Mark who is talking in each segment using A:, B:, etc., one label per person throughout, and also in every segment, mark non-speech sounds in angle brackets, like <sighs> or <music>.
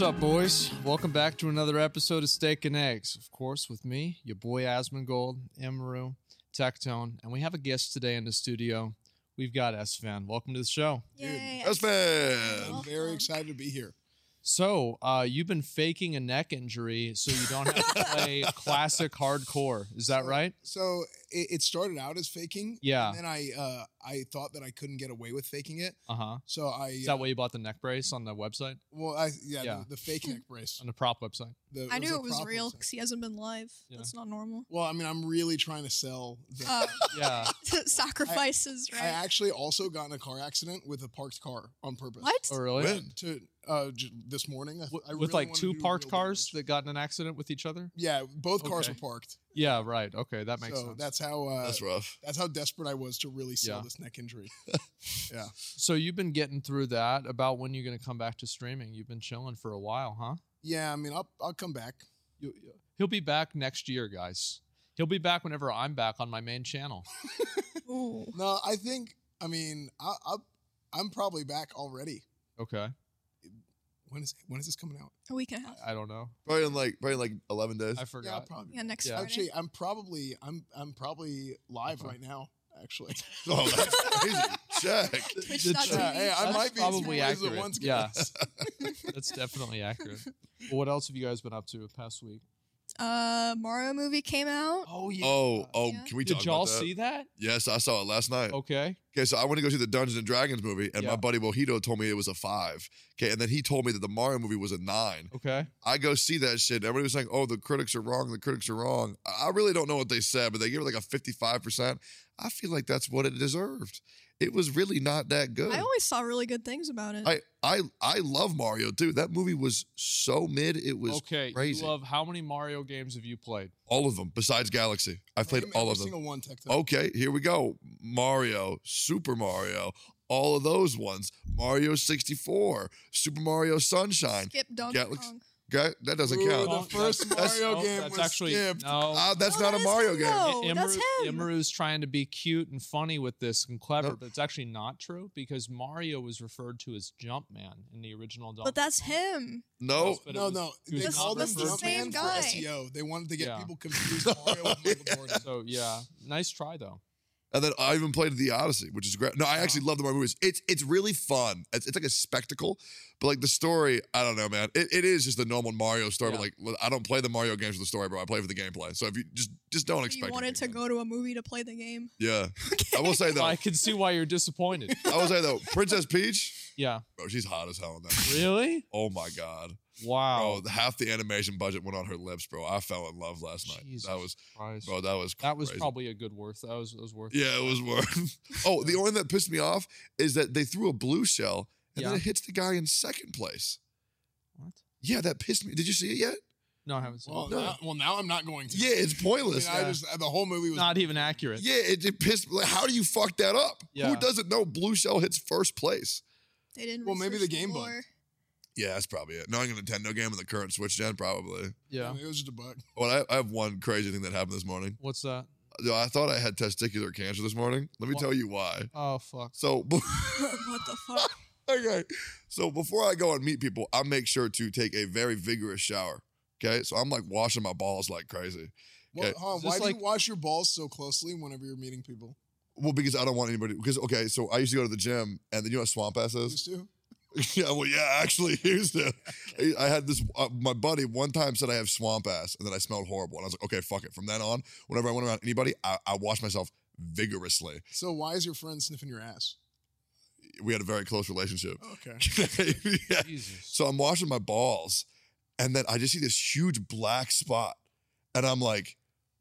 A: up, boys? Welcome back to another episode of Steak and Eggs. Of course, with me, your boy Asmongold, Amaru, Tectone, and we have a guest today in the studio. We've got S Fan. Welcome to the show.
B: Yay.
C: That's bad.
B: Welcome.
D: I'm very excited to be here.
A: So, uh, you've been faking a neck injury so you don't have to
D: <laughs>
A: play classic hardcore. Is that right?
D: So it, it started out as faking.
A: Yeah.
D: And then I uh, I thought that I couldn't get away with faking it.
A: Uh huh.
D: So I
A: Is that why you bought the neck brace on the website,
D: well I yeah,
A: Yeah.
D: The, the fake neck brace.
A: <laughs> on the prop website?
D: The,
B: I knew
D: a
B: it was
D: prop
B: real
D: website.
B: because he hasn't been live.
A: Yeah.
B: That's not normal.
D: Well, I mean, I'm really trying to sell. The,
B: Uh,
D: <laughs>
B: <laughs>
A: Yeah.
B: sacrifices,
D: I
B: right?
D: actually also got in a car accident with a parked car on purpose.
B: what?
A: Oh, really?
C: When?
D: To uh, j- this morning, I,
A: W-
D: I
A: with
D: really
A: like
D: wanna
A: two
D: do
A: parked
D: real
A: cars
D: damage.
A: that got in an accident with each other?
D: Yeah, both cars
A: Okay.
D: were parked.
A: Yeah, right. Okay, that makes
D: so
A: sense.
D: that's how uh,
C: That's rough.
D: that's how desperate I was to really sell
A: Yeah.
D: this neck injury. yeah.
A: So you've been getting through that. About when you're going to come back to streaming? You've been chilling for a while, huh?
D: Yeah, I mean, I'll I'll come back.
A: You, he'll be back next year, guys. He'll be back whenever I'm back on my main channel.
B: Ooh.
D: No, I think I mean I, I I'm probably back already.
A: Okay,
D: When is when is this coming out?
B: A week and a half.
A: I don't know.
C: Probably in like probably in like eleven days.
A: I
D: <laughs> Yeah, I'll
A: forgot.
D: probably.
B: Yeah, next
A: Yeah.
B: Friday. <laughs>
D: Actually, I'm probably I'm I'm probably live
A: Okay.
D: right now. Actually,
C: <laughs> oh, that's crazy.
B: <laughs>
C: Check.
B: Twitch.tv.
D: <laughs> Yeah, hey, I
A: That's
D: might be as
A: probably
D: smart as the
A: accurate.
D: ones
A: Yeah.
D: guys. <laughs>
A: That's definitely accurate. Well, what else have you guys been up to past week?
B: Uh, Mario movie came out.
A: <laughs> Oh yeah.
C: Oh, oh,
B: Yeah.
C: can we talk
A: Did y'all
C: about that?
A: see that?
C: Yes, I saw it last night.
A: Okay.
C: Okay, so I went to go see the Dungeons and Dragons movie, and
A: Yeah.
C: my buddy Mojito told me it was a five. Okay, and then he told me that the Mario movie was a nine.
A: Okay.
C: I go see that shit. And everybody was saying, "Oh, the critics are wrong. The critics are wrong." I I really don't know what they said, but they gave it like a fifty-five percent. I feel like that's what it deserved. It was really not that
D: Oh,
C: good.
B: I always saw really good things about it.
C: I I I love Mario, dude. That movie was so mid. It was
A: okay.
C: crazy.
A: You love how many Mario games have you played?
C: all of them besides Galaxy. I played
D: Every
C: all of them.
D: Single one tech oh.
C: Okay, here we go. Mario, Super Mario, all of those ones. Mario 64, Super Mario Sunshine.
B: Skip Donkey
C: Galaxy-
B: Kong.
C: Ga- that doesn't
D: Ooh,
C: count.
D: the
A: Don't-
D: first Mario
A: no,
D: game
A: That's
D: was
A: actually
D: skipped.
A: no.
C: Ah, that's
B: Oh,
C: not
B: that
C: a
B: is
C: Mario
B: him,
C: game.
B: though. Oh,
A: Imru-
B: that's him.
A: Imru's trying to be cute and funny with this and clever,
C: No.
A: but it's actually not true because Mario was referred to as Jumpman in the original. Donkey
B: But that's
A: Kong.
B: him.
C: No,
A: But it
D: no,
A: was-
D: no.
A: it was
D: They
A: not
D: called him
B: That's the
A: referred to-
B: same
D: Jumpman for
B: guy.
D: SEO. They wanted to get
A: Yeah.
D: people confused Mario
A: <laughs>
D: with Michael Jordan.
A: So yeah, nice try though.
C: and then I even played The Odyssey, which is great. No, I actually love the Mario movies. It's it's really fun. It's, it's like a spectacle, but like the story, I don't know, man. It, it is just the normal Mario story.
A: Yeah.
C: But like, I don't play the Mario games for the story, bro. I play for the gameplay. So if you just just don't
B: You
C: expect
B: wanted to
C: anything, man.
B: go to a movie to play the game.
C: Yeah, I will say <laughs> though,
A: I
C: I
A: can see why you're
C: <laughs>
A: disappointed.
C: will say though, Princess Peach,
A: Yeah.
C: bro, she's hot as hell in that.
A: <laughs> Really?
C: Oh my god.
A: Wow.
C: Bro, half the animation budget went on her lips, bro. I fell in love last night.
A: Jesus
C: That was,
A: Christ.
C: bro, that was,
A: that was
C: crazy.
A: probably a good worth. That was that was worth.
C: yeah, it was worth. <laughs> oh, the only thing that pissed me off is that they threw a blue shell and
A: Yeah.
C: then it hits the guy in second place.
A: What?
C: Yeah, that pissed me. Did you see it yet?
A: No, I haven't seen.
D: Well,
A: it.
D: now, well, now I'm not going to.
C: Yeah, it's
D: I, mean,
C: pointless.
D: I just the whole movie was
A: Not even accurate.
C: yeah, it, it pissed me. Like, how do you fuck that up?
A: Yeah.
C: Who doesn't know blue shell hits first place?
B: They didn't.
D: Well, maybe
B: research
D: the game bug.
B: lore.
C: Yeah, that's probably it. Knowing a Nintendo game and the current Switch gen, probably.
D: I
A: Yeah.
D: mean, it was just a bug.
C: Well, I, I have one crazy thing that happened this morning.
A: What's that?
C: Yo, I thought I had testicular cancer this morning. Let me
A: Wha-
C: tell you why.
A: Oh fuck.
C: So,
D: <laughs>
C: <laughs>
B: what the fuck?
C: okay. So before I go and meet people, I make sure to take a very vigorous shower. Okay. So I'm like washing my balls like crazy.
D: Well,
C: Okay.
D: huh,
A: Is this
D: why do
A: like-
D: you wash your balls so closely whenever you're meeting people?
C: Well, because I don't want anybody. Because okay, so I used to go to the gym, and then you know what swamp ass is. <laughs>
D: Used to?
C: yeah, well, yeah, actually, <laughs> here's the. I had this. Uh, my buddy one time said I have swamp ass, and then I smelled horrible, and I was like, okay, fuck it. From then on, whenever I went around anybody, I, I washed myself vigorously.
D: So why is your friend sniffing your ass?
C: We had a very close relationship. <laughs>
D: Oh, Okay.
C: yeah.
A: Jesus.
C: So I'm washing my balls, and then I just see this huge black spot, and I'm like,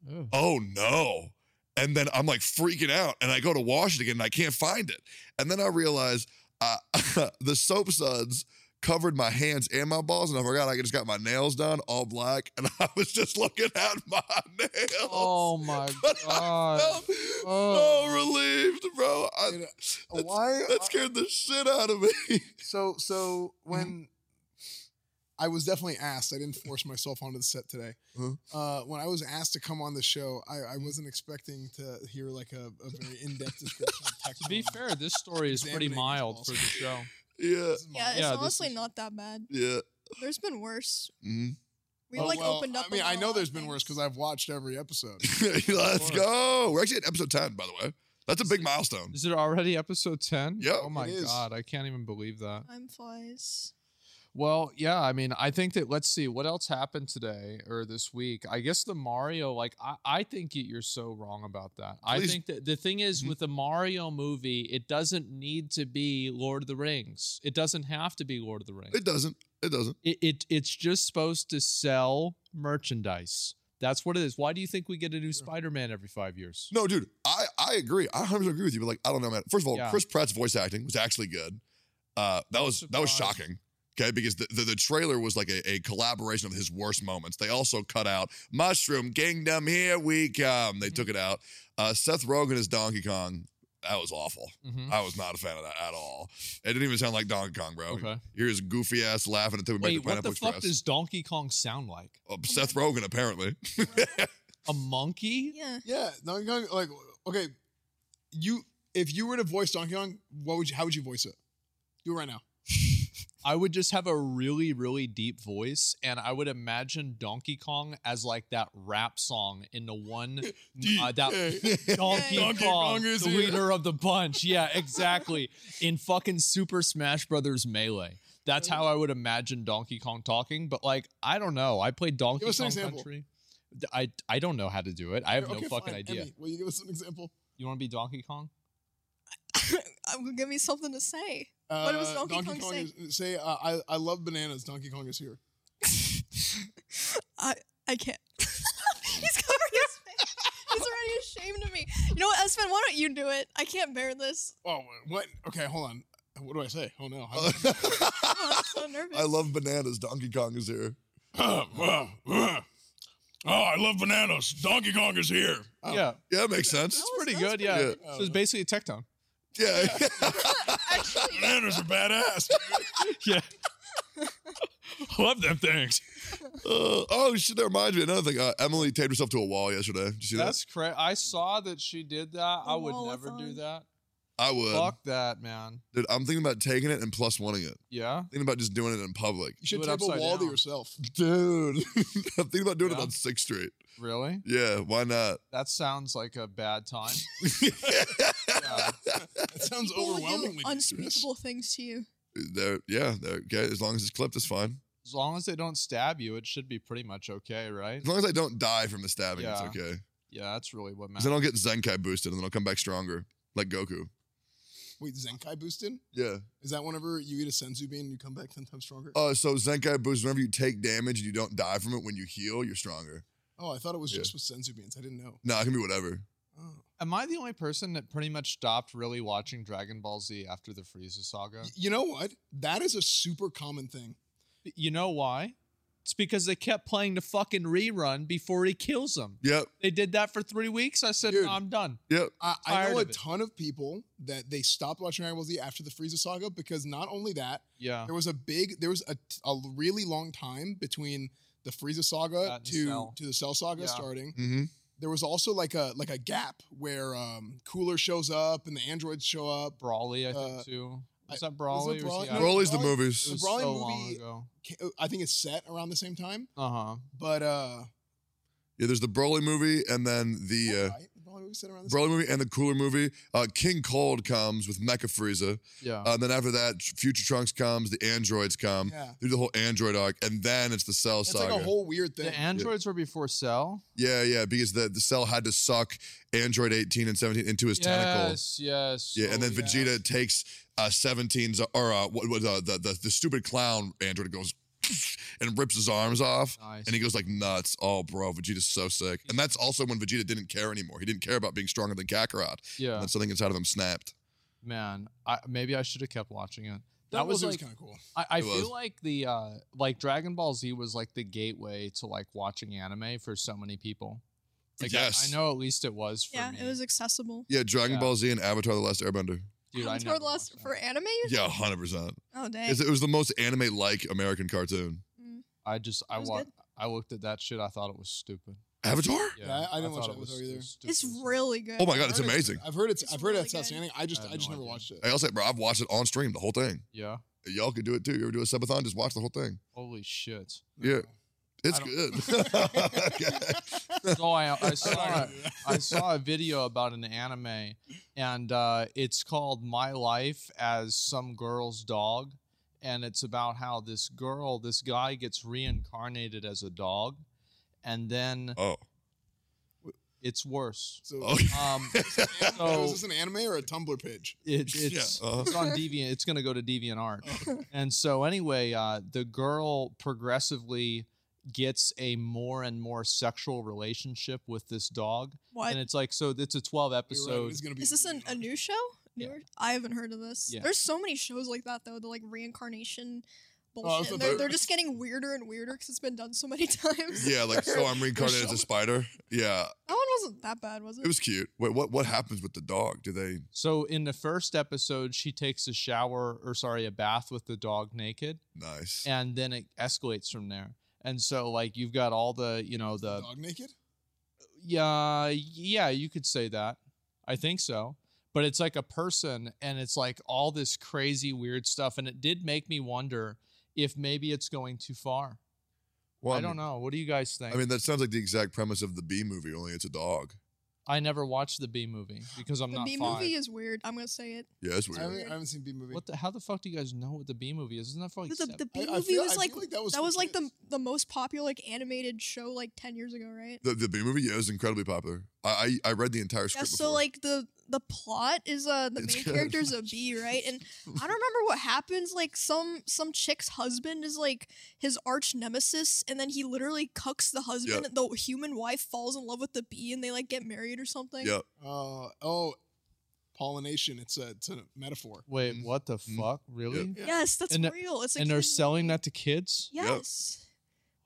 A: Ugh.
C: oh no. And then I'm like freaking out, and I go to wash it again, and I can't find it. And then I realize uh, <laughs> the soap suds covered my hands and my balls, and I forgot I just got my nails done all black, and <laughs> I was just looking at my <laughs> nails.
A: Oh
C: <laughs>
A: my
C: uh,
A: god.
C: Oh,
A: Oh.
C: relieved, bro. I,
D: Dude,
C: that's-
D: why-
C: That scared the shit out of me. <laughs>
D: So <laughs> so when I was definitely asked, I didn't force myself onto the set today.
C: Huh?
D: Uh, when I was asked to come on the show, I, I wasn't expecting to hear like a, a <laughs> very in-depth description. of
A: To be
D: technology.
A: fair, this story is pretty
D: Examining
A: mild
D: these
A: for the
D: balls.
A: show.
C: yeah.
D: This is
B: Yeah,
D: mine.
B: it's
A: Yeah, this
B: honestly
A: is-
B: not that bad.
C: Yeah.
B: There's been worse.
C: Mhm.
B: We
D: Oh,
B: like
D: well,
B: opened up.
D: I mean,
B: about
D: I
B: a
D: know
B: lot
D: there's
B: of
D: been worse
B: things.
D: because I've watched every episode.
C: <laughs> Let's
A: course.
C: go. We're actually at episode 10, by the way. That's a big milestone.
A: Is it already episode 10?
C: Yeah,
A: Oh my
D: it is.
A: god, I can't even believe that.
B: Time flies.
A: Well, yeah, I mean, I think that let's see what else happened today or this week. I guess the Mario, like, I, I think you- you're so wrong about that. I
C: Please.
A: think that the thing is
C: Mhm.
A: with the Mario movie, it doesn't need to be Lord of the Rings. It doesn't have to be Lord of the Rings.
C: It doesn't. It doesn't.
A: It, it it's just supposed to sell merchandise. That's what it is. Why do you think we get a new
D: Sure.
A: Spider-Man every five years?
C: No, dude, I, I agree. I 100% agree with you, but like, I don't know, man. First of all,
A: Yeah.
C: Chris Pratt's voice acting was actually good. Uh, that was that was
A: surprised.
C: shocking. Okay, because the, the, the trailer was like a, a collaboration of his worst moments. They also cut out Mushroom Kingdom, here we come. They
A: Mm-hmm.
C: took it out. Uh, Seth Rogen as Donkey Kong. That was awful.
A: Mhm.
C: I was not a fan of that at all. It didn't even sound like Donkey Kong, bro.
A: Okay.
C: Here's goofy ass laughing at the
A: Wait, what
C: Pineapple
A: the fuck
C: Express.
A: does Donkey Kong sound like?
C: Uh, Seth Rogen <laughs> apparently.
A: A monkey?
B: Yeah.
D: yeah, Donkey Kong. Like, okay, you if you were to voice Donkey Kong, what would you? How would you voice it? Do it right now.
A: I would just have a really, really deep voice, and I would imagine Donkey Kong as like that rap song in the
D: <laughs>
A: one uh, that Donkey,
D: Donkey
A: Kong,
D: Kong is
A: the
D: here.
A: leader
D: <laughs>
A: of the bunch. Yeah, exactly. in fucking Super Smash Brothers Melee. That's how I would imagine Donkey Kong talking. But like, I don't know. I played Donkey
D: Give us an
A: Kong
D: example.
A: Country. D- I I don't know how to do it. I have
D: Okay,
A: no fucking
D: fine.
A: idea.
D: Emmy, will you give us an example?
A: You want to be Donkey Kong?
B: Uh, give me something to say. What was Donkey Kong saying?
D: Uh, is- say, uh, I, I love bananas. Donkey Kong is here.
B: I can't. <laughs> He's covering his face. He's already ashamed of me. You know what, Espen? Why don't you do it? I can't bear this.
D: Oh, what? Okay, hold on. What do I say? Oh no.
B: Oh, I'm so nervous.
C: I love bananas. Donkey Kong is here.
D: <laughs> oh, I love bananas. Donkey Kong is here. Oh.
A: yeah,
C: Yeah, makes sense.
A: it's
B: was-
A: pretty
B: that was
A: good.
B: pretty
A: yeah,
C: good.
A: so it's basically a tecton. <laughs>
C: Yeah.
B: Actually,
C: <laughs>
D: Bananas are badass. <laughs>
A: yeah, love them things.
C: Uh, oh shit! That reminds me. of Another thing. Uh, Emily taped herself to a wall yesterday. Did you see
A: That's cra I saw that she did that. I
B: The
A: would
B: wall
A: never do
B: wallathon.
A: that.
C: that? I would.
A: Fuck that, man.
C: Dude, I'm thinking about taking it and plus wanting it.
A: Yeah.
C: Thinking about just doing it in public.
D: You should
A: Do it
D: tape a
A: upside
D: wall to
A: down.
B: <laughs>
D: yourself.
C: Dude, <laughs> I'm thinking about doing it
A: Yeah.
C: on Sixth Street.
A: Really?
C: Yeah, why not? <laughs>
A: That sounds like a bad
D: <laughs>
A: time. Yeah.
D: That sounds
B: people will do
D: overwhelmingly dangerous.
B: unspeakable things to you.
C: There, yeah, there, okay. As long as it's clipped, it's fine.
A: As long as they don't stab you, it should be pretty much okay, right?
C: As long as I don't die from the stabbing,
A: Yeah.
C: it's okay.
A: Yeah, that's really what
C: Because then
A: matters.
C: I'll get Zenkai boosted and then I'll come back stronger, like Goku.
D: Wait, Zenkai boosted?
C: Yeah.
D: Is that whenever you eat a senzu bean and you come back ten times stronger?
C: Uh, so Zenkai boost. Whenever you take damage and you don't die from it, when you heal, you're stronger.
D: oh, I thought it was
C: yeah.
D: just with senzu beans. I didn't know.
C: Nah, it can be whatever.
D: Oh.
A: Am I the only person that pretty much stopped really watching Dragon Ball Z after the Frieza saga?
D: Y- You know what? That is a super common thing.
A: Y- You know why? It's because they kept playing the fucking rerun before he kills them.
C: Yep.
A: They did that for three weeks. I said,
D: Dude.
A: no, I'm done.
D: I, I
A: Tired
D: know a
A: of it.
D: ton of people that they stopped watching Dragon Ball Z after the Frieza saga because not only that,
A: Yeah.
D: there was a big, there was a, t- a really long time between the Frieza saga
A: That and
D: to
A: Cell.
D: to the Cell saga
A: Yeah.
D: starting.
C: Mm-hmm.
D: There was also like a like a gap where um, Cooler shows up and the androids show up.
A: Brawly, I
D: Uh,
A: think, too.
D: I-
A: Was that Brawly?
D: it
A: or was
D: Brawly?
A: he
D: No,
A: out-
C: Broly's the
D: Broly-
A: It
C: movies.
A: was
D: Brawly
A: so
D: movie-
A: long ago.
D: Ca- I think it's set around the same time,
A: Uh huh.
D: but uh,
C: Yeah, there's the Broly movie and then the uh,
D: right? The Broly movie set around the same-
C: Broly movie and the Cooler movie. Uh, King Cold comes with Mecha Frieza,
A: Yeah.
C: uh, and then after that, Future Trunks comes. The androids come.
D: Yeah,
C: Through the whole android arc, and then it's the Cell
D: it's
C: saga.
D: like a whole weird thing.
A: the androids were before Cell.
C: yeah, yeah, because the, the Cell had to suck Android 18 and 17 into his tentacle.
A: Yes. Yes.
C: Yeah, and
A: Oh,
C: then
A: yeah.
C: Vegeta takes uh 17's or uh what was uh, the, the the stupid clown android goes <laughs> and rips his arms off
A: Nice.
C: and he goes like nuts. Oh bro, Vegeta's so sick. And that's also when Vegeta didn't care anymore. He didn't care about being stronger than Kakarot. And
A: yeah.
C: then something inside of him snapped.
A: Man, I, maybe I should have kept watching it. That,
D: Dragon Ball
A: was
D: Z
A: like
D: kind of cool.
A: I, I
C: It
A: feel
C: was.
A: like the uh like Dragon Ball Z was like the gateway to like watching anime for so many people. Like I-
C: yes.
A: I, know at least it was for
B: Yeah,
A: me.
B: it was accessible.
C: Yeah, Dragon
A: Yeah.
C: Ball Z and Avatar the Last Airbender.
A: Dude, I
B: Hans
A: never
B: Ward Lost
A: watched
B: for
A: that.
B: anime. you
C: Yeah,
B: think?
C: 100%.
B: Oh dang.
C: It's- It was the most anime like American cartoon.
A: I just I
B: It was
A: wa-
B: good.
A: I looked at that shit. I thought it was stupid.
C: Avatar?
A: Yeah,
D: Yeah, I didn't watch
A: thought
D: that with her either.
A: stupid
B: It's
A: as-
B: really good.
C: Oh my god,
D: I've
C: it's
D: heard
C: amazing.
D: I've heard it's,
B: It's
D: I've heard
B: really
D: it's
B: good.
D: outstanding. I just
A: I
D: I,
A: have
D: just
A: no
D: never
A: idea.
D: watched it.
C: I also bro, I've watched it on stream the whole thing.
A: Yeah.
C: Y'all could do it too. You ever do a subathon? Just watch the whole thing.
A: Holy shit!
C: Yeah. It's
D: I don't-
C: good. Okay.
D: <laughs>
A: Oh, I, <laughs>
B: <laughs>
A: I saw
D: Sorry.
A: it. I saw a video about an anime, and uh, it's called My Life as Some Girl's Dog. And it's about how this girl, this guy gets reincarnated as a dog, and then
C: Oh.
A: it's
C: <laughs>
A: worse.
D: So,
C: Okay. <laughs>
A: Um, <laughs>
D: so
A: so-
D: <laughs> is this an anime or a Tumblr page?
A: it,
C: Yeah,
A: it's, <laughs>
C: uh-huh.
A: it's on Deviant. It's going to go to Deviant Art. And so, anyway, uh, the girl progressively gets a more and more sexual relationship with this dog.
B: What?
A: And it's like, so it's a 12
D: We were right, it
A: episode.
D: is gonna be
B: Is this an, a new show?
A: Yeah.
B: Newer? I haven't heard of this.
A: Yeah.
B: There's so many shows like that though. The like reincarnation
D: Oh, it's
B: bullshit.
D: a
B: they're,
D: third-
B: they're just getting weirder and weirder because it's been done so many <laughs> times.
C: Yeah,
B: <laughs>
C: like so I'm reincarnated as a spider. Yeah.
B: That one wasn't that bad, was it?
C: It was cute. Wait, what what happens with the dog? Do they
A: So in the first episode, she takes a shower or sorry, a bath with the dog naked,
C: nice.
A: and then it escalates from there. And so like you've got all the you know
D: Is the
A: the
D: dog naked?
A: yeah yeah you could say that I think so. But it's like a person, and it's like all this crazy weird stuff, and it did make me wonder if maybe it's going too far.
C: Well,
A: I don't know. What do you guys think?
C: I mean, that sounds like the exact premise of the B movie, only it's a dog.
A: I never watched the B movie because I'm
B: the
A: not
B: B
A: five.
B: movie is weird. I'm gonna say it.
C: Yeah, it's
D: I
C: weird.
D: haven't, I haven't seen B movie.
A: what the, how the fuck do you guys know what the B movie is? Isn't that for like
B: The,
A: seven-
B: the B
D: I- I
B: movie
D: feel- I
B: was
D: feel
B: like,
D: that was
B: that
D: for
B: was like the
D: kids.
B: the most popular like animated show like ten years ago, right?
C: The, the B movie, yeah, it was incredibly popular. I I, I read the entire
B: Yeah,
C: script.
B: so
C: before. <laughs>
B: like the the plot is uh the
C: It's
B: main
C: good.
B: character's
C: <laughs>
B: a bee, right? And I don't remember what happens. Like some some chick's husband is like his arch nemesis, and then he literally cucks the husband. and The human wife falls in love with the bee, and they like get married or something.
C: Yeah.
D: Uh, oh, pollination. It's a it's a metaphor. <laughs>
A: Wait,
C: Mhm.
A: what the
C: Mhm.
A: fuck? Really?
D: Yeah.
B: Yes, that's
A: And they're-
B: real. It's a
A: and they're Oh
B: kid movie.
A: selling that to kids.
C: Yep.
B: Yes,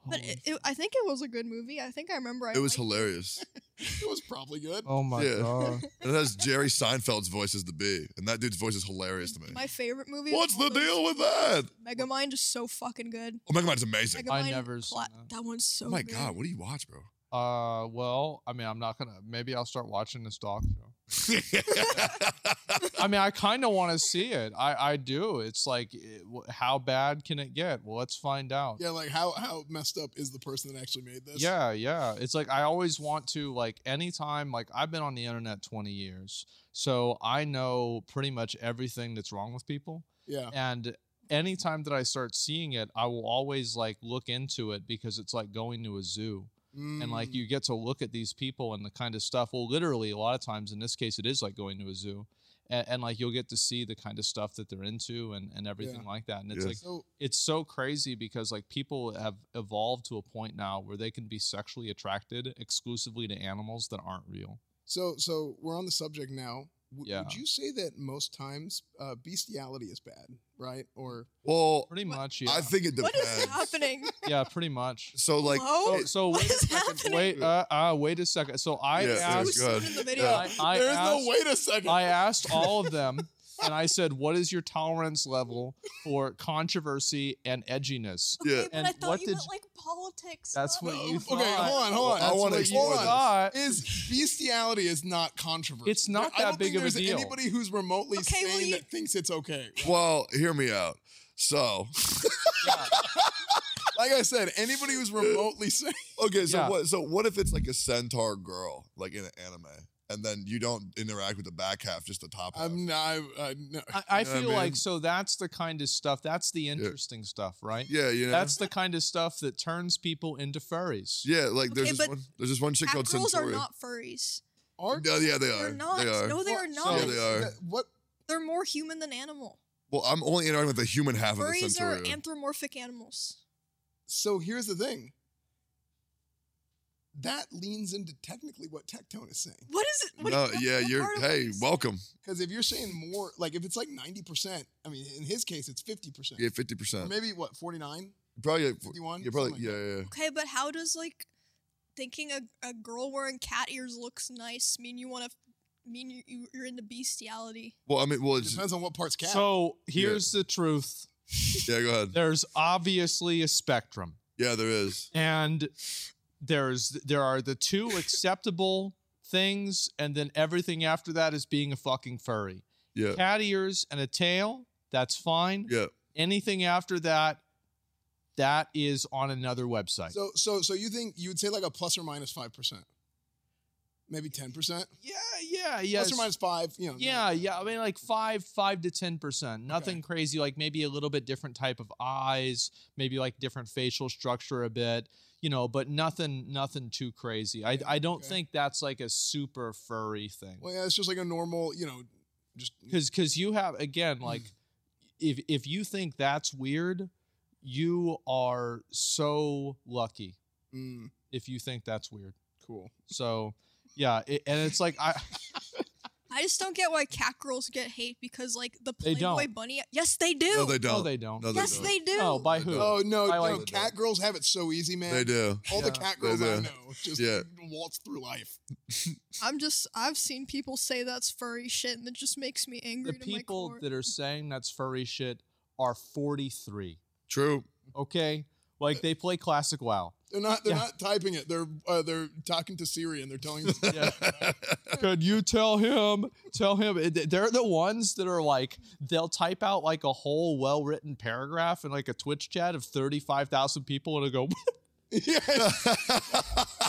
B: but
A: Holy
B: it, it- I think it was a good movie. I think I remember. I
C: it was
B: liked
C: hilarious.
B: <laughs>
D: It was probably good.
A: oh my
C: Yeah.
A: god!
C: and it has Jerry Seinfeld's voice as the B, and that dude's voice is hilarious to me.
B: My favorite movie. of
C: What's
B: all
C: the
B: those-
C: deal with that?
B: Megamind is so fucking good.
C: Oh my god, it's amazing.
B: Megamind
A: I never seen
B: plot-
A: that.
B: that. one's so.
C: Oh my
B: good.
C: god, what do you watch, bro?
A: Uh, well, I mean, I'm not gonna. Maybe I'll start watching this dog show.
C: <laughs>
B: <laughs>
A: I mean, I kind of want to see it. I I do. It's like, it, wh- how bad can it get? Well, let's find out.
D: Yeah, like how how messed up is the person that actually made this?
A: Yeah, yeah. It's like I always want to like anytime like I've been on the internet 20 years. So I know pretty much everything that's wrong with people.
D: yeah.
A: and anytime that i start seeing it i will always like look into it because it's like going to a zoo and like
D: Mm.
A: you get to look at these people and the kind of stuff well literally a lot of times in this case it is like going to a zoo and, and like you'll get to see the kind of stuff that they're into and, and everything like that and it's
C: Yes.
A: like
D: So
A: it's so crazy because like people have evolved to a point now where they can be sexually attracted exclusively to animals that aren't real
D: so so we're on the subject now. W-
A: Yeah.
D: Would you say that most times uh, bestiality is bad, right? Or
C: well,
A: pretty
B: What-
A: much yeah
C: I think it
B: What
C: depends.
B: is
A: <laughs>
B: happening?
A: yeah pretty much
C: <laughs> So like,
A: so,
B: Hello?
C: it-
A: so
B: What
A: wait,
B: is happening?
A: wait uh uh wait a second so i
C: Yeah,
B: It
A: asked
B: was
C: good.
B: soon in the video.
C: Yeah.
A: I, I
D: there's
A: asked,
D: no wait a second.
A: I asked all of them, and I said, "What is your tolerance level for controversy and edginess?"
C: yeah,
B: Okay, but
A: And
B: I thought
A: what
B: you
A: did
B: meant
A: you-
B: like politics.
A: That's
B: not-
A: what
B: <laughs>
A: you
D: okay, hold
A: thought.
D: on, hold on.
C: I
D: That's
C: wanna
D: what you
C: explore
A: You
C: this.
D: thought.
A: thought.
D: is bestiality is not controversial.
A: It's not
D: I don't
A: that big of a
D: think there's
A: deal.
D: Anybody who's remotely
B: Okay,
D: sane
B: well, you-
D: that thinks it's okay.
C: Well, hear me out. So, <laughs>
A: Yeah.
D: Like I said, anybody who's remotely <laughs> sane.
C: okay, so
A: Yeah.
C: what? So what if it's like a centaur girl, like in an anime, and then you don't interact with the back half, just the top half?
D: I'm not. I, I, no.
B: Uh,
A: I, I
C: You know what I
A: feel
C: mean?
A: like so that's the kind of stuff. That's the interesting stuff, right?
C: yeah, you know,
A: That's the kind of stuff that turns people into furries.
C: yeah. Like there's
B: Okay,
C: this
B: but
C: one. There's this one chick
B: Cat
C: called
B: girls are
C: Centauri.
B: not furries.
D: Are-
C: No, yeah, they
B: They're
C: are.
B: not.
C: They are.
B: No, they
D: Well,
B: are
D: so-
B: not.
C: Yeah, they are.
D: that- What?
B: They're more human than animal.
C: Well, I'm only interacting with the human half of the
B: Furries are
C: Centauri.
B: anthropomorphic animals.
D: So here's the thing. That leans into technically what Tectone is saying.
B: What is it? What
C: no,
B: what-
C: yeah,
B: what
C: you're.
B: part of
C: Hey,
B: this?
C: welcome.
D: Because if you're saying more, like if it's like 90%, I mean, in his case, it's 50%.
C: Yeah, fifty
D: Or
C: percent.
D: maybe what, 49?
C: Probably. Like,
D: 51?
C: uh, you're probably.
D: Something
C: yeah,
D: like
C: yeah. yeah.
B: Okay, but how does like thinking a, a girl wearing cat ears looks nice mean you want to mean you- you, you're into bestiality?
C: Well, I mean, well,
D: that.
C: it's,
D: depends on what part's cat.
A: So here's the truth:
C: yeah. Go ahead.
A: there's obviously a spectrum,
C: Yeah, there is.
A: and there's there are the two acceptable things, and then everything after that is being a fucking furry.
C: Yeah,
A: cat ears and a tail that's fine
C: yeah.
A: Anything after that, that is on another website.
D: So so so you think you would say like a plus or minus five percent, maybe ten percent,
A: yeah, yeah, yeah.
D: plus or minus five. You know,
A: Yeah, yeah. I mean, like five, five to ten percent. Nothing crazy. Like maybe a little bit different type of eyes, maybe like different facial structure a bit, you know. But nothing, nothing too crazy. I, I don't
D: Okay.
A: think that's like a super furry thing.
D: Well, yeah, it's just like a normal, you know, just
A: Because, because you have again, like, if if you think that's weird, you are so lucky.
D: mm,
A: If you think that's weird,
D: cool.
A: so yeah, it, and it's like I. <laughs>
B: I just don't get why cat girls get hate because like the
A: They don't.
B: Playboy bunny. Yes, they do.
C: No, they
A: No,
C: don't.
A: they don't.
C: No, they
B: yes,
C: don't.
B: they do.
A: Oh, by who?
D: Oh no,
A: I
D: no
A: like-
D: cat girls have it so easy, man.
C: They do.
D: All the
A: Yeah.
D: cat girls
C: They
D: I
C: do.
D: know just
C: Yeah.
D: waltz through life.
B: I'm just. I've seen people say that's furry shit, and it just makes me angry.
A: the
B: to my
A: people
B: core.
A: that are saying that's furry shit are 43.
C: True.
A: Okay, like they play classic WoW.
D: They're not. They're
A: Yeah.
D: not typing it. They're uh, they're talking to Siri and they're telling. us-
A: <laughs>
C: <laughs>
A: Yeah. Could you tell him? Tell him. eh, Th- They're the ones that are like they'll type out like a whole well-written paragraph in like a Twitch chat of 35,000 people, and it'll go.
D: yeah,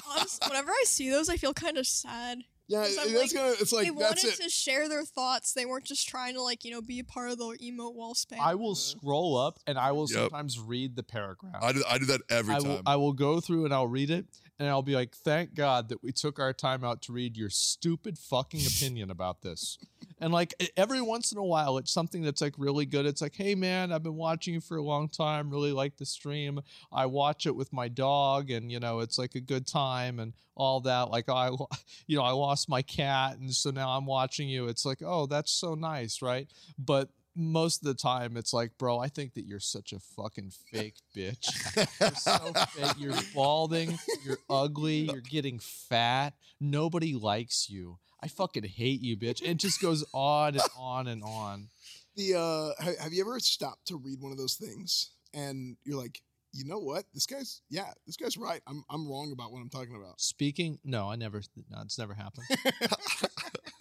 B: Honest- whenever I see those, I feel kind of sad.
D: yeah.
B: Because I'm
D: That's
B: like-
D: gonna. It's
B: they
D: like that's
B: wanted
D: it.
B: to share their thoughts. They weren't just trying to like you know be a part of the emote wall spam.
A: I will scroll up, and I will
C: Yep.
A: sometimes read the paragraph.
C: I do, I do that every
A: I
C: time.
A: will, I will go through and I'll read it, and I'll be like, "Thank God that we took our time out to read your stupid fucking
C: <laughs>
A: opinion about this." And like e- every once in a while, it's something that's like really good. It's like, "Hey man, I've been watching you for a long time. Really like the stream. I watch it with my dog, and you know, it's like a good time and all that. Like I, lo- <laughs> you know, I lost my cat, and so now I'm watching you. It's like, oh, that's so nice, right? But most of the time, it's like, bro, I think that you're such a fucking fake bitch. You're so fat. You're balding. You're ugly. You're getting fat. Nobody likes you. I fucking hate you, bitch. And it just goes on and on and on.
D: The uh, have, have you ever stopped to read one of those things and you're like, you know what? This guy's yeah, this guy's right. I'm I'm wrong about what I'm talking about.
A: Speaking, no, I never, no, it's never happened.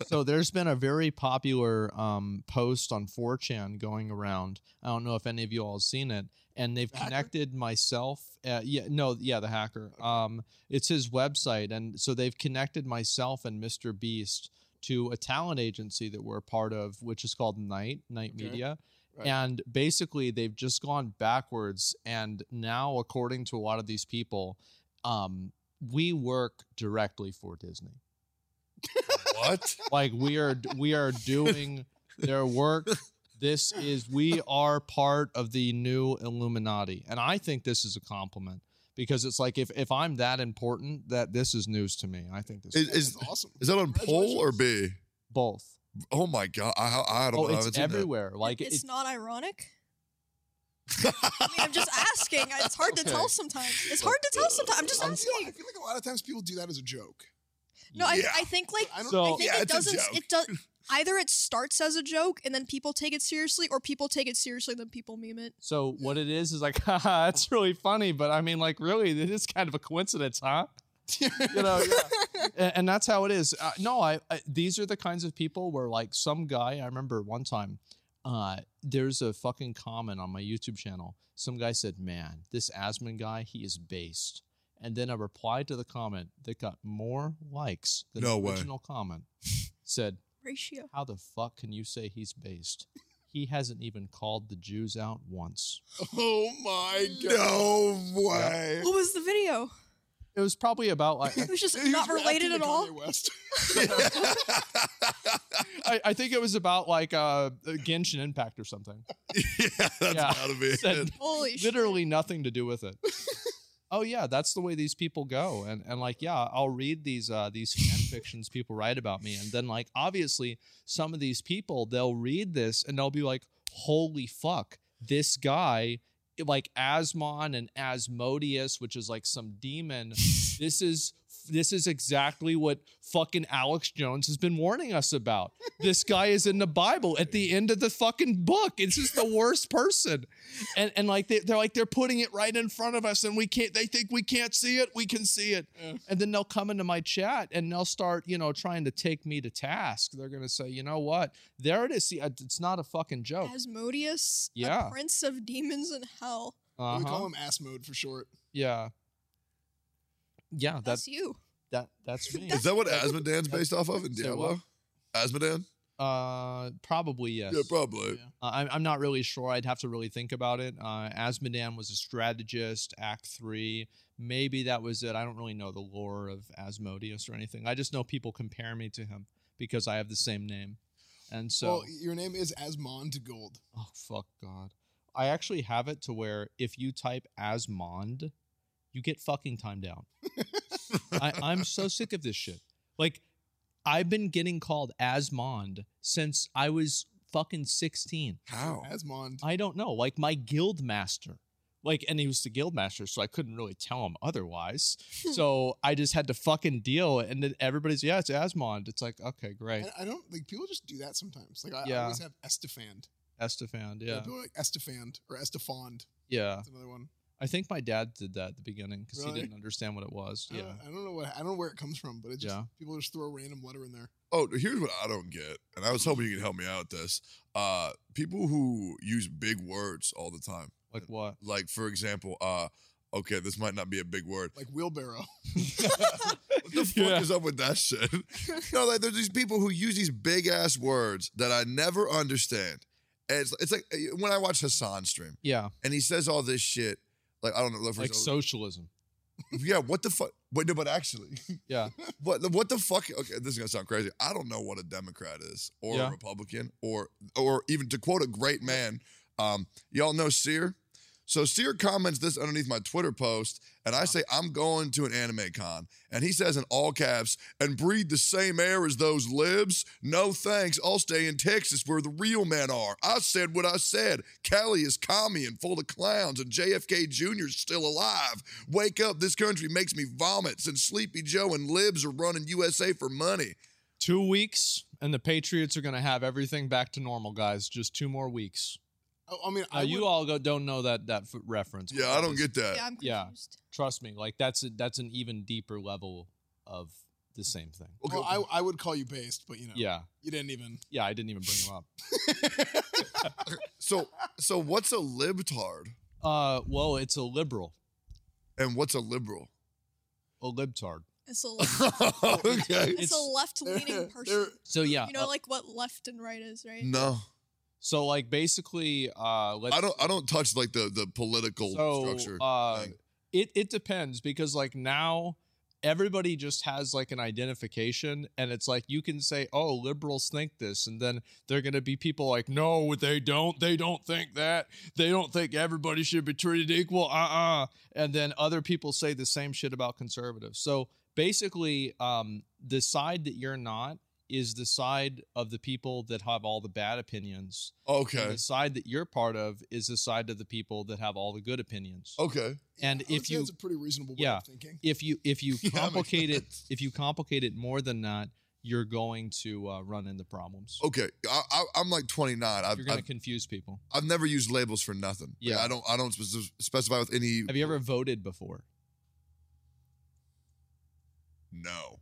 A: so there's been a very popular um, post on 4chan going around. I don't know if any of you all have seen it. And they've
D: The hacker?
A: connected myself. Uh, yeah, no, yeah, the hacker. Um, it's his website, and so they've connected myself and Mr. Beast to a talent agency that we're a part of, which is called Night Night
D: Okay.
A: Media.
D: Right.
A: And basically, they've just gone backwards, and now, according to a lot of these people, um, we work directly for Disney
C: <laughs> what?
A: like we are we are doing their work this is we are part of the new illuminati and i think this is a compliment because it's like if if i'm that important that this is news to me i think this is
C: Is, is,
D: That's awesome.
C: is that on poll or B?
A: both
C: Oh my god! I, I don't
A: oh
C: know. I haven't
A: it's
C: seen that.
A: everywhere like
B: it's
A: it's
B: not ironic. I mean, I'm just asking. It's hard to tell
A: Okay.
B: sometimes. It's hard to tell sometimes. I'm just
D: I feel, I
B: asking.
D: feel like a lot of times people do that as a joke.
B: No, I,
C: Yeah.
B: I think like
D: I don't
A: So-
B: I
A: Oh,
B: think
C: yeah,
B: it
C: it's a
B: doesn't.
C: joke.
B: It does. Either it starts as a joke and then people take it seriously, or people take it seriously then people meme it.
A: so what it is is like <laughs> haha that's really funny but i mean like really it is kind of a coincidence
C: <laughs>
A: huh you know yeah. and, and that's how it is uh, no I, I these are the kinds of people where like some guy i remember one time uh there's a fucking comment on my youtube channel some guy said man this asman guy he is based and then i replied to the comment that got more likes than
C: No
A: the
C: way.
A: original
C: <laughs>
A: comment said
B: Ratio.
A: how the fuck can you say he's based he hasn't even called the jews out once
D: <laughs> Oh my
B: Mm.
D: god!
C: No way!
B: What was the video?
A: it was probably about like
B: It was just
D: <laughs> He
B: not
D: was
B: related
D: reacting
B: at
D: to
B: all.
D: Kanye
A: <laughs>
D: West.
A: I, I think it was about like uh Genshin Impact or something.
C: <laughs> yeah, <laughs> that's
A: Yeah.
C: gotta be
A: Said
C: it.
B: Holy shit.
A: literally nothing to do with
B: <laughs>
A: it. oh yeah, that's the way these people go. And and like yeah, I'll read these uh these
B: <laughs>
A: fan fictions people write about me, and then like obviously some of these people they'll read this and they'll be like, holy fuck, this guy. Like Asmon and Asmodeus, which is like some demon. this is this is exactly what fucking Alex Jones has been warning us about. This guy is in the Bible at the end of the fucking book. It's just the worst person. And and like they, they're like they're putting it right in front of us and we can't they think we can't see it. We can see it.
D: Yeah.
A: And then they'll come into my chat and they'll start, you know, trying to take me to task. They're going to say, "You know what? There it is. See, it's not a fucking joke."
B: Asmodeus,
A: Yeah.
B: a prince of demons in hell.
A: Uh-huh.
D: We call him ass mode for short.
A: Yeah. Yeah, that
B: That's you.
A: that that's me.
C: Is that what Asmodan's based off of in
A: Say
C: Diablo? Asmodan?
A: uh, probably yes.
C: Yeah, probably.
A: Uh, I'm I'm not really sure. I'd have to really think about it. Uh, Asmodan was a strategist, Act Three. Maybe that was it. I don't really know the lore of Asmodeus or anything. I just know people compare me to him because I have the same name, and so
D: well, your name is Asmond Gold.
A: Oh fuck god. I actually have it to where if you type Asmond, you get fucking timed out. I, I'm so sick of this shit. Like, I've been getting called Asmond since I was fucking 16.
C: <laughs> How?
D: Asmond.
A: I don't know. Like my guild master. Like, and he was the guild master, so I couldn't really tell him otherwise.
D: Hmm.
B: <laughs>
A: so I just had to fucking deal. And then everybody's, yeah, it's Asmond. It's like, okay, great.
D: And I don't like people just do that sometimes. Like I, I
A: Yeah.
D: always have Estefand.
A: Estefan, yeah.
D: People are like Estefand or Estefond.
A: Yeah.
D: That's another one.
A: I think my dad did that at the beginning because
D: Really? Oh.
A: he didn't understand what it was.
D: I
A: Yeah.
D: don't, I don't know what I don't know where it comes from, but it just
A: Yeah.
D: people just throw a random letter in there.
C: Oh, here's what I don't get, and I was hoping you could help me out with this. Uh, people who use big words all the time,
A: Like
D: <laughs>
A: what? <laughs>
C: like for example, uh, okay, this might not be a big word.
D: Like wheelbarrow. <laughs>
C: What
A: <laughs>
C: the fuck
A: Yeah.
C: is up with that shit? <laughs> no, like there's these people who use these big ass words that I never understand. And it's it's like uh, when I watch Hassan stream
A: Yeah.
C: and he says all this shit. Like I don't know, for
A: Like
C: example-
A: socialism.
C: yeah, what the fuck? Wait, no, but actually, <laughs>
A: Yeah.
C: what the- what the fuck? Okay, this is gonna sound crazy. I don't know what a Democrat is, or
A: Yeah.
C: a Republican, or or even to quote a great man, um, y'all know Sear. So Sear comments this underneath my Twitter post, and
A: Uh-huh.
C: I say I'm going to an anime con, and he says in all caps, "And breathe the same air as those libs? No thanks. I'll stay in Texas where the real men are." I said what I said. Cali is commie and full of clowns, and JFK Jr. is still alive. Wake up! This country makes me vomit. Since Sleepy Joe and libs are running USA for money.
A: Two weeks, and the Patriots are going to have everything back to normal, guys. Just two more weeks.
D: I, I mean,
A: Uh,
D: I
A: you
D: would-
A: all go, don't know that that f- reference. but
C: Yeah, I
A: that
C: don't
A: was-
C: get that.
B: Yeah, I'm
A: uh, yeah.
B: confused.
A: Trust me, like that's a, that's an even deeper level of the same thing.
C: Okay.
D: well, I, I would call you based, but you know,
A: Yeah,
D: you didn't even.
A: yeah. I didn't even bring him up.
C: so so what's a libtard
A: Uh, well, it's a liberal,
C: and what's
A: <laughs>
C: a liberal?
A: a libtard. <laughs>
B: It's a left,
C: okay.
B: it's, a
A: It's-
B: left leaning person.
D: They're-
A: So yeah,
B: You
A: uh,
B: know, like what left and right is, right?
C: No,
A: so like basically, uh, let's,
C: I don't. I don't touch like the the political structure.
A: Uh,
C: thing.
A: it it depends because like now everybody just has like an identification and it's like you can say oh liberals think this and then they're going to be people like no they don't they don't think that they don't think everybody should be treated equal uh-uh and then other people say the same shit about conservatives so basically um the side that you're not is the side of the people that have all the bad opinions and
C: okay.
A: the side that you're part of is the side of the people that have all the good opinions. <laughs>
C: Okay.
A: And
D: I would
A: if
D: say
A: you-
D: that's a pretty reasonable way
A: yeah.
D: of thinking.
A: If you if you
C: Yeah, makes
A: complicate it
C: sense.
A: if you complicate it more than that, you're going to uh, run into problems.
C: Okay. I, I, I'm like 29. I've,
A: you're going to
C: Oh, I've,
A: confuse people.
C: I've never used labels for nothing. Like,
A: Yeah.
C: I don't. I don't spec- specify with any.
A: Have you ever voted before?
C: No.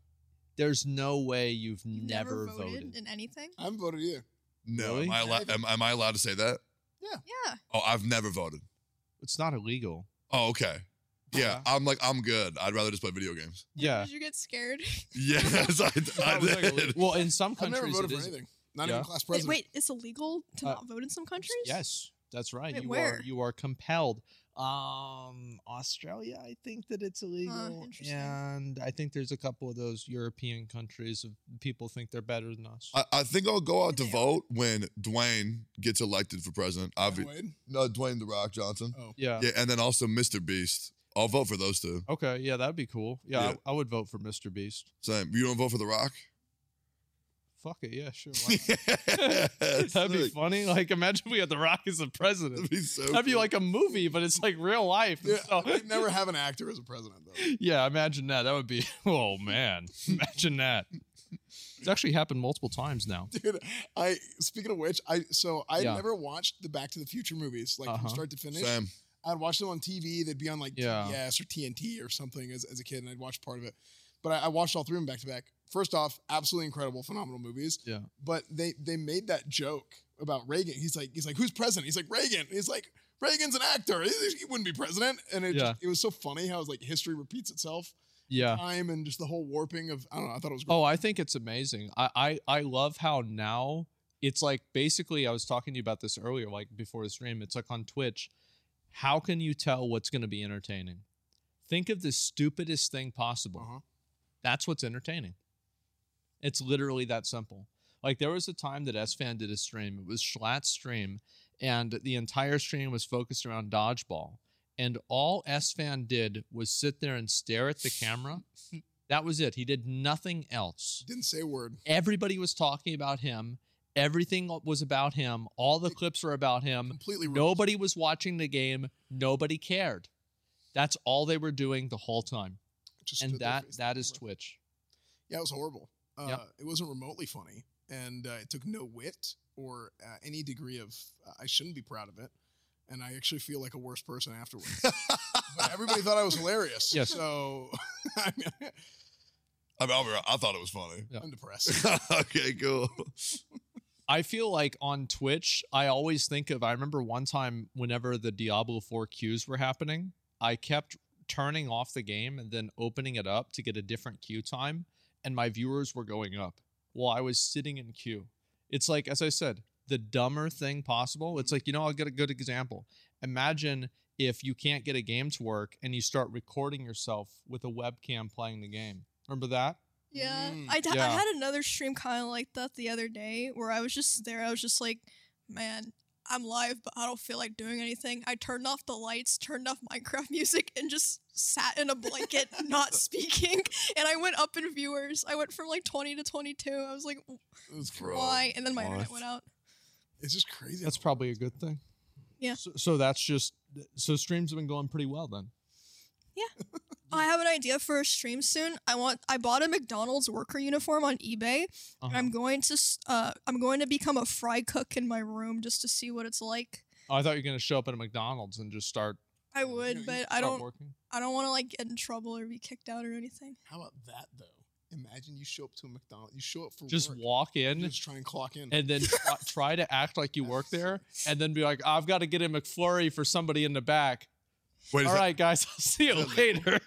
A: There's no way you've
B: You've
A: never, voted. Ah,
B: in anything?
D: I haven't voted either.
C: No.
A: Really?
C: Am I allowed? Am, am I allowed to say that?
B: Yeah.
C: Oh, I've never voted.
A: It's not illegal.
C: Oh, okay. Yeah,
A: Yeah.
C: I'm like I'm good. I'd rather just play video games. <laughs>
A: Yeah.
B: <laughs> Did you get scared?
A: <laughs>
C: Yes, I, I
A: That was like
C: did.
A: illegal. well, in some
D: I've never
A: countries
D: voted
A: it
D: for
A: is.
D: anything. Not
A: Yeah.
D: even class
B: Wait,
D: president.
B: wait, it's illegal to
A: Uh,
B: not vote in some countries?
A: Yes, that's right.
B: Wait,
A: you
B: where?
A: are you are compelled. Um, Australia, I think that it's illegal,
B: interesting.
A: and I think there's a couple of those European countries of people think they're better than us.
C: I, I think I'll go out to
B: They are.
C: vote when Dwayne gets elected for president. I'll be,
D: Dwayne Wade?
C: no, Dwayne the Rock Johnson.
D: Oh,
A: yeah.
C: Yeah, and then also Mr. Beast. I'll vote for those two.
A: Okay. Yeah, that'd be cool. Yeah,
C: Yeah.
A: I, I would vote for Mr. Beast.
C: Same. You don't vote for the Rock?
A: fuck it, yeah, sure. <laughs> Why
C: <laughs>
A: not? <laughs> That'd be funny. Like, imagine we had The Rock as the president.
C: That'd be so.
A: That'd be
C: cool.
A: like a movie, but it's like real life. and
D: <laughs> Yeah,
A: so-
D: they'd never have an actor as a president though.
A: <laughs>
D: <laughs>
A: yeah, imagine that. That would be, <laughs> oh man, imagine that. It's actually happened multiple times now.
D: Dude, I speaking of which, I so I
A: Yeah.
D: never watched the Back to the Future movies like
A: Uh-huh.
D: from start to finish.
C: Sam.
D: I'd watch them on TV. They'd be on like
A: Yeah.
D: TBS or TNT or something as, as a kid, and I'd watch part of it. But I, I watched all three of them back to back. First off, absolutely incredible, phenomenal movies.
A: Yeah.
D: But they they made that joke about Reagan. He's like he's like who's president? He's like Reagan. He's like Reagan's an actor. He, he wouldn't be president. And it
A: Yeah.
D: just, it was so funny how it's like history repeats itself,
A: Yeah.
D: time and just the whole warping of I don't know. I thought it was great.
A: Oh, I think it's amazing. I, I I love how now it's like basically I was talking to you about this earlier, like before the stream. It's like on Twitch, how can you tell what's going to be entertaining? Think of the stupidest thing possible.
D: Uh-huh.
A: That's what's entertaining. It's literally that simple. Like there was a time that S Fan did a stream. It was Schlatt's stream, and the entire stream was focused around dodgeball. And all S Fan did was sit there and stare at the camera. that was it. He did nothing else.
D: Didn't say a word.
A: Everybody was talking about him. Everything was about him. All the
D: It-
A: clips were about him.
D: Completely ruined.
A: Nobody was watching the game. Nobody cared. That's all they were doing the whole time.
D: Just
A: And
D: stood there
A: that
D: facing
A: that
D: the
A: is
D: camera.
A: Twitch.
D: Yeah, it was horrible. Uh,
A: Yep.
D: It wasn't remotely funny, and uh, it took no wit or uh, any degree of. Uh, I shouldn't be proud of it, and I actually feel like a worse person
A: <laughs>
D: afterwards.
C: <laughs>
D: but everybody thought I was hilarious.
A: Yes.
D: So <laughs> I mean,
C: I mean, I'll be right. I thought it was funny.
A: Yeah. <laughs>
D: I'm depressed.
C: <laughs> okay, cool.
A: I feel like on Twitch, I always think of. I remember one time whenever the Diablo 4 queues were happening, I kept turning off the game and then opening it up to get a different queue time, and my viewers were going up while I was sitting in queue. It's like, as I said, the dumber thing possible. It's like, you know, I'll get a good example. Imagine if you can't get a game to work and you start recording yourself with a webcam playing the game. Remember that?
B: Yeah.
D: Mm,
B: I, d- I
A: yeah.
B: had another stream kind of like that the other day where I was just there. I was just like, man, I'm live, but I don't feel like doing anything. I turned off the lights, turned off <laughs> Minecraft music, and just sat in a blanket, not speaking. And I went up in viewers. I went from like 20 to 22. I was like,
D: It was crazy.
C: Bro,
B: why? And then my
C: what?
B: internet went out.
D: It's just crazy.
A: That's probably a good thing.
B: Yeah.
A: So, so that's just so streams have been going pretty well then.
B: I have an idea for a stream soon. I want. I bought a McDonald's worker uniform on eBay.
A: Uh-huh.
B: And I'm going to. s- Uh, I'm going to become a fry cook in my room just to see what it's like.
A: Oh, I thought you were gonna show up at a McDonald's and just start.
B: I
D: Yeah, you
B: would, but I
A: start
B: don't.
A: Working.
B: I don't want to like get in trouble or be kicked out or anything.
D: How about that though? Imagine you show up to a McDonald's. You show up for
A: Just
D: work.
A: walk
D: You
A: in
D: just try and clock in.
A: and then try, try to act like you work there, and then be like, "I've got to get a McFlurry for somebody in the back."
C: Wait, is
A: All
C: that-
A: right, guys, I'll see you
C: is that
A: later.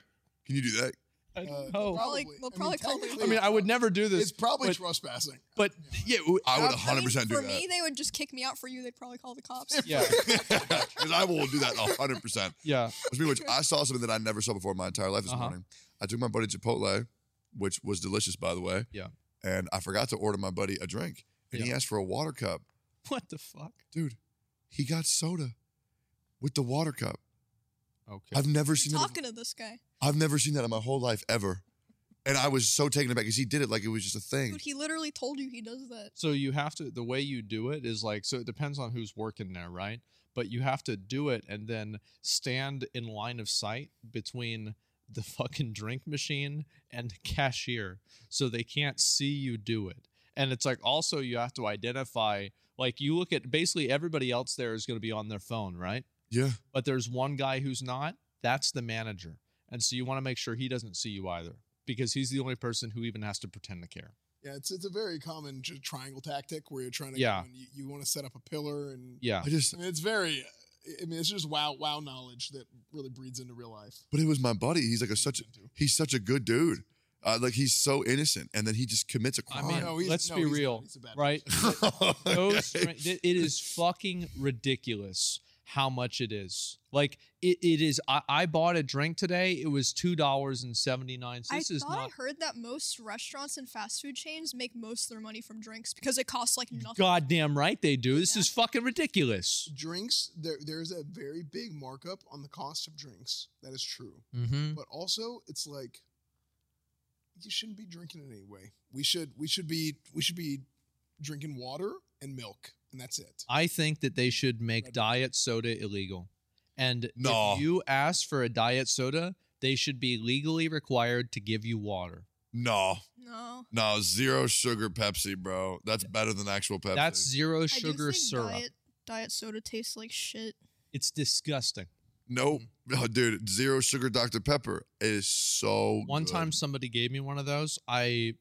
C: can you do that?
A: I
D: Uh,
A: don't know.
B: Probably- we'll probably call
D: technically,
A: I
B: it-
A: mean, I would never do
D: It's
A: this,
D: probably
A: but-
D: trespassing.
A: but yeah, w-
C: I would
B: mean,
C: 100 percent do
B: For
C: that. <laughs>
B: me, they would just kick me out. For you, they'd probably call the cops.
A: yeah,
C: Because I will do that 100. percent
A: yeah. <laughs>
C: Speaking of which, I saw something that I never saw before in my entire life this
A: Uh-huh.
C: morning. I took my buddy to Chipotle, which was delicious, by the way.
A: Yeah.
C: And I forgot to order my buddy a drink, and he asked for a water cup.
A: What the fuck?
C: Dude, he got soda with the water cup.
A: Okay.
C: I've never seen
B: You're
C: that.
B: talking to this guy,
C: I've never seen that in my whole life ever. And I was so taken aback because he did it like it was just a thing.
B: dude. He literally told you he does that.
A: So you have to the way you do it is like so it depends on who's working there, right? But you have to do it and then stand in line of sight between the <laughs> fucking drink machine and the cashier so they can't see you do it. And it's like also you have to identify like you look at basically everybody else there is going to be on their phone, right?
C: Yeah.
A: But there's one guy who's not, that's the manager. And so you want to make sure he doesn't see you either because he's the only person who even has to pretend to care.
D: Yeah, it's it's a very common tr- triangle tactic where you're trying to
A: Yeah.
D: go and you, you want to set up a pillar and
A: Yeah.
C: I just,
D: I mean, it's very. I mean, it's just wow, wow knowledge that really breeds into real life.
C: but it was my buddy. He's like a such, he's such a good dude. Uh, like he's so innocent, and then he just commits a
A: I
C: crime.
A: mean, <laughs> let's be
D: Oh, he's not.
A: real,
D: He's a bad
A: right?
D: person.
C: <laughs>
A: those stra- th- it is fucking ridiculous how much it is like it, it is I, I bought a drink today it was two dollars and 79
B: I
A: this is
B: thought I
A: not
B: heard that most restaurants and fast food chains make most of their money from drinks because it costs like nothing.
A: goddamn right they do this
B: Yeah.
A: is fucking ridiculous
D: Drinks, there, there's a very big markup on the cost of drinks. That is true,
A: mm-hmm.
D: but also it's like you shouldn't be drinking it anyway. We should we should be we should be drinking water and milk, and that's it.
A: I think that they should make
D: Red Bull.
A: diet soda illegal. And
C: No.
A: if you ask for a diet soda, they should be legally required to give you water.
C: No,
B: No.
C: no, zero sugar Pepsi, bro. That's better than actual Pepsi.
A: That's zero
B: I do
A: sugar
B: think
A: syrup.
B: Diet, diet soda tastes like shit.
A: It's disgusting.
C: nope, oh, dude. Zero sugar Dr Pepper is so.
A: One
C: good.
A: time somebody gave me one of those. I,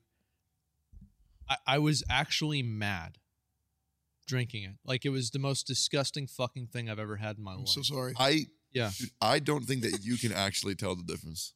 A: I I was actually mad drinking it. Like it was the most disgusting fucking thing I've ever had in my
D: I'm
A: life.
D: so sorry.
C: I
A: Yeah.
C: dude, I don't think that you can actually tell the difference.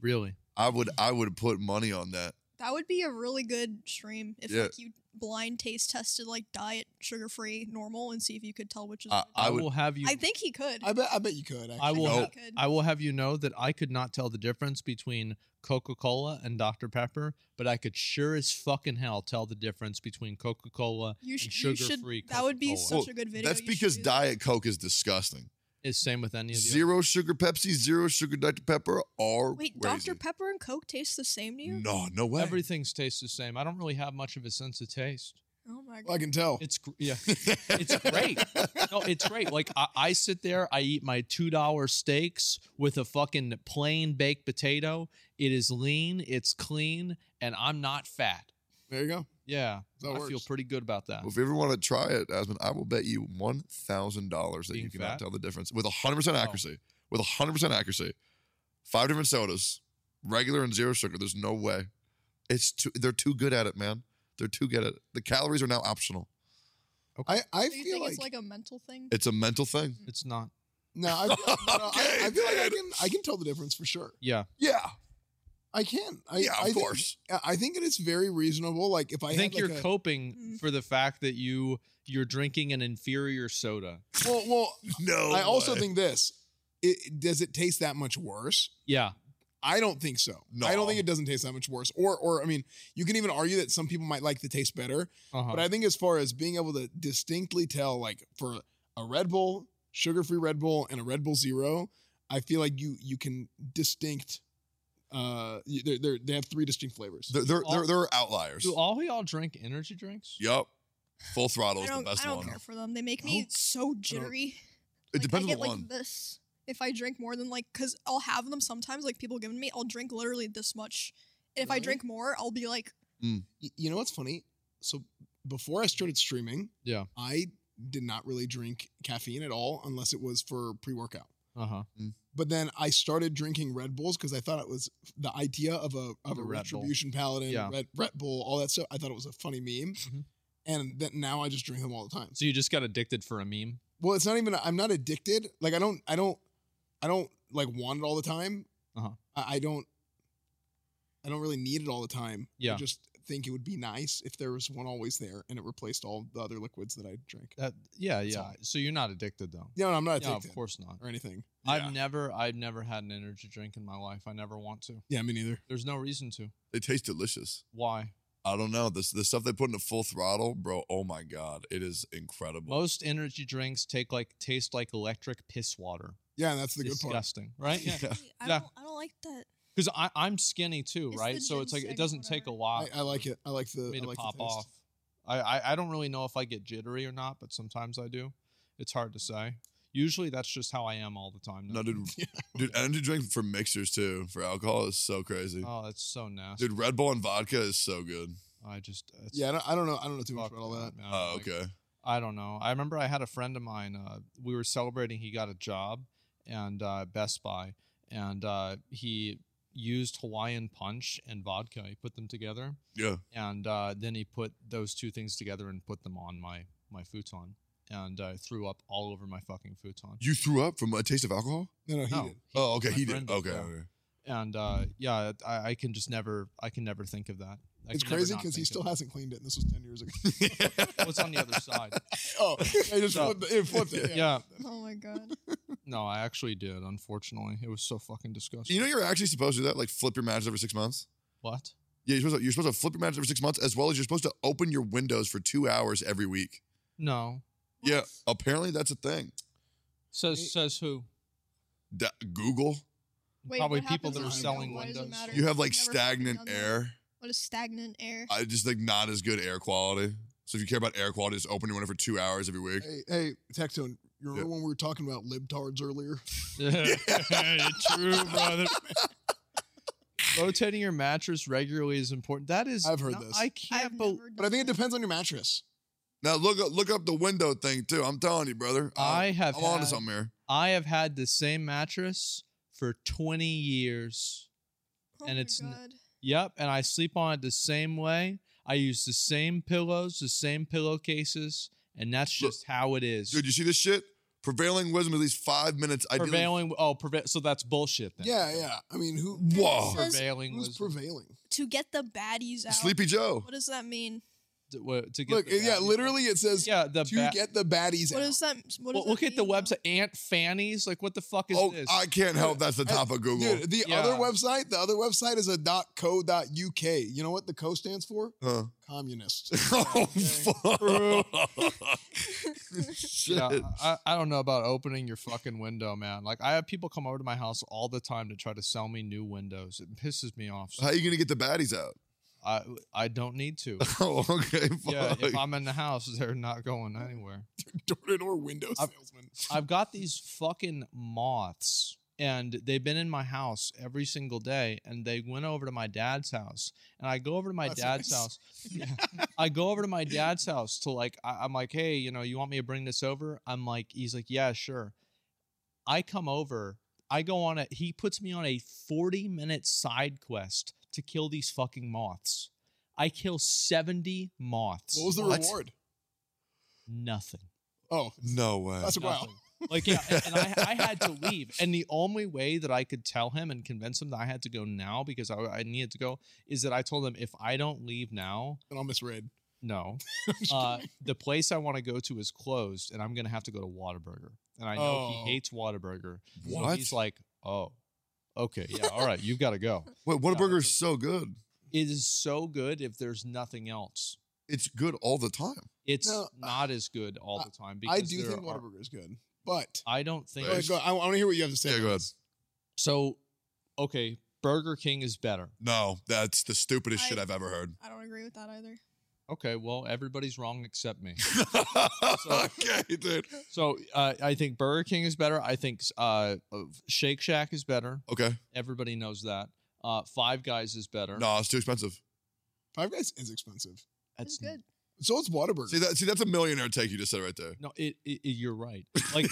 A: Really.
C: I would I would put money on that.
B: That would be a really good stream if
C: Yeah.
B: like you blind taste tested like diet sugar free normal and see if you could tell which is.
C: I-
B: which.
A: I,
C: I would-
A: will have you
B: I think he could.
D: I bet I bet you could.
A: I
B: think
A: will
B: he
C: Nope.
B: could.
A: I will have you know that I could not tell the difference between Coca Cola and Dr. Pepper, but I could sure as fucking hell tell the difference between Coca Cola
B: you, sh-
A: and
B: you should.
A: sugar-free
B: That would be
A: Coca-Cola.
B: such a good video.
C: That's
B: You should
C: because
B: do that.
C: Diet Coke is disgusting.
A: is same with any of the
C: Zero sugar Pepsi, zero sugar Dr Pepper are
B: Wait,
C: crazy.
B: Dr Pepper and Coke taste the same to you?
C: No, no way. <laughs>
A: everything's tastes the same. I don't really have much of a sense of taste.
B: Oh my
D: I
B: god.
D: can tell.
A: It's <laughs> gr- yeah, it's great. No, it's great. Like I, I sit there, I eat my two dollar steaks with a fucking plain baked potato. It is lean, it's clean, and I'm not fat.
D: There you go.
A: Yeah,
D: That
A: I
D: works.
A: feel pretty good about that.
C: Well, if you ever want to try it, Asmund, I will bet you one thousand dollars that
A: Being
C: you cannot
A: fat? Oh.
C: tell the difference with hundred percent accuracy. With hundred percent accuracy, five different sodas, regular and zero sugar. There's no way. It's too. They're too good at it, man. They're too good at it. The calories are now optional.
D: I, I
B: Do you
D: feel
B: think
D: like,
B: it's like a mental thing?
C: It's a mental thing.
A: It's not.
D: no,
C: <laughs>
D: I, feel- no, no, I, I feel like I
C: Okay,
D: can I can tell the difference for sure.
A: Yeah,
C: Yeah,
D: I can. I,
C: yeah,
D: I
C: of
B: <laughs>
D: think-
C: course.
D: I- I think it is very reasonable. Like if
A: I,
D: I,
A: think
D: had, like,
A: you're
D: a-
A: coping
B: Mm.
A: for the fact that you you're drinking an inferior soda.
D: well, well,
C: No,
D: I also
C: way.
D: think this. It, does it taste that much worse?
A: Yeah,
D: I don't think so.
C: No.
D: I don't think it doesn't taste that much worse. Or, or I mean, you can even argue that some people might like the taste better.
A: uh-huh.
D: But I think as far as being able to distinctly tell, like for a Red Bull, sugar-free Red Bull, and a Red Bull Zero, I feel like you you can distinct. Uh, you- they're, they're, they have three distinct flavors.
C: They're they're, they're, they're outliers.
A: do all y'all drink energy drinks?
C: Yep. Full throttle
B: I
C: is the
B: don't, I
C: best
B: don't
C: one.
B: care for them. They make me
D: No.
B: so jittery.
C: It
B: Like,
C: depends
B: I
C: on
B: get
C: the
B: like
C: one.
B: this if I drink more than like because I'll have them sometimes. Like people giving me, I'll drink literally this much, and if I
D: Really?
B: drink more, I'll be like,
D: Y- you know what's funny? So before I started streaming,
A: Yeah.
D: I did not really drink caffeine at all unless it was for pre-workout.
A: Uh huh.
D: But then I started drinking Red Bulls because I thought it was the idea of a of
A: The
D: a
A: Red Bull.
D: retribution paladin,
A: Yeah.
D: Red Red Bull, all that stuff. I thought it was a funny meme,
A: Mhm.
D: and then now I just drink them all the time.
A: So you just got addicted for a meme.
D: Well, it's not even I'm not addicted. Like I don't I don't I don't like want it all the time.
A: Uh-huh.
D: I, I don't I don't really need it all the time.
A: Yeah.
D: I just think it would be nice if there was one always there and it replaced all the other liquids that I drink.
A: That Uh, yeah
D: That's
A: yeah.
D: all.
A: So you're not addicted though.
D: No, no, I'm not
A: Yeah,
D: addicted
A: of course not.
D: or anything.
C: Yeah.
A: I've never I've never had an energy drink in my life. I never want to.
D: Yeah, me neither.
A: There's no reason to.
C: They taste delicious.
A: Why?
C: I don't know. This the stuff they put into full throttle, bro. Oh my god, it is incredible.
A: Most energy drinks take like taste like electric piss water.
D: Yeah, that's the good part.
A: Disgusting, right? <laughs> Yeah.
C: Yeah.
B: "Hey, I
A: Yeah.
B: don't, I don't like that.
A: Because I I'm skinny too,
B: It's the
A: right? So it's like
B: ginseng
A: it
B: or
A: doesn't take a
B: whatever.
A: lot.
D: I, I like it. I like the
A: for me
D: I
A: to
D: like the
A: pop
D: taste.
A: off. I, I I don't really know if I get jittery or not, but sometimes I do. It's hard to say. Usually that's just how I am all the time.
C: No,
A: though.
C: dude, dude, energy drink for mixers too for alcohol is so crazy.
A: <laughs> Oh, that's so nasty.
C: Dude, Red Bull and vodka is so good.
A: I just it's
D: Yeah, I don't, I don't know. I don't know too much
A: fucked
D: about all that.
A: up, man.
C: Oh,
A: Like,
C: okay.
A: I don't know. I remember I had a friend of mine. Uh, we were celebrating. He got a job and uh, Best Buy, and uh, he used Hawaiian punch and vodka. He put them together,
C: Yeah.
A: and uh, then he put those two things together and put them on my my futon, and uh, threw up all over my fucking futon.
C: You threw up from a taste of alcohol?
D: No, no, he
A: No.
D: did.
C: Oh, okay.
A: my
C: He did.
A: friend
C: Okay.
A: did, yeah.
C: okay.
A: And uh, yeah, I, I can just never. I can never think of that. I
D: It's
A: can never
D: crazy
A: not
D: because he
A: think of
D: still
A: that.
D: hasn't cleaned it, and this was ten years ago. <laughs>
A: What's on the
C: <laughs>
A: other side?
D: oh, it just
A: So-
D: flipped, it, it
A: <laughs>
D: flipped it.
A: Yeah.
B: Oh my god.
A: No, I actually did. Unfortunately, it was so fucking disgusting.
C: you know you're actually supposed to do that, like flip your mattress every six months.
A: what?
C: Yeah, you're supposed to, you're supposed to flip your mattress every six months, as well as you're supposed to open your windows for two hours every week.
A: No.
C: <laughs> Yeah, apparently that's a thing.
A: Says
D: <laughs> Hey.
A: says who?
C: Da- Google.
B: Wait,
A: Probably
B: what
A: people
B: happens
A: that
B: if
A: are
B: you don't?
A: selling
B: Why does it
A: windows.
B: matter?
C: You have like
B: I've never
C: stagnant
B: done that.
C: air.
B: What is stagnant air?
C: I just like not as good air quality. So if you care about air quality, just open your window for two hours every week.
D: Hey, hey, Tectone, you remember when we were talking about libtards earlier?
A: Yeah, <laughs> true, brother. Rotating your mattress regularly is important. That is,
D: I've heard
A: no,
D: this.
A: I
B: I've
A: can't
B: never
A: believe.
B: done
D: But I think it
B: that.
D: depends on your mattress.
C: Now look up look up the window thing too. I'm telling you, brother.
A: I
C: I'm-
A: have
C: I'm onto
A: had-
C: something here.
A: I have had the same mattress for 20 years.
B: Oh
A: and
B: my
A: it's n-
B: God.
A: Yep, and I sleep on it the same way. I use the same pillows, the same pillowcases, and that's
C: Look-
A: just how it is.
C: Dude, you see this shit? Prevailing wisdom at least five minutes. ideally-
A: prevailing. Oh, preve- so that's bullshit. Then.
D: Yeah, yeah. I mean, who?
C: Whoa.
B: Says
A: Prevailing
D: Who's
A: was
D: prevailing?
B: to get the baddies out.
C: Sleepy Joe.
B: What does that mean?
A: to, wa- to get
D: Look,
A: the
D: yeah,
A: baddies.
D: literally it says
A: Yeah, the
D: to
A: ba-
D: get the baddies
B: What
D: out.
B: is that? What does
A: Well, look
B: that
A: at the
B: mean, though?
A: website Aunt Fanny's. Like, what the fuck is
C: Oh,
A: this?
C: I can't help. That's the top of Google.
D: Dude, the
A: Yeah.
D: other website, the other website is a .co.uk. You know what the co stands for?
C: Huh. <laughs>
D: Communist. <laughs>
C: oh <laughs> fuck.
A: <laughs>
C: Shit.
A: yeah, I, I don't know about opening your fucking window, man. Like, I have people come over to my house all the time to try to sell me new windows. It pisses me off.
C: How you gonna get the baddies out? <laughs>
A: I I don't need to.
C: Oh, okay. Fuck.
A: yeah, if I'm in the house, they're not going anywhere.
D: Door-to-door window
A: I've-
D: salesman.
A: I've got these fucking moths and they've been in my house every single day and they went over to my dad's house and i go over to my
D: That's
A: dad's
D: nice.
A: house <laughs> Yeah. i go over to
D: <clears throat>
A: my dad's house to like I, i'm like hey you know you want me to bring this over i'm like he's like yeah sure i come over i go on a he puts me on a 40 minute side quest to kill these fucking moths i kill 70 moths
D: What was the
C: What?
D: reward?
A: nothing
D: Oh,
C: no way.
D: that's a <laughs> wow.
A: Nothing. Like, yeah, and- and I, I had to leave. And the only way that I could tell him and convince him that I had to go now because I, I needed to go is that I told him if I don't leave now,
D: And I'll misread. <laughs>
A: no, uh, the place I want to go to is closed and I'm going to have to go to Whataburger. And I know
D: Oh.
A: he hates Whataburger. So
C: What?
A: he's like, oh, okay, yeah, all right, you've got to
D: <laughs>
A: go.
C: Wait, Whataburger
A: that's
C: is so good.
A: It is so good if there's nothing else.
C: It's good all the time.
A: It's
D: No, I-
A: not as good all the time because
D: I do
A: there
D: think
A: are-
D: Whataburger is good, but
A: I don't think
D: Go ahead, go. I, want to hear what you have to say.
C: Yeah, go ahead.
A: so. Okay, Burger King is better.
C: No, that's the stupidest
B: I-
C: shit I've ever heard.
B: <laughs> I don't agree with that either.
A: Okay, well, everybody's wrong except me.
C: <laughs> okay, dude.
A: so uh, I think Burger King is better. I think uh, Shake Shack is better.
C: Okay.
A: Everybody knows that. Uh, Five Guys is better.
C: No, it's too expensive.
D: Five Guys is expensive.
A: that's
B: it's good.
D: So it's Whataburger.
C: See that? See, that's a millionaire take you just said right there.
A: No, it, it, it- you're right.
C: <laughs>
A: Like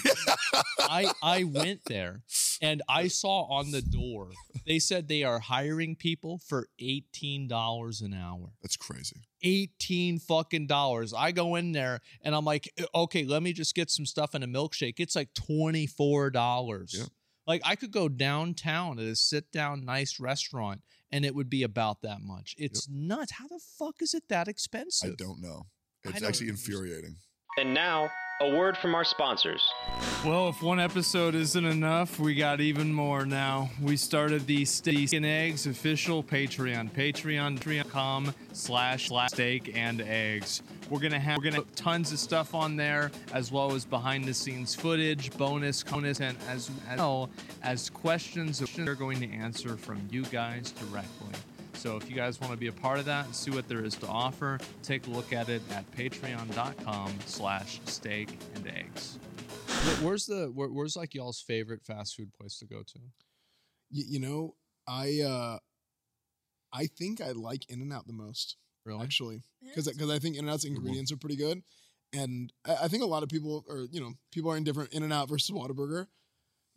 A: I I went there and I saw on the door they said they are hiring people for eighteen dollars an hour.
C: That's crazy.
A: 18 fucking dollars. I go in there and I'm like, okay, let me just get some stuff and a milkshake. It's like $24.
C: Yeah.
A: Like I could go downtown at a sit down nice restaurant and it would be about that much. It's nuts. How the fuck is it that
C: I
A: expensive?
C: don't know.
A: I
C: It's
A: don't
C: actually
A: understand.
C: infuriating.
E: And now, a word from our sponsors.
A: Well, if one episode isn't enough, we got even more now. We started the Steak and Eggs official Patreon, patreon.com slash slash steak and eggs. We're gonna have we're gonna put tons of stuff on there, as well as behind the scenes footage, bonus content, as, as well as questions that we're going to answer from you guys directly. So if you guys want to be a part of that and see what there is to offer, take a look at it at patreon.com slash steak and eggs. Where- Where's the where, where's like y'all's favorite fast food place to go to?
D: Y- you know, I uh I think I like In and Out the most
A: Really?
D: actually,
B: Yeah,
D: because
B: it's-
D: because I think In and Out's
C: one.
D: ingredients are pretty good, and I, I think a lot of people are you know people are indifferent In and Out versus Whataburger,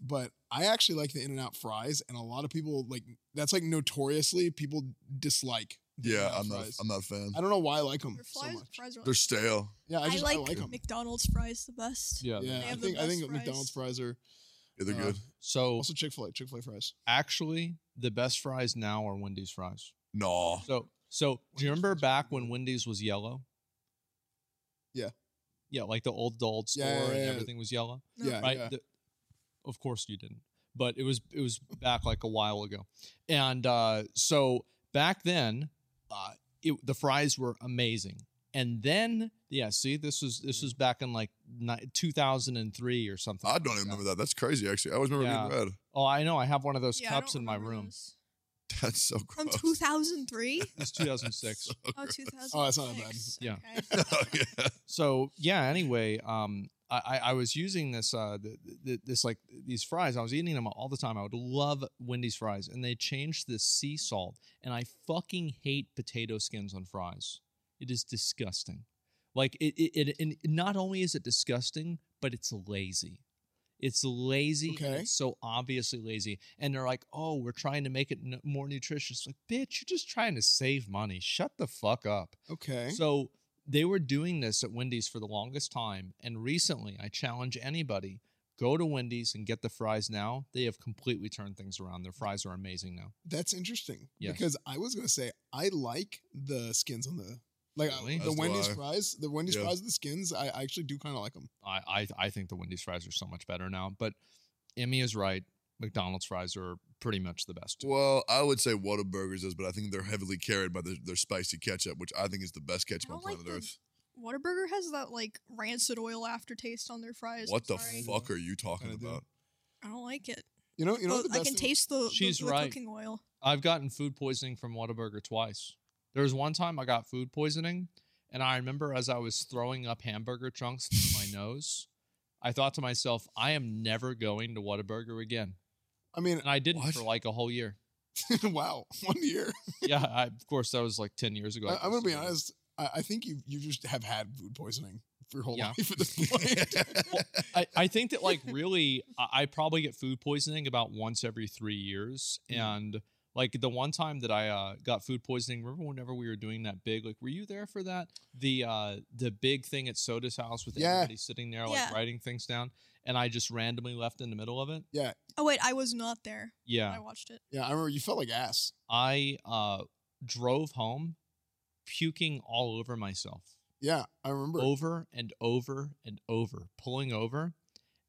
D: but I actually like the In and Out fries, and a lot of people like that's like notoriously people dislike. the
C: Yeah,
D: In-N-Out
C: I'm not.
D: fries.
C: I'm not a fan.
D: I don't know why I like them
B: Their
D: so
B: fries,
D: much.
B: fries are
C: They're stale.
D: Yeah, I
B: I
D: just I
B: like,
D: like them.
B: McDonald's fries the best.
A: Yeah.
D: Yeah,
B: They
D: I
B: have the
D: think I
B: best
D: think
B: fries.
D: McDonald's fries are
C: Yeah, they're
D: uh,
C: good.
A: So
D: Also Chick Fil A, Chick Fil A fries.
A: actually, the best fries now are Wendy's fries.
C: No.
A: So so do you
D: Wendy's
A: remember
D: fries are
A: back
D: pretty
A: when
D: good.
A: Wendy's was yellow?
D: Yeah.
A: Yeah, like the old the old store
D: Yeah, yeah,
A: and
D: yeah.
A: everything was yellow.
B: No.
C: Uh,
D: Yeah,
A: right?
D: yeah.
A: The- of course you didn't, but it was it was back like a while ago, and uh, so back then, uh, it, the fries were amazing. and then yeah, see, this was this was back in like ni- 2003 or something.
C: I
A: like
C: don't
A: that.
C: even remember that. That's crazy, actually. I always remember
A: Yeah.
C: being red. <laughs>
A: Oh, I know. I have one of those
B: Yeah, I
A: cups
B: don't
A: in my
B: remember
A: room.
B: those.
C: That's so
B: From
C: gross. <laughs>
B: 2003?
A: It's 2006.
B: Oh, 2000.
D: Oh, that's not that bad.
A: Yeah.
B: <laughs>
D: <laughs>
C: Oh, yeah.
A: so yeah anyway um I, I I was using this uh th- th- this like these fries I was eating them all the time I would love Wendy's fries and they changed the sea salt and I fucking hate potato skins on fries it is disgusting like it it, it and not only is it disgusting but it's lazy it's lazy and
D: Okay.
A: it's so obviously lazy and they're like oh we're trying to make it n- more nutritious like bitch you're just trying to save money shut the fuck up
D: Okay.
A: so they were doing this at Wendy's for the longest time. And recently, I challenge anybody go to Wendy's and get the fries now. They have completely turned things around. Their fries are amazing now.
D: That's interesting.
A: Yes.
D: Because I was gonna say I like the skins on the like uh,
A: Really?
D: the
C: As do
D: Wendy's
C: I.
D: fries, the Wendy's
C: Yeah.
D: fries, with the skins. I, I actually do kind of like them.
A: I, I, I think the Wendy's fries are so much better now. But Emmy is right. McDonald's fries are pretty much the best.
C: well, I would say Whataburgers is, but I think they're heavily carried by their, their spicy ketchup, which I think is the best ketchup
B: I
C: on
B: don't like
C: planet
B: the
C: Earth.
B: Whataburger has that like rancid oil aftertaste on their fries.
C: What
B: I'm
C: the
B: sorry.
C: fuck are you talking
D: Kinda do. <laughs>
C: about?
B: I don't like it.
D: You know, you know what
B: The-
D: the best
B: I can
D: thing-
B: taste the, the-
A: She's
B: the,
A: right.
B: cooking oil.
A: I've gotten food poisoning from Whataburger twice. There was one time I got food poisoning, and I remember as I was throwing up hamburger chunks into my nose, I thought to myself, I am never going to Whataburger again.
D: I mean, <laughs>
A: And I didn't
C: What?
A: for like a whole year.
D: wow, <laughs> one year.
A: yeah, I, of course, that was like ten years ago.
D: I,
A: at
D: I'm gonna
A: this
D: be
A: point.
D: honest. I, I think you you just have had food poisoning for your whole
A: Yeah.
D: life
A: <laughs>
D: at this
C: <laughs>
D: point. <laughs>
A: I, I think that like really, I, I probably get food poisoning about once every three years,
D: Mm-hmm.
A: and like the one time that I uh, got food poisoning, remember whenever we were doing that big, like, were you there for that? The uh the big thing at Soda's house with
D: Yeah.
A: everybody sitting there like
B: Yeah.
A: writing things down, and I just randomly left in the middle of it.
B: Oh wait, I was not there.
A: Yeah,
B: I watched it.
D: yeah, I remember you felt like ass.
A: I uh drove home, puking all over myself.
D: Yeah, I remember.
A: over and over and over, pulling over.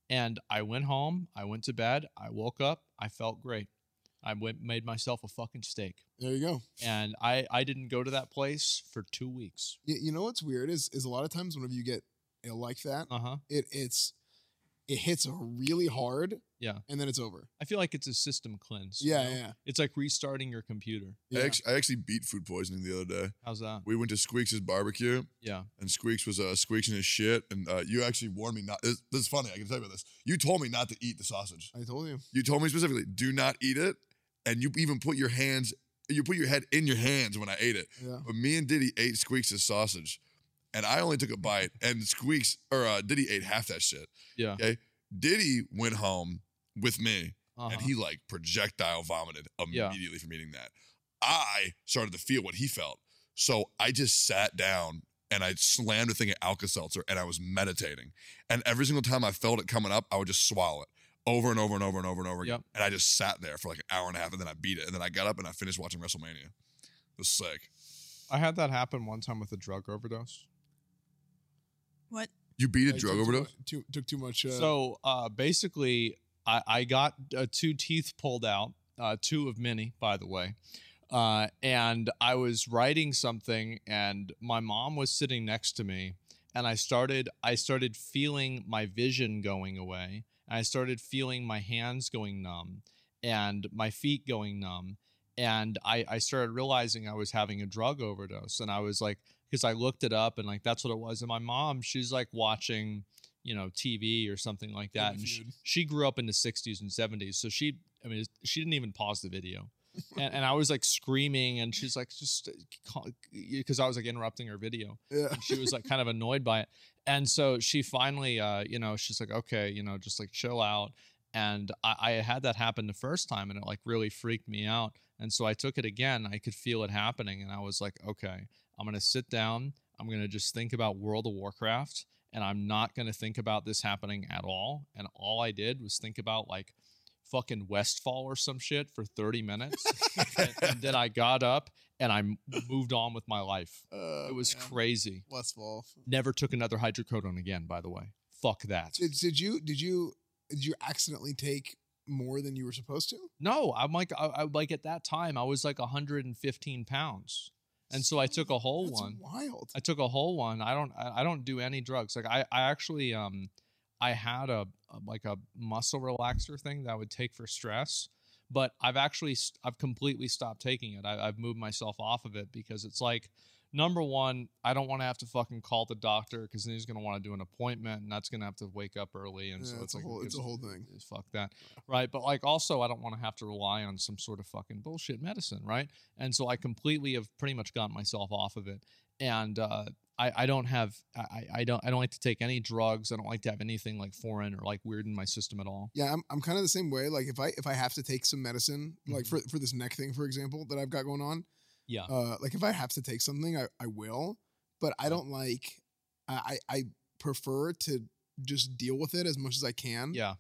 A: And I went home, I went to bed, I woke up, I felt great. I went made myself a fucking steak.
D: There you go.
A: And I I didn't go to that place for 2 weeks.
D: You, you know what's weird is is a lot of times whenever you get ill like that,
A: Uh-huh.
D: it it's it hits really hard.
A: Yeah.
D: and then it's over.
A: I feel like it's a system cleanse. you
D: Yeah,
A: know?
D: yeah.
A: It's like restarting your computer.
C: I,
D: yeah.
C: actually, I actually beat food poisoning the other day.
A: How's that?
C: We went to Squeaks' barbecue,
A: Yeah.
C: and Squeaks was uh, squeaking his shit. And uh, you actually warned me not. This, this is funny. I can tell you about this. You told me not to eat the sausage.
D: I told you.
C: You told me specifically, do not eat it. And you even put your hands, you put your head in your hands when I ate it.
D: Yeah.
C: But me and Diddy ate Squeaks' sausage, and I only took a bite. And Squeaks or uh, Diddy ate half that shit.
A: Yeah.
C: Okay. Diddy went home with me,
A: Uh-huh.
C: and he like projectile vomited
A: Yeah.
C: immediately from eating that. I started to feel what he felt, so I just sat down and I slammed a thing of Alka Seltzer, and I was meditating. And every single time I felt it coming up, I would just swallow it. Over and over and over and over and over again.
A: Yep.
C: And I just sat there for like an hour and a half and then I beat it. And then I got up and I finished watching WrestleMania. It was sick.
A: I had that happen one time with a drug overdose.
B: What?
C: You beat a
D: I
C: drug
D: took too
C: overdose?
D: mu- Too, took too much. Uh,
A: So uh, basically, I, I got uh, two teeth pulled out, uh, two of many, by the way. Uh, and I was writing something, and my mom was sitting next to me, and I started I started feeling my vision going away, and I started feeling my hands going numb, and my feet going numb, and I I started realizing I was having a drug overdose, and I was like, because I looked it up, and like that's what it was, and my mom she's like watching you know TV or something like that.
D: Family
A: And she,
D: Feud.
A: she grew up in the 60s and 70s, so she I mean she didn't even pause the video. and, and I was like screaming, and she's like, just because I was like interrupting her video.
D: yeah. <laughs>
A: And she was like kind of annoyed by it. And so she finally, uh, you know, she's like, okay, you know, just like chill out. And I, I had that happen the first time and it like really freaked me out. And so I took it again. I could feel it happening. And I was like, okay, I'm going to sit down. I'm going to just think about World of Warcraft and I'm not going to think about this happening at all. And all I did was think about like fucking Westfall or some shit for 30 minutes. and, and then I got up and I m- moved on with my life.
D: Uh,
A: It was
D: man.
A: crazy.
D: Let's fall.
A: Never took another hydrocodone again, by the way. Fuck that.
D: Did, did you did you did you accidentally take more than you were supposed to?
A: No, I'm like, I, I like at that time, I was like 115 pounds. And so I took a whole
D: That's
A: one.
D: Wild.
A: I took a whole one. I don't I I don't do any drugs. Like I I actually um I had a a- like a muscle relaxer thing that I would take for stress, but I've actually st- I've completely stopped taking it. I, I've moved myself off of it because it's like number one, I don't want to have to fucking call the doctor because then he's gonna want to do an appointment and that's gonna have to wake up early and
D: Yeah,
A: so
D: it's,
A: it's,
D: a
A: like it
D: whole, it's
A: gives-
D: a whole thing.
A: is fuck that right but like also i don't want to have to rely on some sort of fucking bullshit medicine right and so i completely have pretty much gotten myself off of it and uh I, I don't have I, I- I don't I don't like to take any drugs. I don't like to have anything like foreign or like weird in my system at all.
D: Yeah, I'm, I'm kind of the same way. Like if I if I have to take some medicine, like
A: Mm-hmm.
D: for for this neck thing, for example, that I've got going on,
A: Yeah.
D: uh, like if I have to take something, I, I will. But I don't like. I I I prefer to just deal with it as much as I can.
A: Yeah.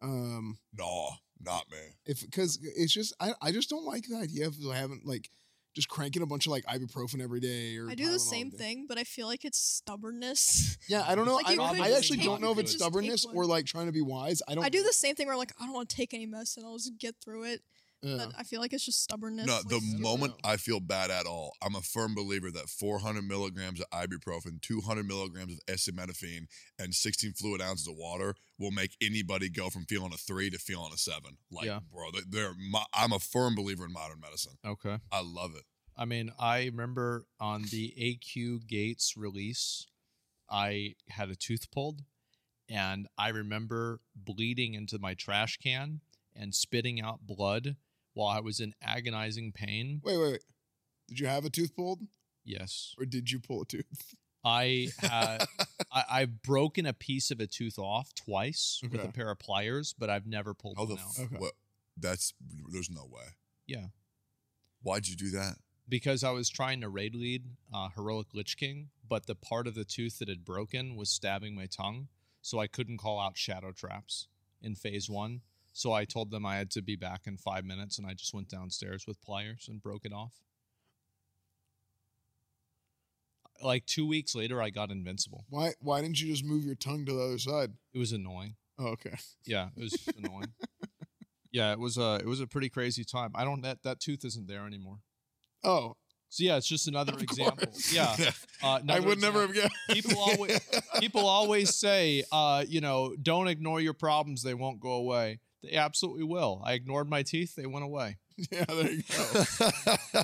D: Um.
C: No, not me.
D: if because it's just I, I just don't like the idea of having like just cranking a bunch of like ibuprofen every day or
B: I do the
D: Tylenol
B: same
D: every day.
B: thing, but I feel like it's stubbornness.
D: Yeah, I don't know.
B: Like,
D: I,
B: you
D: don't-
B: could
D: I
B: just
D: actually
A: take
D: don't know if
A: one.
D: it's
B: Just take
D: stubbornness
B: one.
D: or like trying to be wise. I don't.
B: I do the same thing where I'm like, I don't want to take any medicine. I'll just get through it.
D: yeah.
B: But I feel like it's just stubbornness.
C: No,
B: like,
C: the
B: stupid.
C: moment I feel bad at all, I'm a firm believer that 400 milligrams of ibuprofen, 200 milligrams of acetaminophen, and 16 fluid ounces of water will make anybody go from feeling a three to feeling a seven. Like,
A: Yeah.
C: bro, they- they're. My, I'm a firm believer in modern medicine.
A: Okay.
C: I love it.
A: I mean, I remember on the AQ Gates release, I had a tooth pulled, and I remember bleeding into my trash can and spitting out blood while I was in agonizing pain.
D: Wait, wait, wait. Did you have a tooth pulled
A: Yes,
D: or did you pull a tooth?
A: I had. I, I've broken a piece of a tooth off twice with a
D: Okay.
A: pair of pliers, but I've never pulled
C: <laughs> How
A: one
C: Oh, the
A: out
C: f-
D: Okay.
C: what? That's there's no way.
A: Yeah.
C: Why'd you do that?
A: because I was trying to raid lead uh, heroic Lich King, but the part of the tooth that had broken was stabbing my tongue, so I couldn't call out shadow traps in phase one. So I told them I had to be back in five minutes, and I just went downstairs with pliers and broke it off. Like two weeks later, I got invincible.
D: Why Why didn't you just move your tongue to the other side?
A: It was annoying.
D: Oh, okay.
A: Yeah, it was just annoying. Yeah, it was a it was a pretty crazy time. I don't that that tooth isn't there anymore.
D: Oh,
A: So yeah, it's just another
C: <laughs>
D: Of
A: example.
D: course.
A: Yeah, uh,
C: I
A: another
C: would never
A: example.
C: have guessed.
A: people
C: <laughs>
A: always people always say, uh, you know, don't ignore your problems; they won't go away. They absolutely will. I ignored my teeth; they went away.
D: yeah. There you go.
A: <laughs>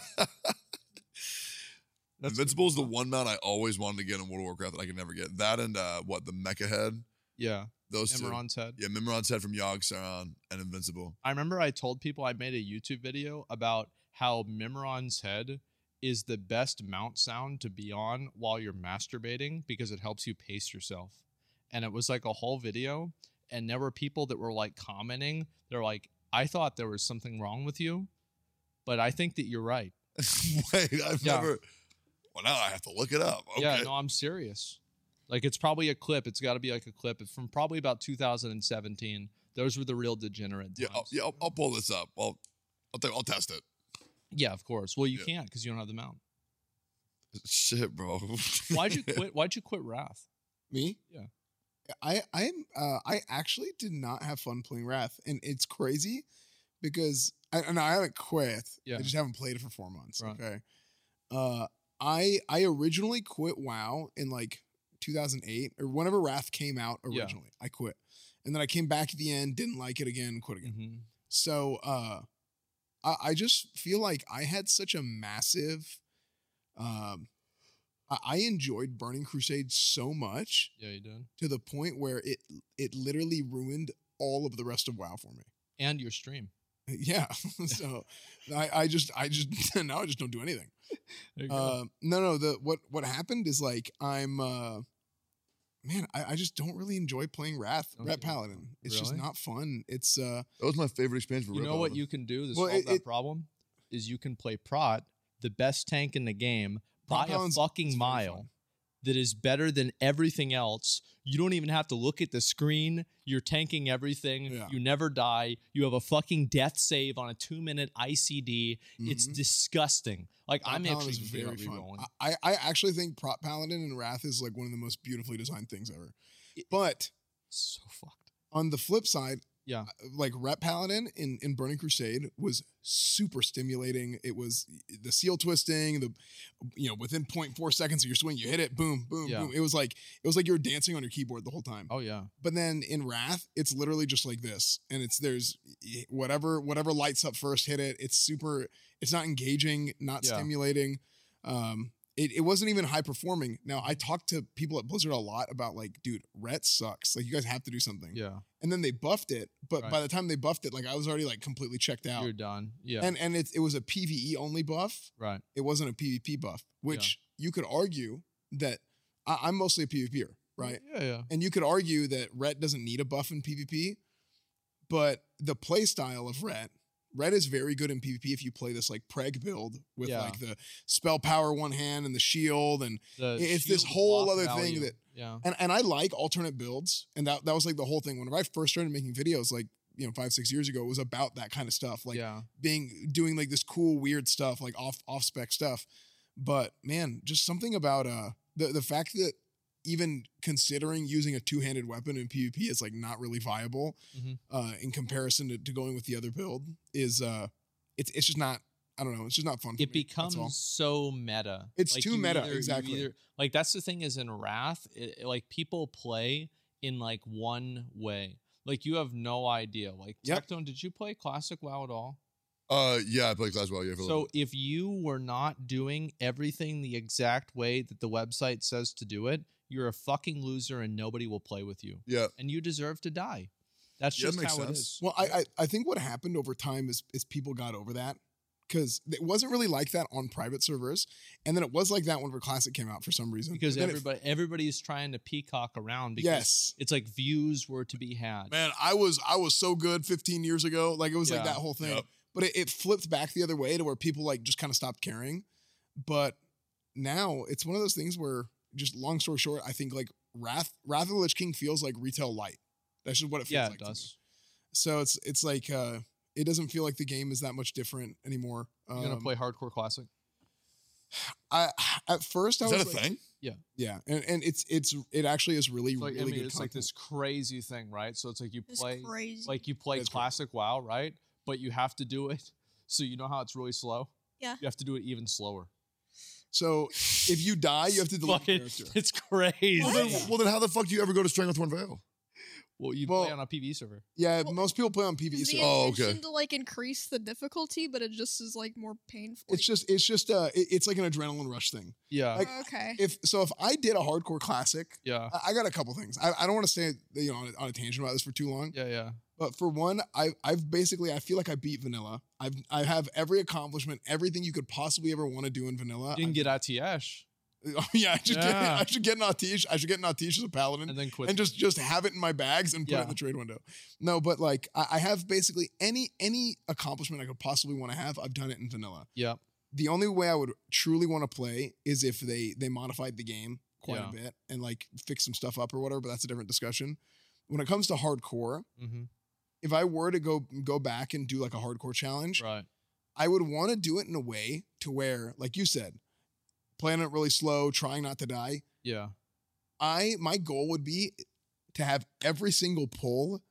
A: That's
C: Invincible is the one mount I always wanted to get in World of Warcraft that I could never get. That and uh, what the Mecha Head.
A: yeah.
C: Those two.
A: Emeron's head.
C: Yeah, Mimiron's head from Yogg Saron and
A: <laughs>
C: Invincible. <laughs>
A: I remember I told people I made a YouTube video about how Mimiron's head is the best mount sound to be on while you're masturbating because it helps you pace yourself. And it was like a whole video. And there were people that were like commenting. They're like, I thought there was something wrong with you, but I think that you're right.
C: Wait, I've
A: Yeah.
C: never. Well, now I have to look it up. Okay.
A: Yeah, no, I'm serious. Like it's probably a clip. It's got to be like a clip. It's from probably about 2017. Those were the real degenerate times.
C: yeah, I'll, yeah I'll, I'll pull this up. I'll, I'll, take- I'll test it. <laughs>
A: Yeah, of course. Well, you
C: Yeah.
A: can't because you don't have the mount.
C: Shit, bro. <laughs>
A: Why'd you <laughs> quit? Why'd you quit Wrath?
D: Me?
A: Yeah.
D: I I'm uh, I actually did not have fun playing Wrath, and it's crazy because I and I haven't quit.
A: Yeah.
D: I just haven't played it for four months.
A: Right.
D: Okay. Uh, I I originally quit WoW in like 2008 or whenever Wrath came out
A: Yeah.
D: originally. I quit, and then I came back at the end, didn't like it again, quit again.
A: Mm-hmm.
D: So uh I, I just feel like I had such a massive um I, I enjoyed Burning Crusade so much
A: Yeah, you did.
D: to the point where it it literally ruined all of the rest of WoW for me. <laughs>
A: And your stream. <laughs>
D: Yeah. <laughs> so I, I just <laughs> I just now I just don't do anything.
A: There you go.
D: Um no no the what what happened is like I'm uh man, I, I just don't really enjoy playing Wrath,
A: Don't
D: Rat
A: you?
D: Paladin. It's just
A: Oh, Really?
D: not fun. It's uh
C: that was my favorite expansion for
A: you
C: Rip
A: know what
C: Oven.
A: you can do to
D: Well,
A: solve
D: it-
A: that
D: it-
A: problem is you can play Prot, the best tank in the game, by
D: Prot
A: a
D: Paladin's- it's
A: fucking
D: very
A: mile.
D: fun.
A: That is better than everything else. You don't even have to look at the screen. You're tanking everything.
D: Yeah.
A: You never die. You have a fucking death save on a two minute ICD. It's
D: mhm.
A: disgusting. Like
D: Prop
A: I'm
D: Paladin
A: actually
D: is
A: thinking about rerolling.
D: I, I I actually think Prop Paladin and Wrath is like one of the most beautifully designed things ever. But
A: so fucked.
D: on the flip side, uh,
A: Yeah.
D: like Rep Paladin in in Burning Crusade was super stimulating. It was the seal twisting, the you know within 0.4 seconds of your swing, you hit it, boom, boom,
A: Yeah.
D: boom. It was like it was like you were dancing on your keyboard the whole time.
A: Oh yeah.
D: But then in Wrath, it's literally just like this, and it's there's whatever whatever lights up first, hit it. It's super. It's not engaging, not
A: Yeah.
D: stimulating. Um, it, it wasn't even high performing. Now I talked to people at Blizzard a lot about like, dude, Ret sucks. Like you guys have to do something.
A: Yeah.
D: And then they buffed it, but
A: Right.
D: by the time they buffed it, like I was already like completely checked out.
A: You're done. Yeah.
D: And and it it was a PVE only buff.
A: right.
D: It wasn't a PvP buff, which you could argue that I, I'm mostly a PvPer, right?
A: Yeah. Yeah.
D: And you could argue that Rhett doesn't need a buff in PvP, but the play style of Rhett, Rhett is very good in PvP if you play this like preg build with
A: Yeah.
D: like the spell power one hand and the shield and
A: The
D: It's this
A: shield
D: whole
A: block
D: other thing
A: value.
D: that-
A: Yeah.
D: and, and I like alternate builds. And that that was like the whole thing. Whenever I first started making videos, like you know, five, six years ago, it was about that kind of stuff. Like
A: yeah.
D: being doing like this cool weird stuff like off off spec stuff but man just something about uh the the fact that even considering using a two-handed weapon in pvp is like not really viable
A: Mhm.
D: uh in comparison to, to going with the other build is uh it's it's just not i don't know it's just not fun for
A: It
D: me, that's all.
A: becomes so meta.
D: It's too
A: you
D: meta,
A: you
D: exactly.
A: like that's the thing is in Wrath, it, it- like people play in like one way. Like you have no idea. Like
D: Yep.
A: Tectone, did you play Classic WoW at all?
C: Uh, yeah, I play Clash Royale. Yeah, for a little
A: So if you were not doing everything the exact way that the website says to do it, you're a fucking loser and nobody will play with you.
C: bit. yeah,
A: And you deserve to die. That's
C: Yeah, that
A: just
C: makes
A: how it
C: sense.
A: is.
D: Well, I, I I think what happened over time is is people got over that because it wasn't really like that on private servers, and then it was like that whenever Classic came out for some reason.
A: because
D: And then it-
A: everybody everybody is trying to peacock around because
D: yes,
A: it's like views were to be had.
D: man i was i was so good 15 years ago like it was like
A: Yeah.
D: that whole thing
C: Yep.
D: but it, it flipped back the other way to where people like just kind of stopped caring but now it's one of those things where just long story short i think like wrath wrath of the lich king feels like retail light that's just what it feels
A: yeah,
D: like
A: it
D: to me.
A: does.
D: so it's it's like uh it doesn't feel like the game is that much different anymore um,
A: You're gonna play hardcore classic.
D: i at first i
C: is
D: was
C: that a
D: like-
C: thing?
D: yeah and, and it's it's it actually is really
A: It's like,
D: really
A: I mean,
D: good
A: it's like
D: content.
A: this crazy thing, right? So it's like you
B: It's
A: play
B: crazy.
A: like you play
D: That's crazy.
A: classic WoW, right? But you have to do it. <laughs> So you know how it's really slow?
B: Yeah.
A: You have to do it even
D: <laughs>
A: slower.
D: so if you die you have
A: <laughs>
D: to delete
A: Fucking-
D: your character
A: it's crazy.
C: Well
B: What?
C: then, well, then how the fuck do you ever go to Strength with One Veil?
A: Well, you
D: Well-
A: play on a PvE server.
D: yeah
B: Well,
D: most people play on pvp
B: Is the
D: servers.
C: Oh,
B: intention
C: okay.
B: to like increase the difficulty, but it just is like more painful.
D: It's just it's just uh it- it's like an adrenaline rush thing.
A: Yeah.
D: like-
B: okay.
D: If so, if I did a hardcore classic,
A: yeah.
D: I, I got a couple things. I, I don't want to stay you know on a, on a tangent about this for too long,
A: Yeah, yeah.
D: but for one, I I've basically I feel like I beat vanilla. I've I have every accomplishment, everything you could possibly ever want to do in vanilla.
A: Didn't get ATS
D: I- <laughs> yeah, I should get
A: Yeah.
D: I should get an Atish. I should get an Atish as a paladin.
A: and then quit.
D: and just just have it in my bags and put it
A: Yeah.
D: in the trade window. No, but like I, I have basically any any accomplishment I could possibly want to have. I've done it in vanilla.
A: yeah.
D: the only way I would truly want to play is if they they modified the game quite
A: Yeah.
D: a bit and like fixed some stuff up or whatever. But that's a different discussion. When it comes to hardcore,
A: Mm-hmm.
D: if I were to go go back and do like a hardcore challenge,
A: Right.
D: I would want to do it in a way to where, like you said, playing it really slow, trying not to die.
A: Yeah.
D: I my goal would be to have every single pull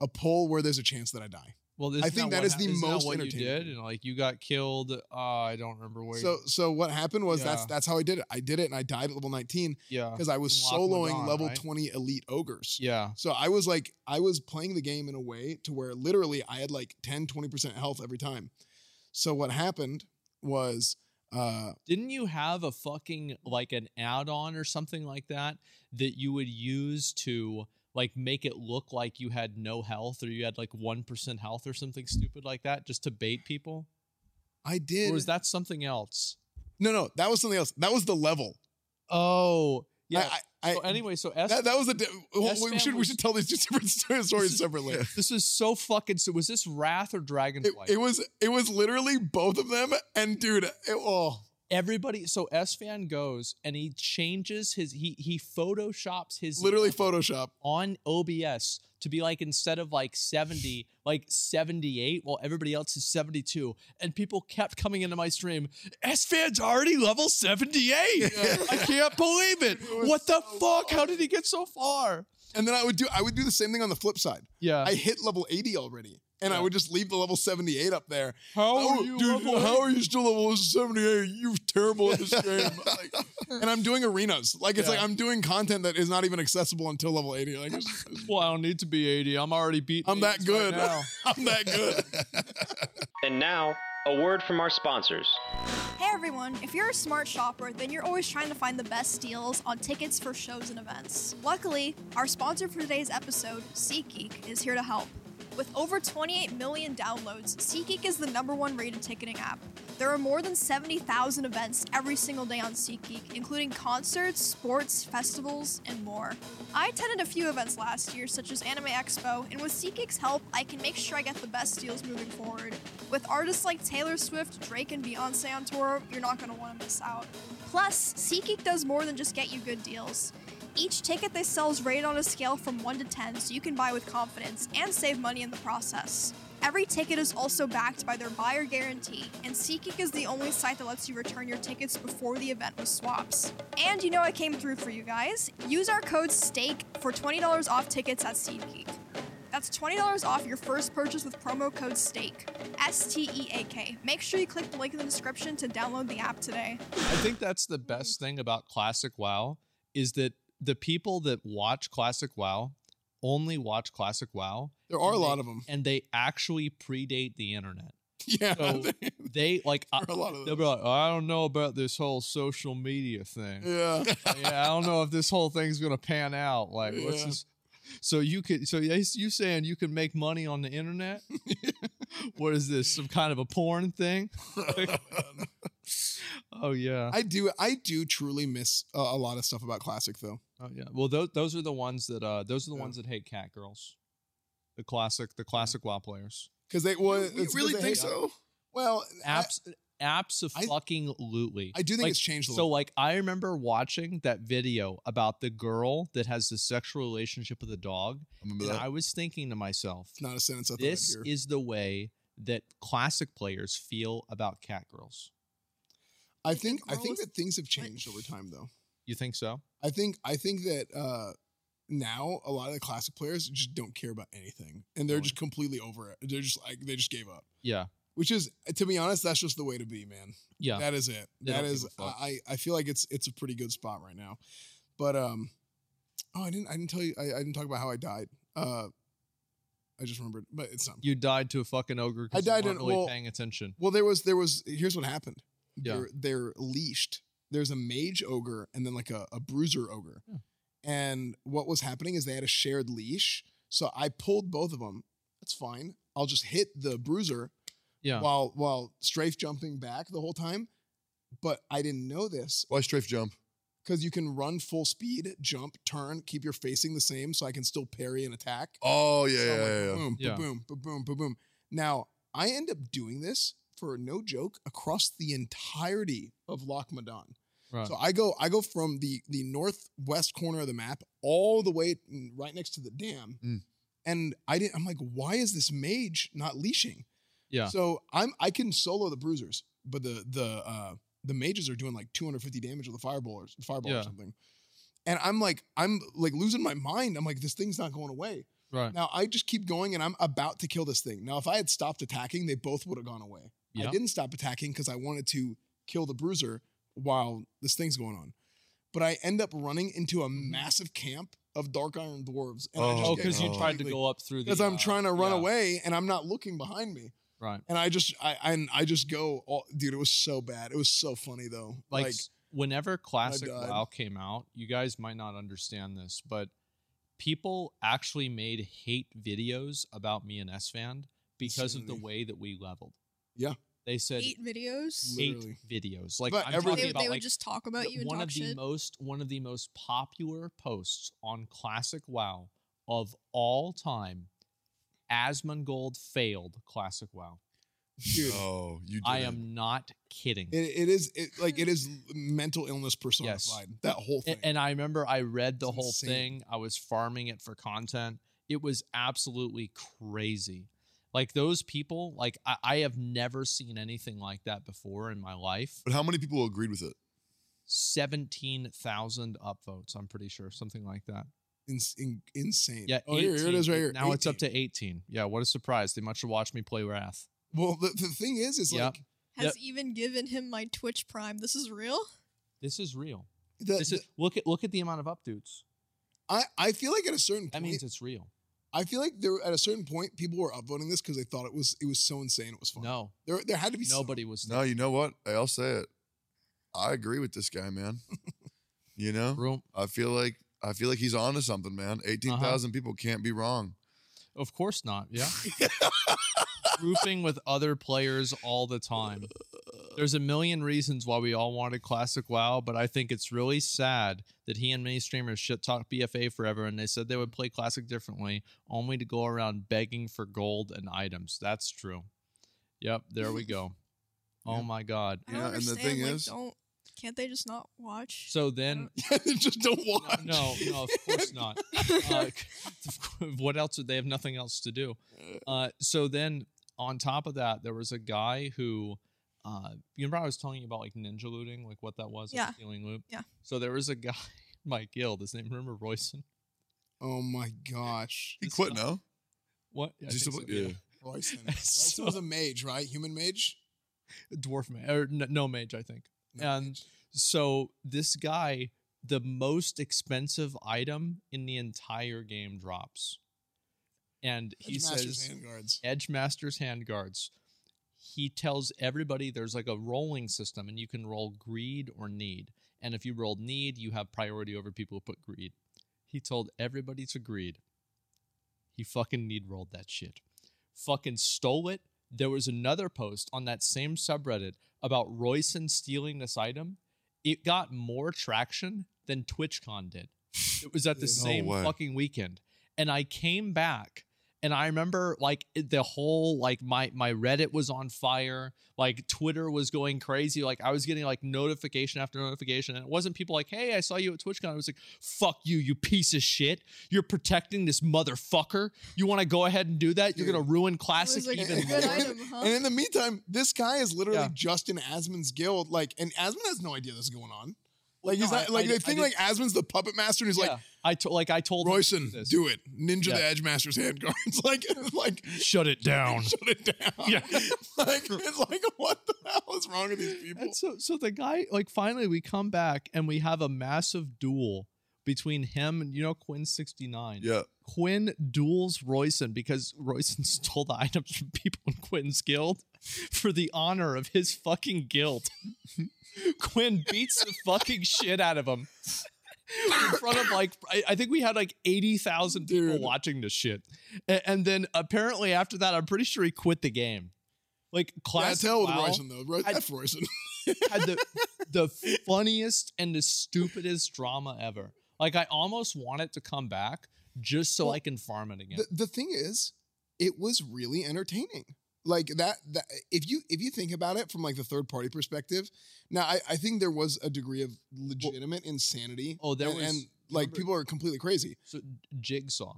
D: a pull where there's a chance that I die.
A: Well, isn't
D: think
A: that
D: that
A: what
D: is
A: hap-
D: the
A: isn't that
D: most
A: what you
D: entertaining.
A: did, and like you got killed. Uh, I don't remember where.
D: So so what happened was that's
A: Yeah.
D: that's how I did it. I did it and I died at level 19
A: you, yeah,
D: because I was
A: And Lock
D: soloing
A: Ladon,
D: level
A: right?
D: 20 elite ogres.
A: yeah.
D: So I was like, I was playing the game in a way to where literally I had like 10, 20% health every time. So what happened was, uh,
A: Didn't you have a fucking like an add-on or something like that that you would use to like make it look like you had no health or you had like one percent health or something stupid like that just to bait people?
D: I did.
A: Or was that something else?
D: no, no, that was something else. That was the level.
A: Oh, yeah.
D: Yeah. I, I,
A: so anyway, so S-
D: that, that was the. di- well, we
A: S-Man
D: should we
A: was-
D: should tell these two
C: <laughs>
D: different stories stories
A: is-
D: separately.
A: <laughs> this is so fucking. So was this Wrath or
D: It,
A: Dragonflight?
D: it was it was literally both of them and dude it, oh
A: everybody so S fan goes and he changes his he he photoshops his
D: literally
A: level
D: Photoshop
A: on OBS to be like instead of like 70 like 78 while everybody else is 72 and people kept coming into my stream S fan's already level
D: <laughs>
A: 78 I can't believe it
D: It was
A: what the
D: so
A: fuck how
D: funny.
A: did he get so far
D: And then I would do I would do the same thing on the flip side.
A: Yeah.
D: I hit level 80 already. And I would just leave the level 78 up there.
A: how
D: Oh,
A: are you
D: dude,
A: level
D: how are you still level 78? You're terrible at this
A: <laughs>
D: game. Like, and I'm doing arenas. Like it's
A: Yeah.
D: like I'm doing content that is not even accessible until level 80. Like it's-
A: Well, I don't need to be 80. I'm already beating.
D: I'm that
A: 80s right
D: good.
A: now.
D: <laughs> I'm that good.
A: <laughs>
E: And now, a word from our sponsors.
B: Hey everyone, if you're a smart shopper, then you're always trying to find the best deals on tickets for shows and events. Luckily, our sponsor for today's episode, SeatGeek, is here to help. With over 28 million downloads, SeatGeek is the number one rated ticketing app. There are more than 70,000 events every single day on SeatGeek, including concerts, sports, festivals, and more. I attended a few events last year, such as Anime Expo, and with SeatGeek's help, I can make sure I get the best deals moving forward. With artists like Taylor Swift, Drake, and Beyonce on tour, you're not going to want to miss out. Plus, SeatGeek does more than just get you good deals. Each ticket they sell is rated on a scale from 1 to 10, so you can buy with confidence and save money in the process. Every ticket is also backed by their buyer guarantee, and SeatGeek is the only site that lets you return your tickets before the event with swaps. And you know I came through for you guys. Use our code STAKE for $20 off tickets at SeatGeek. That's $20 off your first purchase with promo code STAKE. S T E A K. Make sure you click the link in the description to download the app today.
A: I think that's the best thing about Classic WoW is that the people that watch Classic WoW only watch Classic WoW
D: There are a lot of them.
A: and they actually predate the internet.
D: Yeah.
A: So-
D: <laughs> there
A: They like I,
D: <laughs> are a lot of
A: they'll
D: them.
A: be like, "Oh, I don't know about this whole social media thing.
D: Yeah.
A: yeah, I don't know if this whole thing's gonna pan out. Like, what's
D: Yeah.
A: this? So you could, so you you saying you can make money on the
D: <laughs>
A: internet? what is this? Some kind of a porn thing?
C: <laughs>
A: oh yeah,
D: I do I do truly miss uh, a lot of stuff about classic though.
A: oh yeah. Well, those those are the ones that uh those are the
D: Yeah.
A: ones that hate cat girls. The classic, the classic WoW players.
D: Cuz they was
C: you really think so?
D: Well, I,
A: Abs, abs
D: I-
A: fucking lutely.
D: I do think
A: Like,
D: it's changed a
A: So
D: little.
A: like I remember watching that video about the girl that has the sexual relationship with a dog,
C: Remember
A: and
C: that?
A: I was thinking to myself,
D: it's not a sentence I thought
A: this
D: I'd hear.
A: is the way that classic players feel about cat girls.
D: I think I think
B: Girls-
D: that things have changed over time though.
A: You think so?
D: I think I think that uh now a lot of the classic players just don't care about anything and they're
A: Really?
D: just completely over it. They're just like they just gave up.
A: Yeah.
D: Which is to be honest, that's just the way to be, man.
A: Yeah.
D: That is it.
A: They
D: That
A: don't give
D: is
A: a fuck.
D: I I I feel like it's it's a pretty good spot right now. But um oh I didn't I didn't tell you I, I didn't talk about how I died. Uh I just remembered, but it's not
A: you died to a fucking ogre
D: I
A: because you
D: died
A: weren't
D: in-
A: really
D: well-
A: paying attention.
D: Well, there was there was here's what happened.
A: Yeah.
D: They're they're leashed. There's a mage ogre and then like a, a bruiser ogre.
A: Yeah.
D: And what was happening is they had a shared leash. So I pulled both of them. That's fine. I'll just hit the bruiser
A: Yeah.
D: while while strafe jumping back the whole time. But I didn't know this
C: Why strafe jump?
D: because you can run full speed, jump, turn, keep your facing the same, so I can still parry and attack.
C: Oh yeah,
D: So I'm
C: yeah,
D: like,
C: yeah, yeah.
D: Boom,
A: Yeah.
D: boom, boom, boom, boom, boom. Now I end up doing this for no joke across the entirety of Lochmadan.
A: Right.
D: So I go, I go from the the northwest corner of the map all the way n- right next to the dam,
C: Mm.
D: and I didn't. I'm like, why is this mage not leashing?
A: Yeah.
D: So I'm I can solo the bruisers, but the the uh the mages are doing like 250 damage with a fireball or fireball
A: Yeah.
D: or something. And I'm like, I'm like losing my mind. I'm like, this thing's not going away.
A: right.
D: Now I just keep going and I'm about to kill this thing. Now, if I had stopped attacking, they both would have gone away.
A: Yeah.
D: I didn't stop attacking because I wanted to kill the bruiser while this thing's going on. But I end up running into a massive camp of dark iron dwarves. I
C: Oh,
D: just
A: Mm-hmm. Oh,
D: get
A: because you
C: Oh.
A: tried to
D: completely-
A: go up through the.
D: Because I'm
A: uh,
D: trying to run
A: yeah,
D: away and I'm not looking behind me.
A: Right.
D: And I just I and I just go all dude, it was so bad. It was so funny though.
A: like, s- whenever classic
D: died.
A: WoW came out, you guys might not understand this, but people actually made hate videos about me and S Fan because of the
D: Insanity.
A: way that we leveled.
D: Yeah.
A: They said
B: Eight videos.
A: hate
D: Literally.
A: videos. Like
D: But
A: I'm
D: everything-
A: talking
B: They,
A: about
B: they would
A: like
B: just talk about you and
A: one
B: talk
A: of the
B: shit.
A: most one of the most popular posts on classic WoW of all time. Asmongold failed classic WoW.
D: dude.
C: Oh, you. Did
A: I
C: it.
A: am not kidding.
D: It, it is it,
A: <laughs>
D: like it is mental illness personified. That whole
A: A-
D: thing.
A: And I remember I read the
D: It's
A: whole
D: insane.
A: thing. I was farming it for content. It was absolutely crazy. Like those people, like I, I have never seen anything like that before in my life.
C: But how many people agreed with it?
A: Seventeen thousand upvotes, I'm pretty sure, something like that.
D: Ins- in- insane.
A: Yeah,
D: Oh, here, here it
A: 18.
D: is right here.
A: Now it's up to 18. Yeah, what a surprise. They much watch me play Wrath.
D: Well, the, the thing is, is
A: Yep.
D: like
B: Has even given him my Twitch Prime. This is real.
A: This is real.
D: Uh, the,
A: This is look at look at the amount of updates.
D: I, I feel like at a certain
A: That
D: point,
A: means it's real.
D: I feel like there at a certain point, people were upvoting this because they thought it was it was so insane, it was fun.
A: No,
D: There, there had to be some-
A: nobody was.
C: No, you know what? Hey, I'll say it. I agree with this
D: <laughs>
C: guy, man. you know,
A: Room.
C: I feel like I feel like he's onto something, man.
D: Uh-huh.
C: Eighteen thousand people can't be wrong.
A: Of course not. Yeah. Grouping with other players all the time. There's a million reasons why we all wanted Classic WoW, but I think it's really sad that he and many streamers shit talk BFA forever and they said they would play Classic differently, only to go around begging for gold and items. That's true. Yep, there we go. Oh
C: Yeah.
A: my god.
B: I don't
C: Yeah, and the
B: understand.
C: thing
B: like,
C: is-
B: don't can't they just not watch?
A: So then
D: Yeah, <laughs> they just
C: <laughs>
D: don't watch.
A: no, no, of course not.
B: <laughs>
A: Uh, of course- <laughs> what else? They have nothing else to do. Uh, so then, on top of that, there was a guy who, uh, you remember, I was telling you about like ninja looting, like what that was, like,
B: Yeah.
A: stealing loot.
B: Yeah.
A: So there was a guy, <laughs> in my guild. His name, remember Royson?
D: Oh my
A: <laughs>
D: gosh,
C: He
A: This
C: quit
A: guy-
D: <laughs>
C: now.
A: What? Yeah, I
C: Just
A: think
C: a-
A: so, yeah.
C: yeah.
A: <laughs>
D: Royston.
A: So-
D: Royston was a mage, right? Human mage.
A: Dwarf mage or n- no mage, I think.
D: No,
A: And-
D: mage.
A: So this guy, the most expensive item in the entire game drops, and he
D: Edge masters,
A: says.
D: hand guards.
A: Edge Masters hand guards. He tells everybody there's like a rolling system and you can roll greed or need. And if you roll need, you have priority over people who put greed. He told everybody to greed. He fucking need rolled that shit. Fucking stole it. There was another post on that same subreddit about Royson stealing this item. It got more traction than TwitchCon did. It was at the
D: No
A: same
C: way.
A: fucking weekend. And I came back and I remember like it- the whole like my my Reddit was on fire, like Twitter was going crazy, like I was getting like notification after notification, and it wasn't people like, "Hey, I saw you at TwitchCon." It was like, "Fuck you, you piece of shit! You're protecting this motherfucker. You want to go ahead and do that? You're
D: Dude.
A: gonna ruin
B: It
A: classic
B: was like
A: even
B: a
A: more."
B: <laughs> good item, huh?
D: And
B: <laughs>
D: in the meantime, this guy is literally
A: Yeah.
D: just in Asmon's guild. Like, and Asmund has no idea this is going on. Like, he's
A: no,
D: not
A: I-
D: like
A: I
D: they
A: did- I
D: think
A: did-
D: like Asmon's the puppet master, and he's
A: Yeah.
D: like,
A: I to- like I told him to
D: Royson,
A: this.
D: do it, ninja
A: Yeah.
D: the edge master's hand guards. <laughs> like, like
A: Shut it down.
D: shut it down.
A: Yeah.
D: <laughs> like it's like what the hell is wrong with these
A: <laughs>
D: people?
A: And so, so the guy, like, finally, we come back and we have a massive duel between him and you know Quinn sixty nine.
C: Yeah,
A: Quinn duels Royson because Royson <laughs> stole the items from people in Quinn's guild for the honor of his fucking guild. <laughs> Quinn beats the fucking shit out of him in front of like I, I think we had like eighty thousand people
D: Dude.
A: watching this shit, and, and then apparently after that, I'm pretty sure he quit the game. Like
D: Yeah,
A: class,
D: tell with
A: WoW
D: Royson though. Roy-
A: I-
D: F Royson.
A: had
D: <laughs>
A: the the funniest and the stupidest drama ever. Like I almost want it to come back just so
D: Well,
A: I can farm it again.
D: The, the thing is, it was really entertaining. Like that, that if you if you think about it from like the third party perspective, now I, I think there was a degree of legitimate insanity.
A: oh, there
D: and,
A: was-
D: and,
A: you
D: like
A: remember-
D: people are completely crazy.
A: So Jigsaw.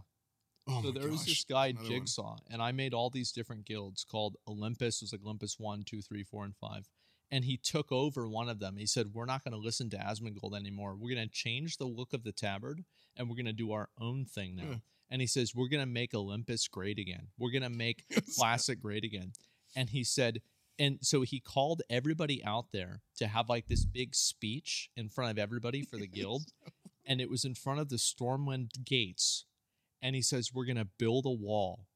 D: Oh
A: so
D: my
A: there
D: gosh.
A: was this
D: <laughs>
A: guy
D: another one.
A: Jigsaw, and I made all these different guilds called Olympus. It was like Olympus one, two, three, four, and five. And he took over one of them. He said, "We're not going to listen to Asmongold anymore. We're going to change the look of the tabard, and we're going to do our own thing now."
D: Yeah.
A: And he says, "We're going to make Olympus great again. We're going to make classic great again." And he said, and so he called everybody out there to have like this big speech in front of everybody for <laughs> the guild. And it was in front of the Stormwind gates. And he says, We're going to build a <laughs> wall.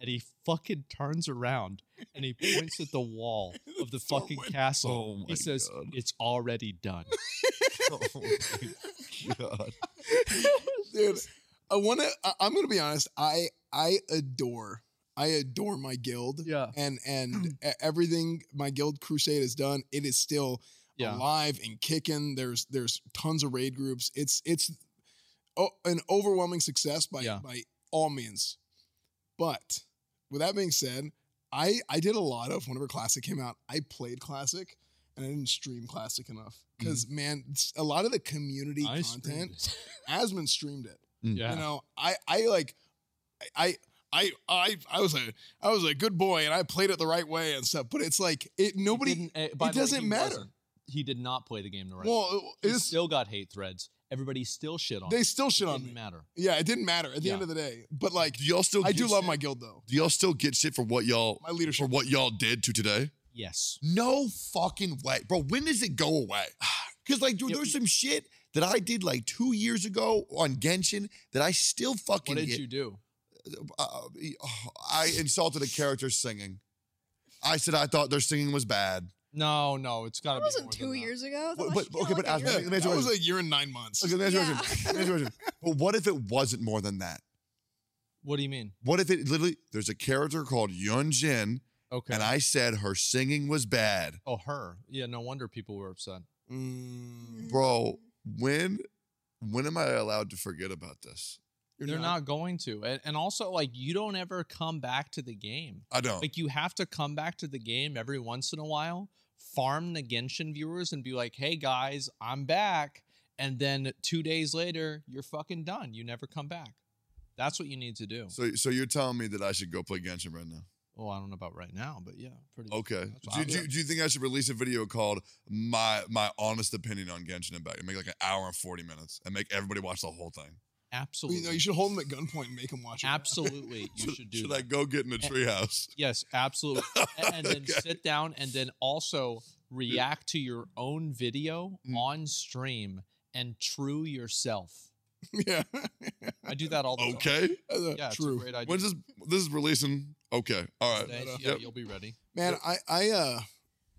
A: and he fucking turns around and he points at the wall of <laughs> the fucking
D: Stormwind.
A: castle.
C: Oh my
A: he says,
C: God.
A: It's already done.
C: Oh my <laughs> God.
D: dude. I want to. I'm going to be honest. I I adore. I adore my guild.
A: <laughs> Yeah.
D: And
A: <clears throat>
D: and e- everything my guild crusade has done, it is still
A: Yeah.
D: alive and kicking. There's there's tons of raid groups. It's it's o an overwhelming success by
A: Yeah.
D: by all means. But with that being said, I I did a lot of whenever Classic came out. I played Classic and I didn't stream Classic enough because man, s- a lot of the community
A: Mm. I screamed
D: content,
A: it.
D: Asmund streamed it.
A: Mm. Yeah.
D: You know, I I like I I I I was a I was a good boy and I played it the right way and stuff. But it's like it
A: He
D: nobody
A: didn't- eh, by the way,
D: doesn't
A: he
D: matter.
A: wasn't- He did not play the game the right way.
D: well
A: He
D: it's
A: still got hate threads. Everybody still shit on.
D: They
A: it.
D: still shit
A: It
D: on
A: didn't
D: me.
A: matter.
D: Yeah, it didn't matter at the
A: Yeah.
D: end of the day. But like,
C: Do y'all still
D: I
C: get
D: do love
C: shit?
D: my guild though.
C: Do y'all still get shit for what y'all
D: My leadership.
C: for what y'all did to today?
A: Yes.
C: No fucking way, bro. When does it go away? <sighs> Because like, dude,
A: Yeah.
C: there's some shit that I did like two years ago on Genshin that I still fucking
A: What did
C: get.
A: you do?
C: uh, <sighs> I insulted a character singing. I said I thought their singing was bad.
A: No, no, it's got to
B: That
A: be.
B: wasn't
A: more
B: two
A: than that.
B: years ago. That was,
C: But- but-
B: you know,
C: okay,
B: like
C: but
B: a
C: as-
B: year
C: let me
B: ago.
C: ask
D: That was a year and nine months.
C: Okay, let me ask you a
B: Yeah.
C: question. Let me ask you a question. But what if it wasn't more than that?
A: What do you mean?
C: What if it literally? There's a character called Yun Jin,
A: Okay.
C: and I said her singing was bad,
A: oh, her. Yeah, no wonder people were upset.
D: <laughs> Mm,
C: bro. When, when am I allowed to forget about this?
D: you're
A: They're not going to. And, and also, like, you don't ever come back to the game.
C: I don't.
A: Like, you have to come back to the game every once in a while, farm the Genshin viewers, and be like, hey, guys, I'm back. And then two days later, you're fucking done. You never come back. That's what you need to do.
C: So, so you're telling me that I should go play Genshin right now?
A: oh, I don't know about right now, but yeah, pretty
C: Okay.
A: That's what
C: Do,
A: I
C: you- do,
A: would-
C: you- do you think I should release a video called "My My Honest Opinion on Genshin Impact" and make like an hour and forty minutes and make everybody watch the whole thing?
A: Absolutely.
D: You, know, you should hold them at gunpoint and make them watch it.
A: Absolutely. You should do
C: Should I
A: that.
C: go get in a
A: And-
C: treehouse?
A: Yes, absolutely.
D: <laughs>
A: A- and then
C: Okay.
A: sit down and then also react to your own video
D: Mm-hmm.
C: Mm.
A: on stream and true yourself.
D: <laughs> yeah. <laughs>
A: I do that all the time.
C: Okay.
A: Yeah, it's a
D: True.
A: great idea.
C: When's this? This is releasing. Okay. All right.
A: Today,
D: Right,
A: yeah,
C: yep.
A: you'll be ready.
D: Man, I, I, uh,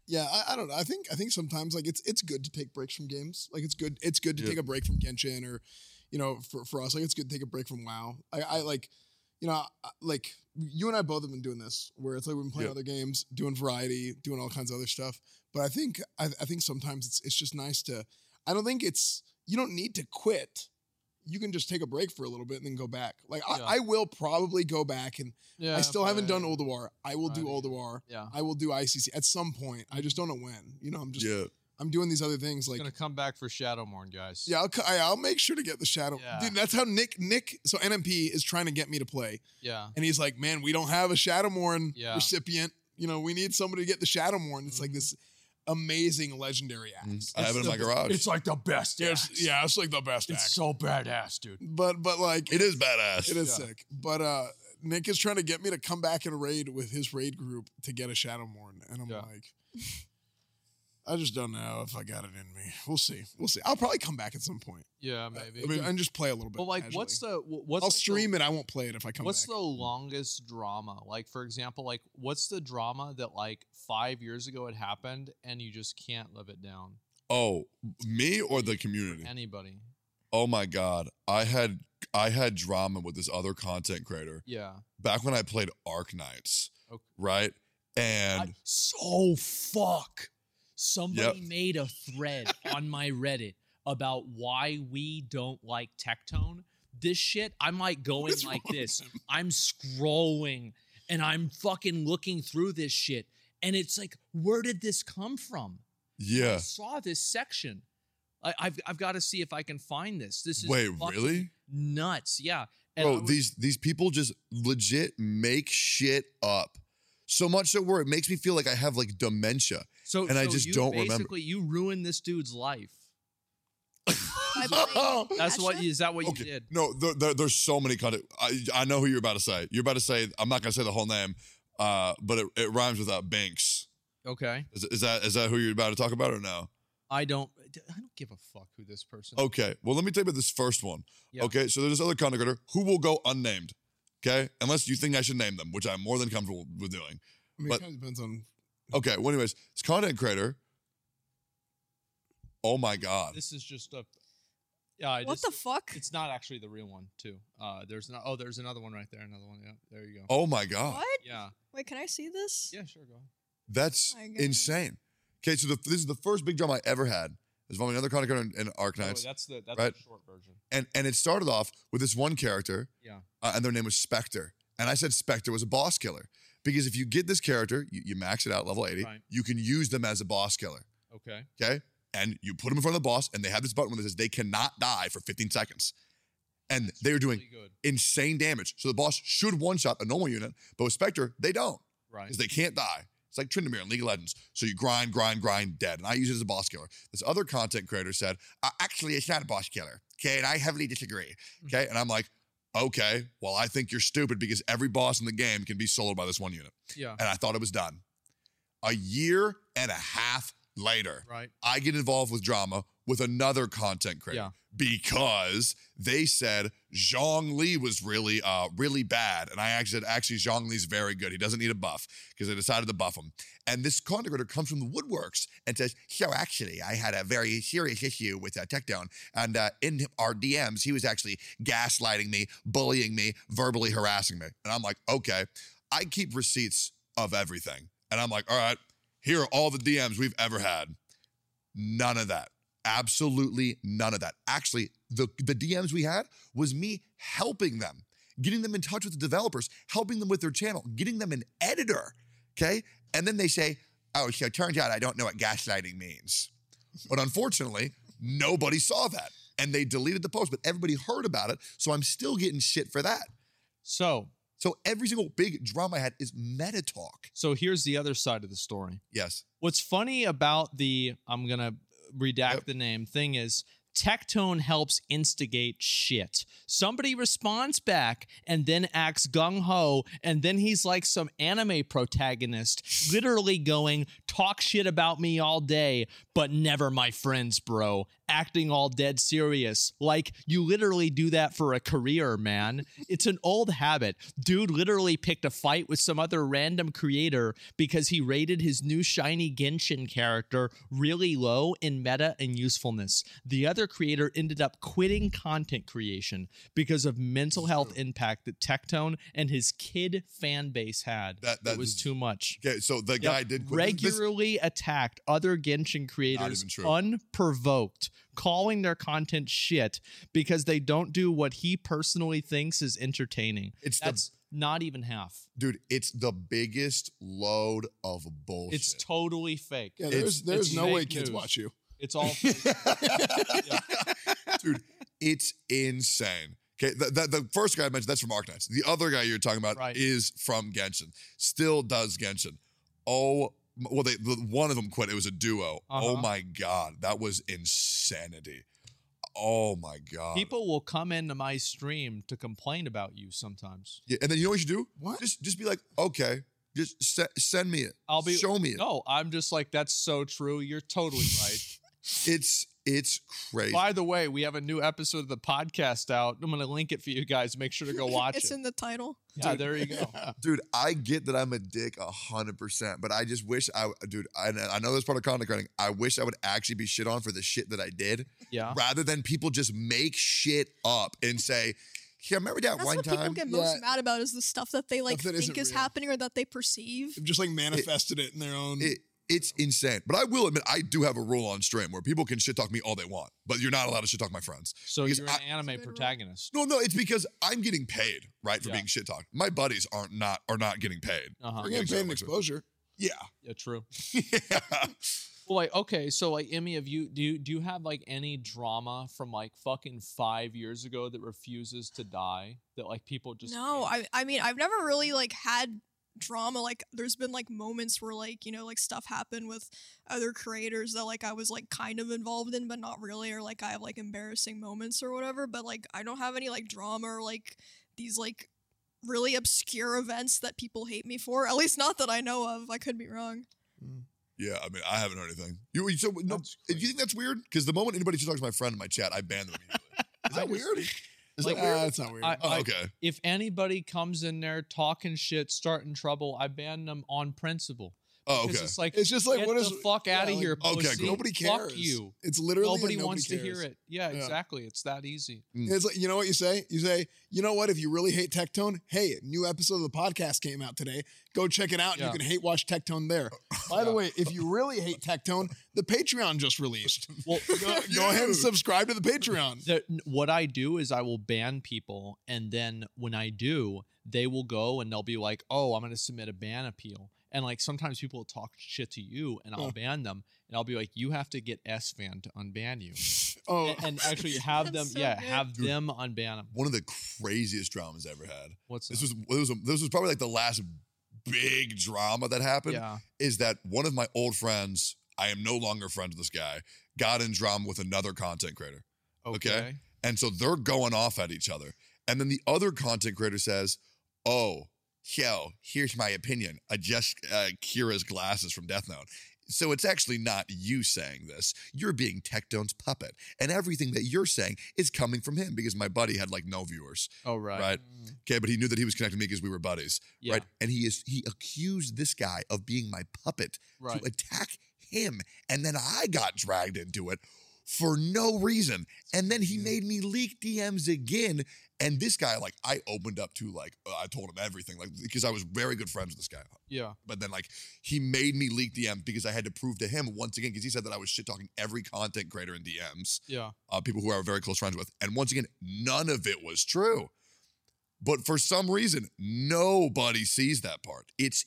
D: yeah, I, I don't know. I think, I think sometimes like it's, it's good to take breaks from games. Like it's good, it's good to
C: Yeah.
D: take a break from Genshin or, you know, for, for us, like it's good to take a break from WoW. I, I like, you know, I, like you and I both have been doing this where it's like we've been playing
C: Yeah.
D: other games, doing variety, doing all kinds of other stuff. But I think, I, I think sometimes it's, it's just nice to, I don't think it's, you don't need to quit. You can just take a break for a little bit and then go back. Like
A: Yeah.
D: I, I will probably go back and
A: Yeah,
D: I still haven't done
A: all the.
D: Olduwar. I will do
A: Right, yeah.
D: Olduwar.
A: Yeah,
D: I will do ICC at some point. I just don't know when. You know, I'm just
C: yeah.
D: I'm doing these other things like
A: gonna come back for Shadowmourne, guys.
D: yeah, I'll, cu- I- I'll make sure to get the shadow.
A: Yeah.
D: Dude, that's how Nick Nick so NMP is trying to get me to play,
A: yeah.
D: and he's like, man, we don't have a Shadowmourne
A: Yeah.
D: recipient. You know, we need somebody to get the Shadowmourn. It's like
A: Mhm.
D: this amazing legendary axe.
C: Mm, I have it in my garage.
A: like the best.
D: Yeah, it's, yeah, it's like the best axe.
A: so badass, dude.
D: but but like
C: it is badass.
D: It is
A: Yeah.
D: sick. But uh Nick is trying to get me to come back and raid with his raid group to get a Shadowmourne. And I'm
A: Yeah.
D: like, I just don't know if I got it in me. We'll see. We'll see. I'll probably come back at some point.
A: Yeah,
D: Uh,
A: maybe.
D: I mean, and just play a little bit.
A: but like, what's
D: casually.
A: the wh- what's
D: I'll
A: like the-
D: stream it. I won't play it if I come
A: what's
D: back.
A: the longest drama like for example like what's the drama that like five years ago it happened and you just can't live it down
C: Oh, me or the community?
A: anybody
C: Oh my god, I had I had drama with this other content creator
A: yeah
C: back when I played Arc Knights,
A: Okay.
C: right? And
A: so fuck somebody made a
D: <laughs>
A: thread on my reddit about why we don't like tectone this shit i'm like going
D: What's
A: like
D: wrong with
A: this
D: him?
A: I'm scrolling and I'm fucking looking through this shit. And it's like, where did this come from? I
C: yeah,
A: saw this section. I, I've I've got to see if I can find this. This is
C: wait,
A: fucking
C: really?
A: nuts. Yeah. And I
C: Bro,
A: was-
C: these these people just legit make shit up. So much so where it makes me feel like I have like dementia.
A: so
C: and I
A: so
C: just
A: you
C: don't remember.
A: basically, you ruined this dude's life.
B: I <laughs> believe-
A: That's what
B: Oh, Gotcha.
A: is that what
C: Okay.
A: you did?
C: No, there, there, there's so many content. I, I know who you're about to say. You're about to say. I'm not gonna say the whole name, uh, but it, it rhymes with uh, Banks.
A: Okay.
C: Is, is that is that who you're about to talk about or no?
A: I don't I don't give a fuck who this person is.
C: Okay. Well, let me tell you about this first one.
A: Yeah.
C: Okay. So there's this other content creator who will go unnamed. Okay. Unless you think I should name them, which I'm more than comfortable with doing.
D: I mean,
C: but-
D: it kind of depends on.
C: Okay. Well, anyways, this content creator. Oh my God.
A: This is just a yeah, I
B: What
A: just,
B: the fuck?
A: it's not actually the real one too. Uh there's not oh there's another one right there, another one. Yeah, there you go.
C: Oh my God.
B: What?
A: Yeah.
B: Wait, can I see this?
A: Yeah, sure, go.
C: That's
B: Oh My God.
C: insane. Okay. So the, this is the first big drama I ever had. It's from another content creator in, in
A: ahead. Oh,
C: Arknights.
A: that's the that's
C: Right.
A: the short version.
C: and and it started off with this one character,
A: Yeah.
C: uh, and their name was Spectre, and I said Spectre was a boss killer because if you get this character, you, you max it out level eighty,
A: Right.
C: you can use them as a boss killer,
A: Okay.
C: okay? And you put them in front of the boss, and they have this button that says they cannot die for fifteen seconds, and they are doing
A: Really good.
C: insane damage. So the boss should one shot a normal unit, but with Spectre they don't
A: Right.
C: because they can't die. It's like Tryndamere in League of Legends. So you grind, grind, grind, dead. And I use it as a boss killer. This other content creator said, uh, actually, it's not a boss killer. Okay. And I heavily disagree. Okay. And I'm like, okay, well, I think you're stupid because every boss in the game can be soloed by this one unit.
A: Yeah.
C: And I thought it was done. A year and a half later,
A: Right.
C: I get involved with drama with another content creator
A: Yeah.
C: because they said Zhang Li was really, uh, really bad. And I actually said, actually, Zhang Li's very good. He doesn't need a buff because they decided to buff him. And this content creator comes from the woodworks and says, so actually, I had a very serious issue with uh, Techdown. And uh, in our DMs, he was actually gaslighting me, bullying me, verbally harassing me. And I'm like, okay, I keep receipts of everything. And I'm like, all right, here are all the DMs we've ever had. None of that. Absolutely none of that. Actually, the, the DMs we had was me helping them, getting them in touch with the developers, helping them with their channel, getting them an editor. Okay. And then they say, oh, so it turns out I don't know what gaslighting means. But unfortunately, nobody saw that. And they deleted the post, but everybody heard about it. So I'm still getting shit for that.
A: So,
C: So every single big drama I had is meta talk.
A: so here's the other side of the story.
C: Yes.
A: What's funny about the I'm gonna redact
C: Yep.
A: the name thing is Tectone helps instigate shit. Somebody responds back and then acts gung ho, and then he's like some anime protagonist, literally going, talk shit about me all day, but never my friends, bro. Acting all dead serious. Like, you literally do that for a career, man. It's an old habit. Dude literally picked a fight with some other random creator because he rated his new shiny Genshin character really low in meta and usefulness. The other creator ended up quitting content creation because of mental health impact that Tectone and his kid fan base had.
C: That- that
A: it was
C: is-
A: too much.
C: Okay. So the guy did quit. This-
A: regularly attacked other Genshin creators
C: even true.
A: unprovoked, calling their content shit because they don't do what he personally thinks is entertaining.
C: It's the
A: That's not even half.
C: dude, it's the biggest load of bullshit.
A: It's totally fake.
D: Yeah,
C: It's-
D: there's there's
A: it's
D: no way
A: fake
D: kids
A: news.
D: watch you.
A: It's all
D: <laughs>
C: <laughs> Um, dude, it's insane. Okay, the, the, the first guy I mentioned that's from Arknights. The other guy you're talking about
A: Right.
C: is from Genshin. Still does Genshin. Oh, m- well, they the, one of them quit. It was a duo. Oh
A: Uh-huh.
C: my god, that was insanity. Oh my god.
A: people will come into my stream to complain about you sometimes.
C: Yeah, and then you know what you should do?
D: What?
C: Just just be like, okay, just se- send me it.
A: I'll be
C: show me it.
A: No, I'm just like that's so true. You're totally right.
C: <laughs> It's it's crazy.
A: By the way, we have a new episode of the podcast out. I'm going to link it for you guys. Make sure to
B: <laughs>
C: <laughs>
A: go watch
B: it's
A: it.
B: in the title.
A: yeah, there you
D: <laughs>
A: go.
C: dude i get that i'm a dick 100% but i just wish i dude i, I know that's part of content creating i wish i would actually be shit on for the shit that i did
A: Yeah.
B: Uh-huh.
C: rather than people just make shit up and say yeah remember that
B: That's
C: one
B: what people
C: time
B: get most
D: Yeah.
B: mad about is the stuff that they like
D: Stuff that
B: think
D: isn't
B: is
D: real.
B: happening or that they perceive.
D: They've just like manifested it, in their own.
C: it, it's insane but i will admit i do have a rule on stream where people can shit talk me all they want but you're not allowed to shit talk my friends
A: So
C: Because
A: you're an
C: I-
A: anime
B: Good rule.
A: protagonist.
C: no no it's because i'm getting paid right for
A: Yeah.
C: being shit talked my buddies aren't not are not getting paid <laughs>
A: Uh-huh.
D: We're getting
C: Yeah,
D: paid
C: exactly.
D: an exposure.
C: yeah,
A: Yeah, true.
C: yeah.
A: Well, like, okay, so like Emmy, have you do you do you have like any drama from like fucking five years ago that refuses to die? That like people just
B: no,
A: can't-
B: I I mean I've never really like had drama. Like there's been like moments where like you know like stuff happened with other creators that like I was like kind of involved in but not really, or like I have like embarrassing moments or whatever. But like I don't have any like drama or like these like really obscure events that people hate me for. At least not that I know of. I could be wrong.
C: Yeah, I mean, I haven't heard anything. You you- so no,
A: That's
C: do you
A: crazy.
C: think that's weird? Because the moment anybody talks to my friend in my chat, I ban them. Immediately.
A: <laughs>
C: Is that weird? Is
A: Like-
C: that weird?
D: Uh, it's not weird.
A: I-
C: Oh, okay.
A: if anybody comes in there talking shit, starting trouble, I ban them on principle.
C: Oh,
A: 'Cause
C: okay.
A: It's like
D: it's just like
A: get
D: what
A: the
D: is
A: fuck
D: yeah,
A: out of
D: like-
A: here.
C: Okay,
A: pussy.
D: Nobody cares.
A: Fuck you.
D: It's literally
A: nobody,
D: that
A: wants to
D: cares.
A: hear it. Yeah,
D: Yeah.
A: exactly. It's that
D: <laughs>
A: easy.
D: And It's like you know what you say. You say you know what if you really hate Tectone, hey, new episode of the podcast came out today. Go check it out. and
A: Yeah.
D: You can hate watch
A: <laughs>
D: Tectone there. By the
A: Yeah.
D: way, if you really hate Tectone, the Patreon
A: <laughs>
D: just released.
A: Well,
D: Go, go ahead and subscribe to the Patreon.
A: the, n- what I do is I will ban people, and then when I do, they will go and they'll be like, "Oh, I'm going to submit a ban appeal." And like sometimes people will talk shit to you, and I'll
D: Huh.
A: ban them, and I'll be like, "You have to get S fan to unban
B: <laughs>
A: you,
D: Oh,
A: and, and actually have them,
B: That's so
A: yeah,
B: good.
A: have
C: Dude.
A: them unban them."
C: One of the craziest dramas I ever had.
A: What's
C: This
A: that?
C: was this was this was probably like the last big drama that happened
A: yeah.
C: is that one of my old friends, I am no longer friends with this guy, got in drama with another content creator.
A: Okay.
C: Okay. And so they're going off at each other. And then the other content creator says, Oh, yo, here's my opinion. Adjust uh, Kira's glasses from Death Note. So it's actually not you saying this. You're being Tectone's puppet. And everything that you're saying is coming from him because my buddy had like no viewers.
A: Oh right.
C: Right.
B: Mm.
C: Okay. But he knew that he was connecting me because we were buddies.
A: Yeah.
C: Right. And he is he accused this guy of being my puppet
A: Right.
C: to attack him. And then I got dragged into it for no reason. And then
D: Mm-hmm.
C: he made me leak DMs again. And this guy, like, I opened up to, like, uh, I told him everything, like, because I was very good friends with this guy.
A: Yeah.
C: But then, like, he made me leak DMs because I had to prove to him once again, because he said that I was shit talking every content creator in DMs,
A: Yeah.
C: uh, people who I were very close friends with. And once again, none of it was true. But for some reason, nobody sees that part. It's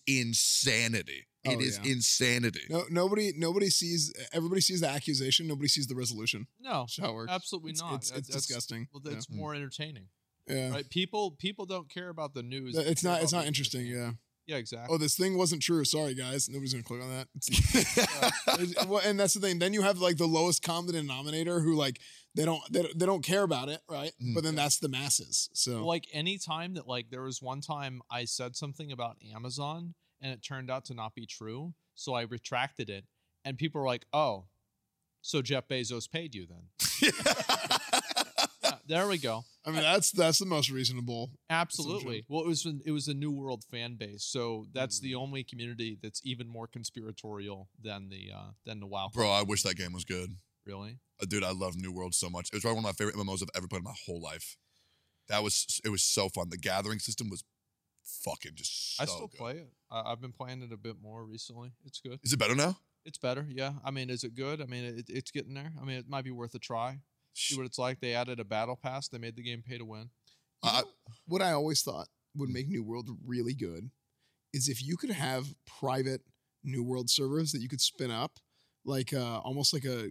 C: insanity. It
D: Oh,
C: is
D: yeah.
C: insanity.
D: No, nobody, nobody sees. Everybody sees the accusation. Nobody sees the resolution.
A: No.
D: That's how it works.
A: Absolutely
D: It's-
A: not.
D: It's,
A: That-
D: it's
A: that's-
D: disgusting.
A: Well,
D: Yeah.
A: that's more entertaining,
D: yeah.
A: right? People people don't care about the news.
D: Th- It's
A: They care
D: not. It's
A: about
D: not
A: the
D: interesting. Yeah.
A: Yeah. Exactly.
D: <laughs> Oh, this thing wasn't true. Sorry, guys. Nobody's gonna click on that. <laughs> It's- Uh, well, and that's the thing. Then you have like the lowest common denominator, who like they don't they, don't- they don't care about it, right?
C: Mm.
D: But then that's the masses. So
A: Like any time that like there was one time I said something about Amazon and it turned out to not be true, so I retracted it, and people were like, "Oh, so Jeff Bezos paid you then?" Yeah, there we
C: <laughs>
A: go.
D: I mean, that's that's the most reasonable.
A: Absolutely. Well, it was an, it was a New World fan base, so that's
C: Mm.
A: the only community that's even more conspiratorial than the uh, than the WoW.
C: <laughs> Bro, I wish that game was good.
A: Really?
C: Uh, Dude, I love New World so much. It was probably one of my favorite MMOs I've ever played in my whole life. That was it was so fun. The gathering system was fucking just so
A: I still
C: good.
A: play it. I, I've been playing it a bit more recently. It's good.
C: Is it better now?
A: It's better. Yeah. I mean, is it good? I mean, it, it's getting there. I mean, it might be worth a try. See what it's like. They added a battle pass. They made the game pay to win.
D: You
C: I-
D: know what I always thought would make New World really good is if you could have private New World servers that you could spin up, like uh, almost like a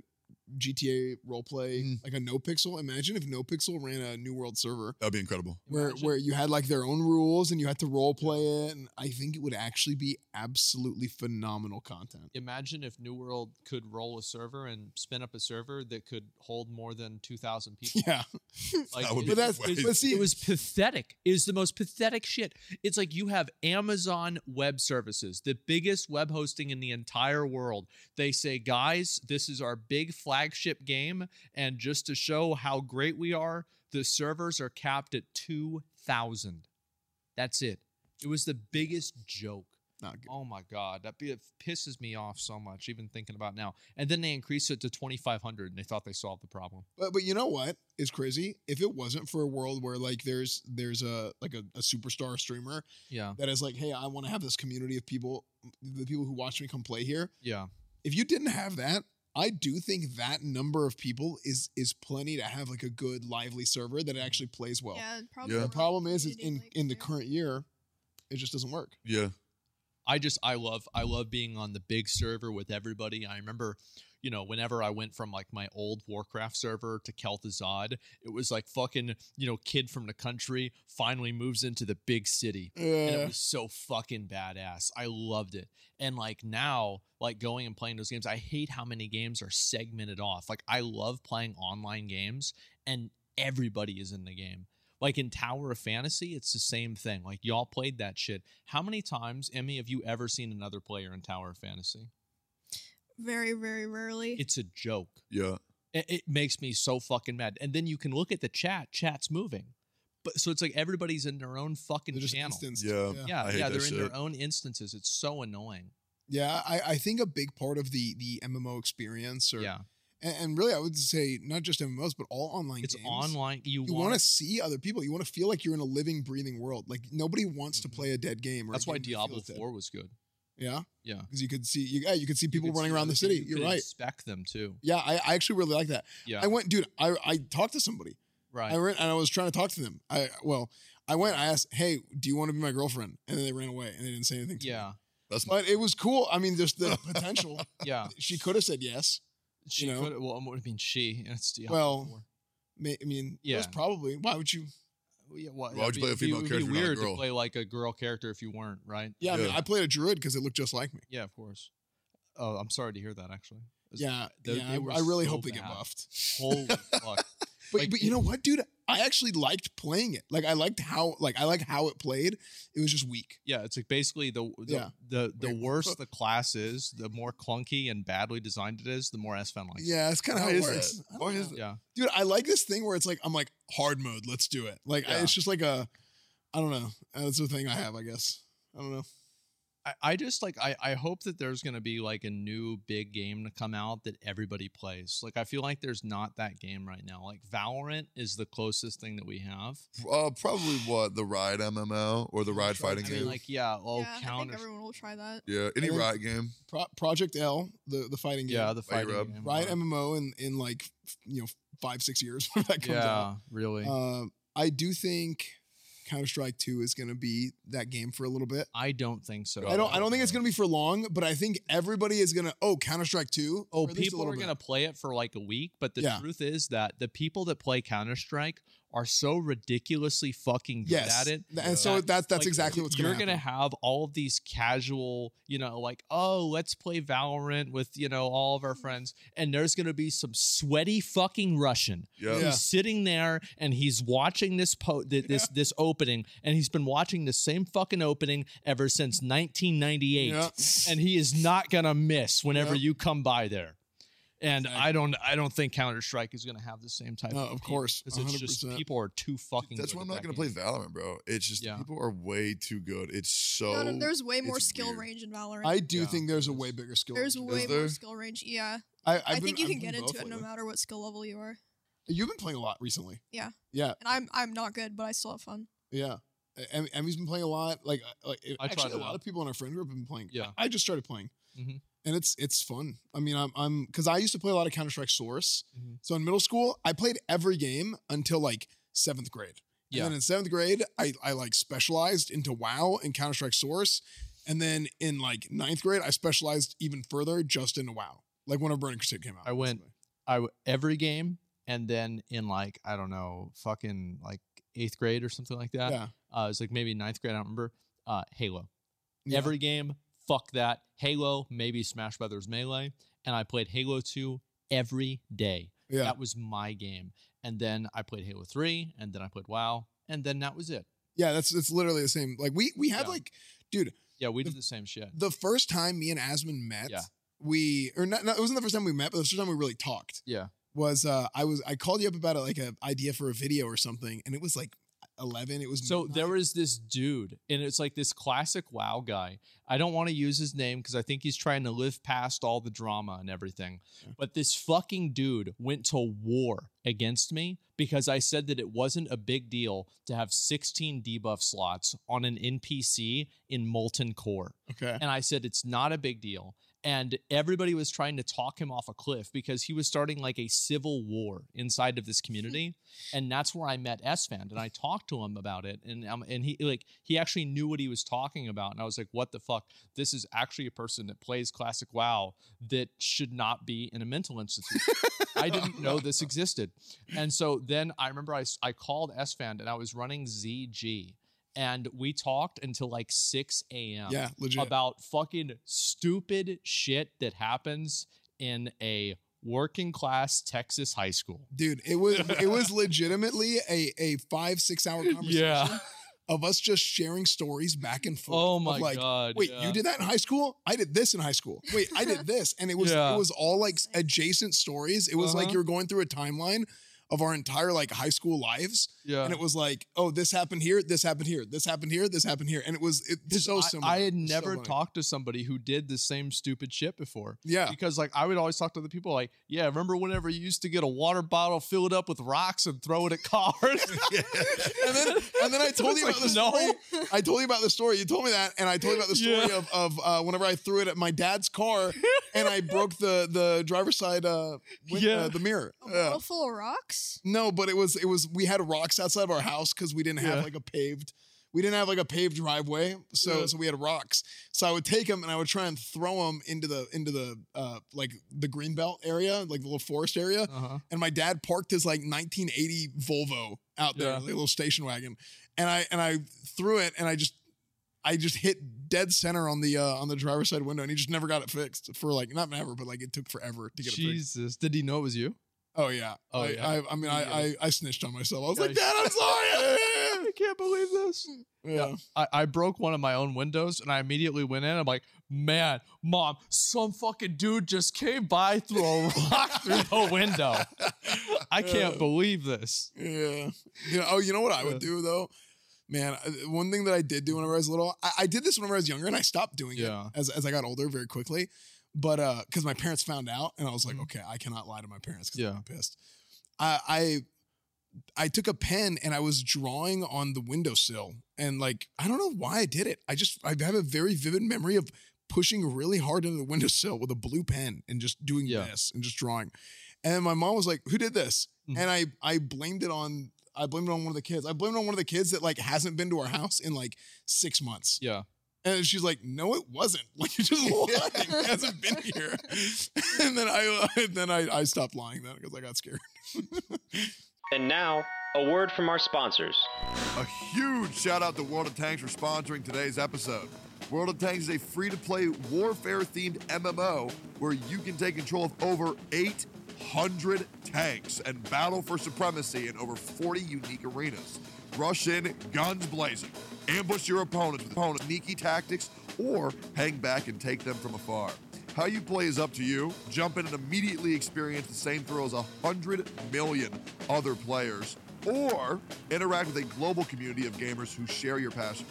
D: GTA roleplay,
C: Mm.
D: like a No Pixel. Imagine if No Pixel ran a New World server
C: That would be incredible.
D: where
A: Imagine.
D: where you had like their own rules and you had to role play it. And I think it would actually be absolutely phenomenal content. <laughs>
A: Imagine if New World could roll a server and spin up a server that could hold more than two thousand people.
D: Yeah,
A: Like,
C: That
A: it-
C: would be
D: but that's
C: way-
D: but see,
A: it was pathetic. It was the most pathetic shit. It's like you have Amazon Web Services, the biggest web hosting in the entire world. They say, guys, this is our big flagship game. And just to show how great we are, the servers are capped at 2,000. That's it. It was the biggest joke.
D: not good.
A: Oh my God. That be, it pisses me off so much, even thinking about now. And then they increased it to 2,500 and they thought they solved the problem.
D: But but you know what is crazy? If it wasn't for a world where like there's there's a like a, a superstar streamer
A: Yeah.
D: that is like, hey, I want to have this community of people, the people who watch me come play here.
A: Yeah.
D: If you didn't have that, I do think that number of people is is plenty to have like a good lively server that actually plays well.
B: Mm-hmm. yeah, probably.
C: Yeah.
D: The
B: around
D: problem is, is
B: community,
D: in
B: like,
D: in the
B: yeah.
D: current year, it just doesn't work.
C: Yeah.
A: I just I love I love being on the big server with everybody. I remember, you know, whenever I went from like my old Warcraft server to Kel'Thuzad, it was like fucking, you know, kid from the country finally moves into the big city. And it
D: Yeah.
A: was so fucking badass. I loved it. And like now, like going and playing those games, I hate how many games are segmented off. Like I love playing online games and everybody is in the game. Like in Tower of Fantasy, it's the same thing. Like y'all played that shit. How many times, Emmy, have you ever seen another player in Tower of Fantasy?
B: Very, very rarely.
A: It's a joke.
C: Yeah.
A: It, it makes me so fucking mad. And then you can look at the chat. Chat's moving, but so it's like everybody's in their own fucking
D: They're just
A: channel.
D: instanced.
C: Yeah.
A: Yeah,
C: I hate
A: yeah,
C: that
A: they're in
C: shit.
A: their own instances. It's so annoying.
D: Yeah, I, I think a big part of the the MMO experience, or
A: Yeah,
D: and, and really, I would say not just MMOs, but all online
A: it's
D: games.
A: online. You,
D: You want
A: want
D: to see other people. You want to feel like you're in a living, breathing world. Like nobody wants
A: Mhm.
D: to play a dead game. Or a
A: That's why
D: game that feels
A: Diablo
D: dead.
A: Four was good.
D: Yeah,
A: Yeah,
D: because you could see you, yeah, you could see
A: You
D: people
A: could
D: running
A: see
D: around the
A: other
D: city.
A: people. You
D: You're
A: could
D: right.
A: Inspect them too.
D: Yeah, I, I actually really like that.
A: Yeah,
D: I went, dude. I I talked to somebody.
A: right.
D: I went and I was trying to talk to them. I well, I went. I asked, hey, do you want to be my girlfriend? And then they ran away and they didn't say anything. To me. <laughs>
A: yeah,
C: That's my,
D: But it was cool. I mean,
A: <laughs>
D: just the potential.
A: yeah.
D: She could have said yes.
A: She
D: know?
A: could. Well, I mean, she. It's Diablo
D: Well,
A: Four.
D: Ma- I mean, it was
A: Yeah.
D: probably. Why would you?
A: yeah, what?
C: Why would you play a
A: it'd be-
C: female
A: it'd
C: character if
A: Be
C: you're not a
A: weird
C: girl?
A: to play like a girl character if you weren't, right?
D: Yeah, I mean,
C: Yeah.
D: I played a druid because it looked just like me.
A: Yeah, of course. Oh, I'm sorry to hear that. Actually, It's-
D: Yeah,
A: they-
D: yeah.
A: they
D: I-
A: were
D: I really
A: so
D: hope they get
A: bad.
D: buffed.
C: <laughs>
A: holy fuck.
D: <laughs> But
A: Like,
D: but you know what, dude? I actually liked playing it. Like I liked how like I like how it played. It was just weak.
A: Yeah, it's like basically the the
D: Yeah.
A: the, the
D: Wait,
A: worse
D: what?
A: the class is, the more clunky and badly designed it is, the more S Fen likes. it.
D: Yeah, that's kind of how
C: Why
D: it
C: is
D: works.
C: that?
D: I don't
C: Why is
D: know.
C: that?
A: Yeah.
D: Dude, I like this thing where it's like I'm like hard mode. Let's do it. Like I-
A: Yeah.
D: it's just like a, I don't know. Uh, That's the thing I have, I guess. I don't know.
A: I, I just like I, I hope that there's gonna be like a new big game to come out that everybody plays. Like I feel like there's not that game right now. Like Valorant is the closest thing that we have.
C: Uh, probably what the Ride MMO or the Ride
D: Sure,
C: fighting
A: I
C: game.
A: mean, like yeah, oh
B: yeah, I think
A: counter,
B: everyone will try that.
C: yeah, any
D: I think-
C: Ride game.
D: Pro- Project L, the the fighting game.
A: yeah, the
C: Fight
A: fighting
C: Rub.
A: game, uh,
D: Riot
A: right?
D: MMO in in like f- you know five six years <laughs> when that comes out.
A: yeah, really.
D: Um, I do think Counter Strike Two is going to be that game for a little bit.
A: I don't think so.
C: I
D: I don't. I don't think it's
A: though.
D: going to be for long, but I think everybody is going to. Oh, Counter Strike Two.
A: Oh,
D: for at least a
A: people
D: little
A: are
D: bit.
A: going to play it for like a week, but the
D: Yeah.
A: truth is that the people that play Counter Strike are so ridiculously fucking good
D: Yes,
A: at it.
D: Th- and so
A: that,
D: that's that's
A: like,
D: exactly what's
A: You're
D: going to
A: to have all of these casual, you know, like, oh, let's play Valorant with, you know, all of our
D: Mm.
A: friends. And there's going to be some sweaty fucking Russian
C: Yeah.
D: Yeah.
A: He's sitting there and he's watching this po- th- this this opening, and he's been watching the same fucking opening ever since 1998,
D: Yeah.
A: and he is not gonna miss whenever
D: Yeah.
A: you come by there. And
D: Exactly.
A: I don't I don't think Counter Strike is gonna have the same type.
D: No,
A: of,
D: of
A: people,
D: course,
A: 'cause it's just
D: 100%.
A: people are too fucking.
C: That's why I'm
A: good
C: not
A: at
C: gonna
A: that
C: play
A: game.
C: Valorant, bro. It's just
A: Yeah.
C: people are way too good. It's so
B: no, no, there's way more
C: it's
B: skill
C: weird.
B: range in Valorant.
D: I do
A: Yeah,
D: think there's a
A: it
D: way
A: is.
D: bigger skill.
B: There's
D: range.
B: way
C: there?
B: more skill range. Yeah,
D: I, I've
B: I
D: been-
B: think you
D: I've
B: can
D: been
B: get
D: both
B: into it no
D: lately.
B: matter what skill level you are.
D: You've been playing a lot recently.
B: Yeah.
D: Yeah.
B: And I'm I'm not good, but I still have fun.
D: Yeah. Em- Emmy's been playing a lot. Like, uh, like it-
A: I
D: actually,
A: tried
D: a
A: it
D: lot
A: out.
D: of people in our friend group have been playing.
A: Yeah.
D: I I just started playing,
A: Mhm.
D: and it's it's fun. I mean, I'm I'm because I used to play a lot of Counter Strike Source.
A: Mhm.
D: So in middle school, I played every game until like seventh grade.
A: Yeah.
D: And then in seventh grade, I I like specialized into WoW and Counter Strike Source, and then in like ninth grade, I specialized even further just into WoW. Like whenever Burning Crusade came out,
A: I went-
D: basically.
A: I w- every game, and then in like I don't know, fucking like eighth grade or something like that.
D: Yeah.
A: Uh, it's like maybe ninth grade. I don't remember. Uh, Halo.
D: Yeah.
A: every game. Fuck that. Halo, maybe Smash Brothers Melee, and I played Halo 2 every day.
D: yeah.
A: That was my game. And then I played Halo 3, and then I played WoW, and then that was it.
D: Yeah, that's it's literally the same. Like we we had
A: Yeah.
D: like
A: Yeah, we did the same shit.
D: the first time me and Asmund met,
A: Yeah.
D: we or not, not it wasn't the first time we met, but the first time we really talked
A: Yeah.
D: was uh I was I called you up about it like a idea for a video or something, and it was like eleven. It was
A: So there
D: midnight.
A: was this dude, and it's like this classic WoW guy. I don't want to use his name because I think he's trying to live past all the drama and everything.
D: Yeah.
A: But this fucking dude went to war against me because I said that it wasn't a big deal to have 16 debuff slots on an NPC in Molten Core.
D: okay.
A: And I said, it's not a big deal. And everybody was trying to talk him off a cliff because he was starting like a civil war inside of this community. and that's where I met Esfand and I talked to him about it. And um, and he like he actually knew what he was talking about. And I was like, what the fuck? This is actually a person that plays classic WoW that should not be in a mental institution. I didn't know this existed. And so then I remember I, s- I called Esfand and I was running ZG. And we talked until like 6 a.m
D: Yeah, legit.
A: about fucking stupid shit that happens in a working class Texas high school.
D: Dude,
A: <laughs>
D: it was it was legitimately a a five six hour conversation of us just sharing stories back and forth.
A: Oh
D: of,
A: my
D: like,
A: god.
D: Wait,
A: yeah.
D: you did that in high school? I did this in high school. Wait,
A: <laughs>
D: I did this, and it was
A: Yeah.
D: it was all like adjacent stories. It was like
A: Uh-huh.
D: you were going through a timeline of our entire like high school lives,
A: Yeah.
D: and it was like, oh, this happened here, this happened here, this happened here, this happened here, and it was it's
A: 'Cause
D: so
A: I-
D: similar.
A: I, had
D: It's so
A: never
D: funny.
A: talked to somebody who did the same stupid shit before.
D: Yeah,
A: Because like I would always talk to the people like, yeah, remember whenever you used to get a water bottle, fill it up with rocks, and throw it at
D: <laughs>
A: cars?
D: <laughs> and then and then I told you
A: It's
D: about
A: like,
D: the
A: no.
D: story. <laughs> I told you about the story. You told me that, and I told you about the story
A: Yeah.
D: of of uh, whenever I threw it at my dad's car, and I broke the the driver's side uh, win-
A: Yeah.
D: uh the mirror.
B: A
D: Yeah.
B: bottle full of rocks.
D: No, but it was it was we had rocks outside of our house because we didn't have
A: Yeah.
D: like a paved. we didn't have like a paved driveway, so
B: Yeah.
D: so we had rocks. So I would take them and I would try and throw them into the into the uh like the greenbelt area, like the little forest area.
A: <laughs> Uh-huh.
D: And my dad parked his like 1980 Volvo out there,
A: Yeah.
D: like a little station wagon, and I and I threw it and I just I just hit dead center on the uh on the driver's side window, and he just never got it fixed for like not never, but like it took forever to get it fixed.
A: Jesus, did he know it was you?
D: Oh yeah.
A: Oh,
D: I,
A: yeah.
D: I, I mean,
A: Yeah.
D: I, I I snitched on myself. I was
A: Yeah,
D: like,
A: you-
D: Dad,
A: <laughs>
D: I'm sorry.
A: can't believe this.
D: <laughs> yeah.
A: I, I broke one of my own windows and I immediately went in. I'm like, man, mom, some fucking dude just came by through a <laughs> rock through
D: <laughs>
A: the window. I can't believe this.
D: Yeah. <laughs> You know, oh, you know what I would do though? Man, I- one thing that I did do whenever I was little, I, I did this whenever I was younger and I stopped doing
A: Yeah.
D: it as, as I got older very quickly. But uh, because my parents found out and I was like,
A: Mhm.
D: okay, I cannot lie to my parents because
A: Yeah.
D: I'm pissed. I, I I took a pen and I was drawing on the windowsill. And like, I don't know why I did it. I just I have a very vivid memory of pushing really hard into the windowsill with a blue pen and just doing
A: Yeah.
D: this and just drawing. And my mom was like, Who did this?
A: Mhm.
D: And I I blamed it on I blamed it on one of the kids. I blamed it on one of the kids that like hasn't been to our house in like six months.
A: Yeah.
D: And she's like, "No, it wasn't. <laughs> Like you're just lying. it hasn't been here." <laughs> And then I <laughs> then I, I stopped lying then because I got scared.
E: And now, a word from our sponsors.
C: A huge shout out to World of Tanks for sponsoring today's episode. World of Tanks is a free to play warfare themed MMO where you can take control of over 800 tanks and battle for supremacy in over 40 unique arenas. Rush in, guns blazing, ambush your opponents with opponent sneaky tactics, or hang back and take them from afar. How you play is up to you. Jump in and immediately experience the same thrill as 100 million other players or interact with a global community of gamers who share your passion.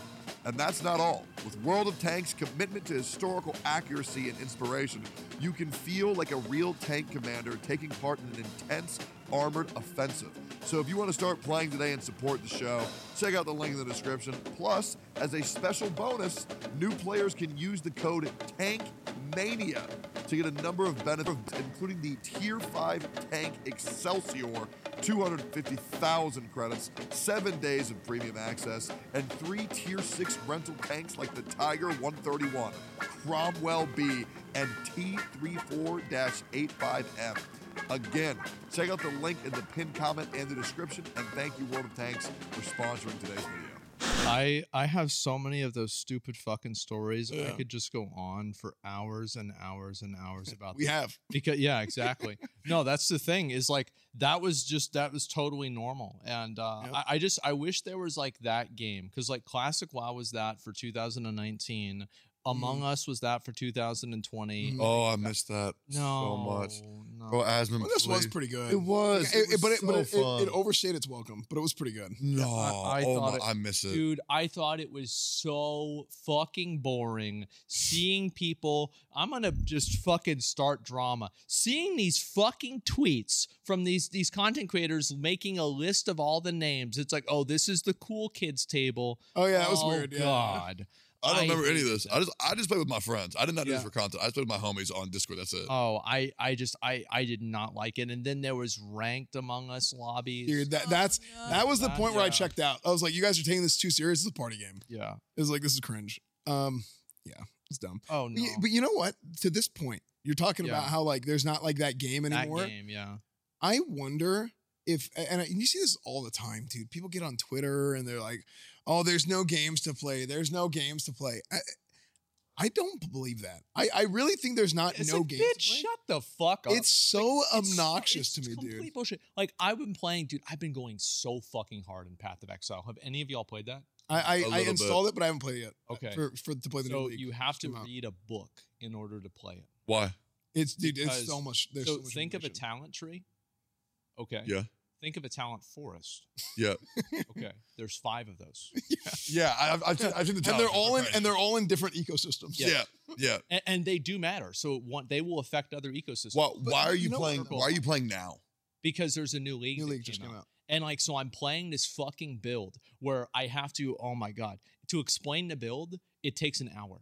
C: And that's not all. With World of Tanks' commitment to historical accuracy and inspiration, you can feel like a real tank commander taking part in an intense armored offensive. So if you want to start playing today and support the show, check out the link in the description. Plus, as a special bonus, new players can use the code TANKMANIA to get a number of benefits, including the Tier 5 Tank Excelsior, 250,000 credits, seven days of premium access, and three Tier 6 rental tanks like the Tiger 131, Cromwell B, and T34 85M. Again, check out the link in the pinned comment and the description, and thank you, World of Tanks, for sponsoring today's video.
A: I I have so many of those stupid fucking stories. I
D: Yeah.
A: could just go on for hours and hours and hours about
D: <laughs> We
A: this.
D: have
A: because yeah, exactly. no, that's the thing is like that was just that was totally normal, and uh,
D: Yep.
A: I, I just I wish there was like that game because like classic WoW was that for 2019, Among Us was that for 2020.
D: Mm.
C: Oh, I missed that
A: No,
C: Oh,
A: no.
C: Asman,
D: Well, this was pretty good.
C: was.
D: It- it- but it, but it, it, it overstayed its welcome, but it was pretty good.
C: No,
A: I- I
C: oh
A: thought
C: my,
A: it-
C: I miss it.
A: Dude, I thought it was so fucking boring seeing people. I'm gonna just fucking start drama. Seeing these fucking tweets from these these content creators making a list of all the names. It's like, oh, this is the cool kids table.
D: Oh yeah, that was
A: Oh,
D: weird. Yeah.
A: God.
C: I don't
A: I
C: remember any of
A: hate
C: this. I just I just play with my friends. I did not do
A: Yeah.
C: this for content. I just played with my homies on Discord. That's it.
A: Oh, I I just I I did not like it. And then there was ranked Among Us lobbies.
D: Dude, that
B: Oh,
D: that's
B: no.
D: that was the
A: Uh,
D: point where I
A: yeah.
D: checked out. I was like, you guys are taking this too serious. It's a party game.
A: yeah.
D: It was like this is cringe. Um, yeah, it's dumb.
A: Oh
D: But
A: no.
D: you- But you know what? To this point, you're talking
A: Yeah.
D: about how like there's not like that game
A: that
D: anymore.
A: game, yeah.
D: I wonder if and, I, and you see this all the time, dude. People get on Twitter and they're like, "Oh, there's no games to play. There's no games to play." I, I don't believe that. I, I really think there's not
A: It's
D: no
A: like,
D: games. to
A: bitch,
D: play.
A: shut the fuck up.
D: It's so
A: It's so-
D: obnoxious
A: it's
D: to me,
A: complete
D: dude.
A: Bullshit. Like I've been playing, dude. I've been going so fucking hard in Path of Exile. Have any of y'all played that?
D: I
C: A
D: I, I
C: little
D: installed it, but I haven't played it yet.
A: Okay.
D: Uh, For, for to play the
A: so
D: new league.
A: you have to
D: Come out.
A: read a book in order to play it.
C: Why?
D: It's dude. It's
A: because-
D: so much. There's so,
A: so
D: much
A: think of a
D: information.
A: talent tree. Okay.
C: Yeah.
A: Think of a talent forest.
D: <laughs>
C: Yeah.
A: Okay. There's five of those.
C: Yeah. I, I've, I've, seen- I've seen
D: <laughs>
C: the
D: And they're
C: talent.
D: all in.
C: Okay.
D: And they're all in different ecosystems.
C: yeah. Yeah.
A: And, and they do matter. So one, they will affect other ecosystems
C: Why, why are
D: you
C: you
D: know what-
C: playing? Why are you <laughs>
A: <laughs>
C: playing now?
A: because there's a new league.
D: New
A: that
D: league just came out.
A: And like, so I'm playing this fucking build where I have to, oh my God, to explain the build, it takes an hour.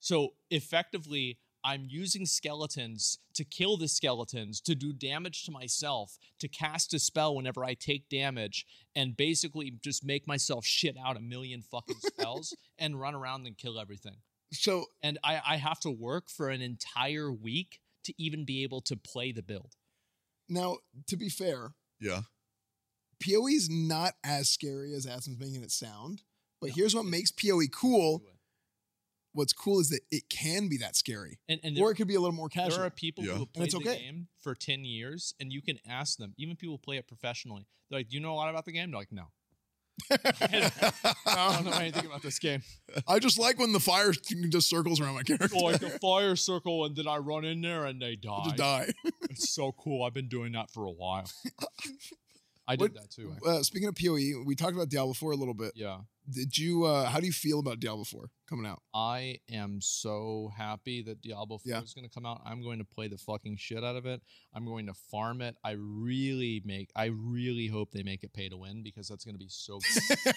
A: So effectively, I'm using skeletons to kill the skeletons, to do damage to myself, to cast a spell whenever I take damage, and basically just make myself shit out a million
D: <laughs>
A: fucking spells and run around and kill everything.
D: So
A: And I, I have to work for an entire week to even be able to play the build.
D: now, to be fair,
C: Yeah.
D: PoE is not as scary as Aspen's making it sound. But here's what makes PoE cool. What's cool is that it can be that scary,
A: And, and
D: or it could be a little more casual.
A: There are people
C: Yeah.
A: who have
D: And
A: played
D: it's
A: the
D: okay.
A: game for 10 years, and you can ask them, even people who play it professionally. They're like, Do you know a lot about the game? They're like, No. I don't know anything
C: <laughs>
A: about this
D: <laughs>
A: game.
D: <laughs> I just like when the fire <laughs> just circles around my character. <laughs>
A: Or like a fire circle, and then I run in there and they die.
D: I just die.
A: It's so cool. I've been doing that for a
D: <laughs>
A: while. I did
D: What-
A: that too. actually.
D: Uh, speaking of PoE, we talked about Diablo 4 a little bit.
A: Yeah.
D: Did you? Uh, how do you feel about Diablo 4 coming out?
A: I am so happy that Diablo 4
D: Yeah.
A: is going to come out. I'm going to play the fucking shit out of it. I'm going to farm it. I really make I really hope they make it pay to win because that's going to be
D: <laughs>
A: so good.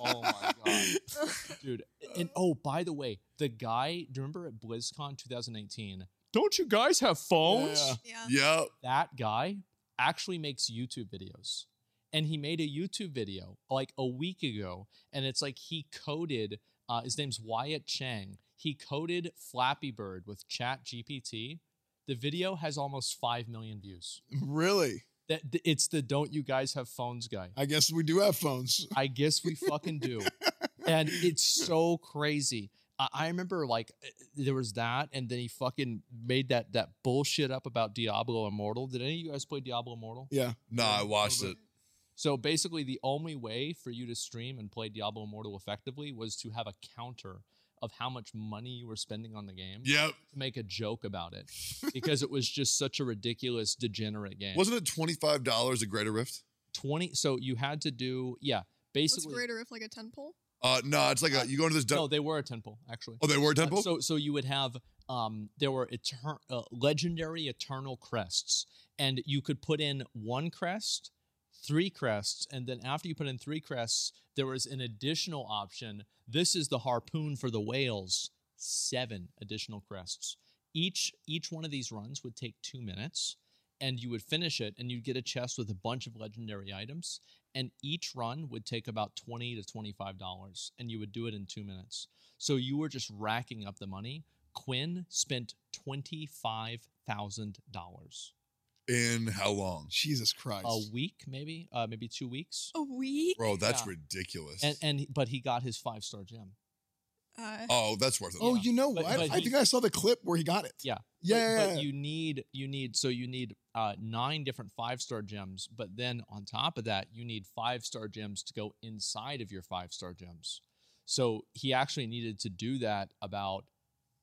A: oh my god. Dude, and oh, by the way, the guy, do you remember at BlizzCon 2018? Don't you guys have phones?
D: Yeah.
B: Yeah.
C: Yep.
A: that guy actually makes YouTube videos. And he made a YouTube video like a week ago. And it's like he coded, uh, his name's Wyatt Chang. He coded Flappy Bird with Chat GPT. The video has almost 5 million views.
D: <laughs> Really?
A: That th- It's the Don't You Guys Have Phones guy.
D: I guess we do have phones. <laughs>
A: I guess we fucking do. and it's so crazy. I, I remember like uh, there was that, and then he fucking made that that bullshit up about Diablo Immortal. Did any of you guys play Diablo Immortal?
D: Yeah.
C: No, I watched it.
A: So basically, the only way for you to stream and play Diablo Immortal effectively was to have a counter of how much money you were spending on the game
C: Yep.
A: to make a joke about it because it was just such a ridiculous degenerate game.
C: Wasn't it twenty five dollars a Greater Rift?
A: twenty? So you had to do yeah,
B: What's
A: basically.
B: greater if like a ten pole?
C: Uh, no, it's like a, you go into this. Dun-
A: No, they were a temple actually.
C: oh, they were a
A: Uh,
C: temple.
A: So so you would have um there were etern- uh, legendary eternal crests and you could put in one crest, three crests and then after you put in three crests there was an additional option. This is the harpoon for the whales. 7 additional crests. Each each one of these runs would take 2 minutes and you would finish it and you'd get a chest with a bunch of legendary items and each run would take about 20 to 25 dollars and you would do it in 2 minutes. So you were just racking up the money. Quinn spent $25,000
C: In how long,
D: Jesus Christ.
A: a week, maybe, uh, maybe two weeks.
D: Oh,
B: A week?
C: bro? That's
A: Yeah.
C: ridiculous.
A: And, and but he got his five star gem.
B: Uh,
C: oh, that's worth it.
D: oh, you know
A: But-
D: what?
A: but
D: I
A: he-
D: think I saw the clip where he got it.
A: Yeah.
D: Yeah.
A: But-
D: yeah,
A: but,
D: yeah.
A: you need you need so you need uh, nine different five star gems, but then on top of that, you need five star gems to go inside of your five star gems. So he actually needed to do that about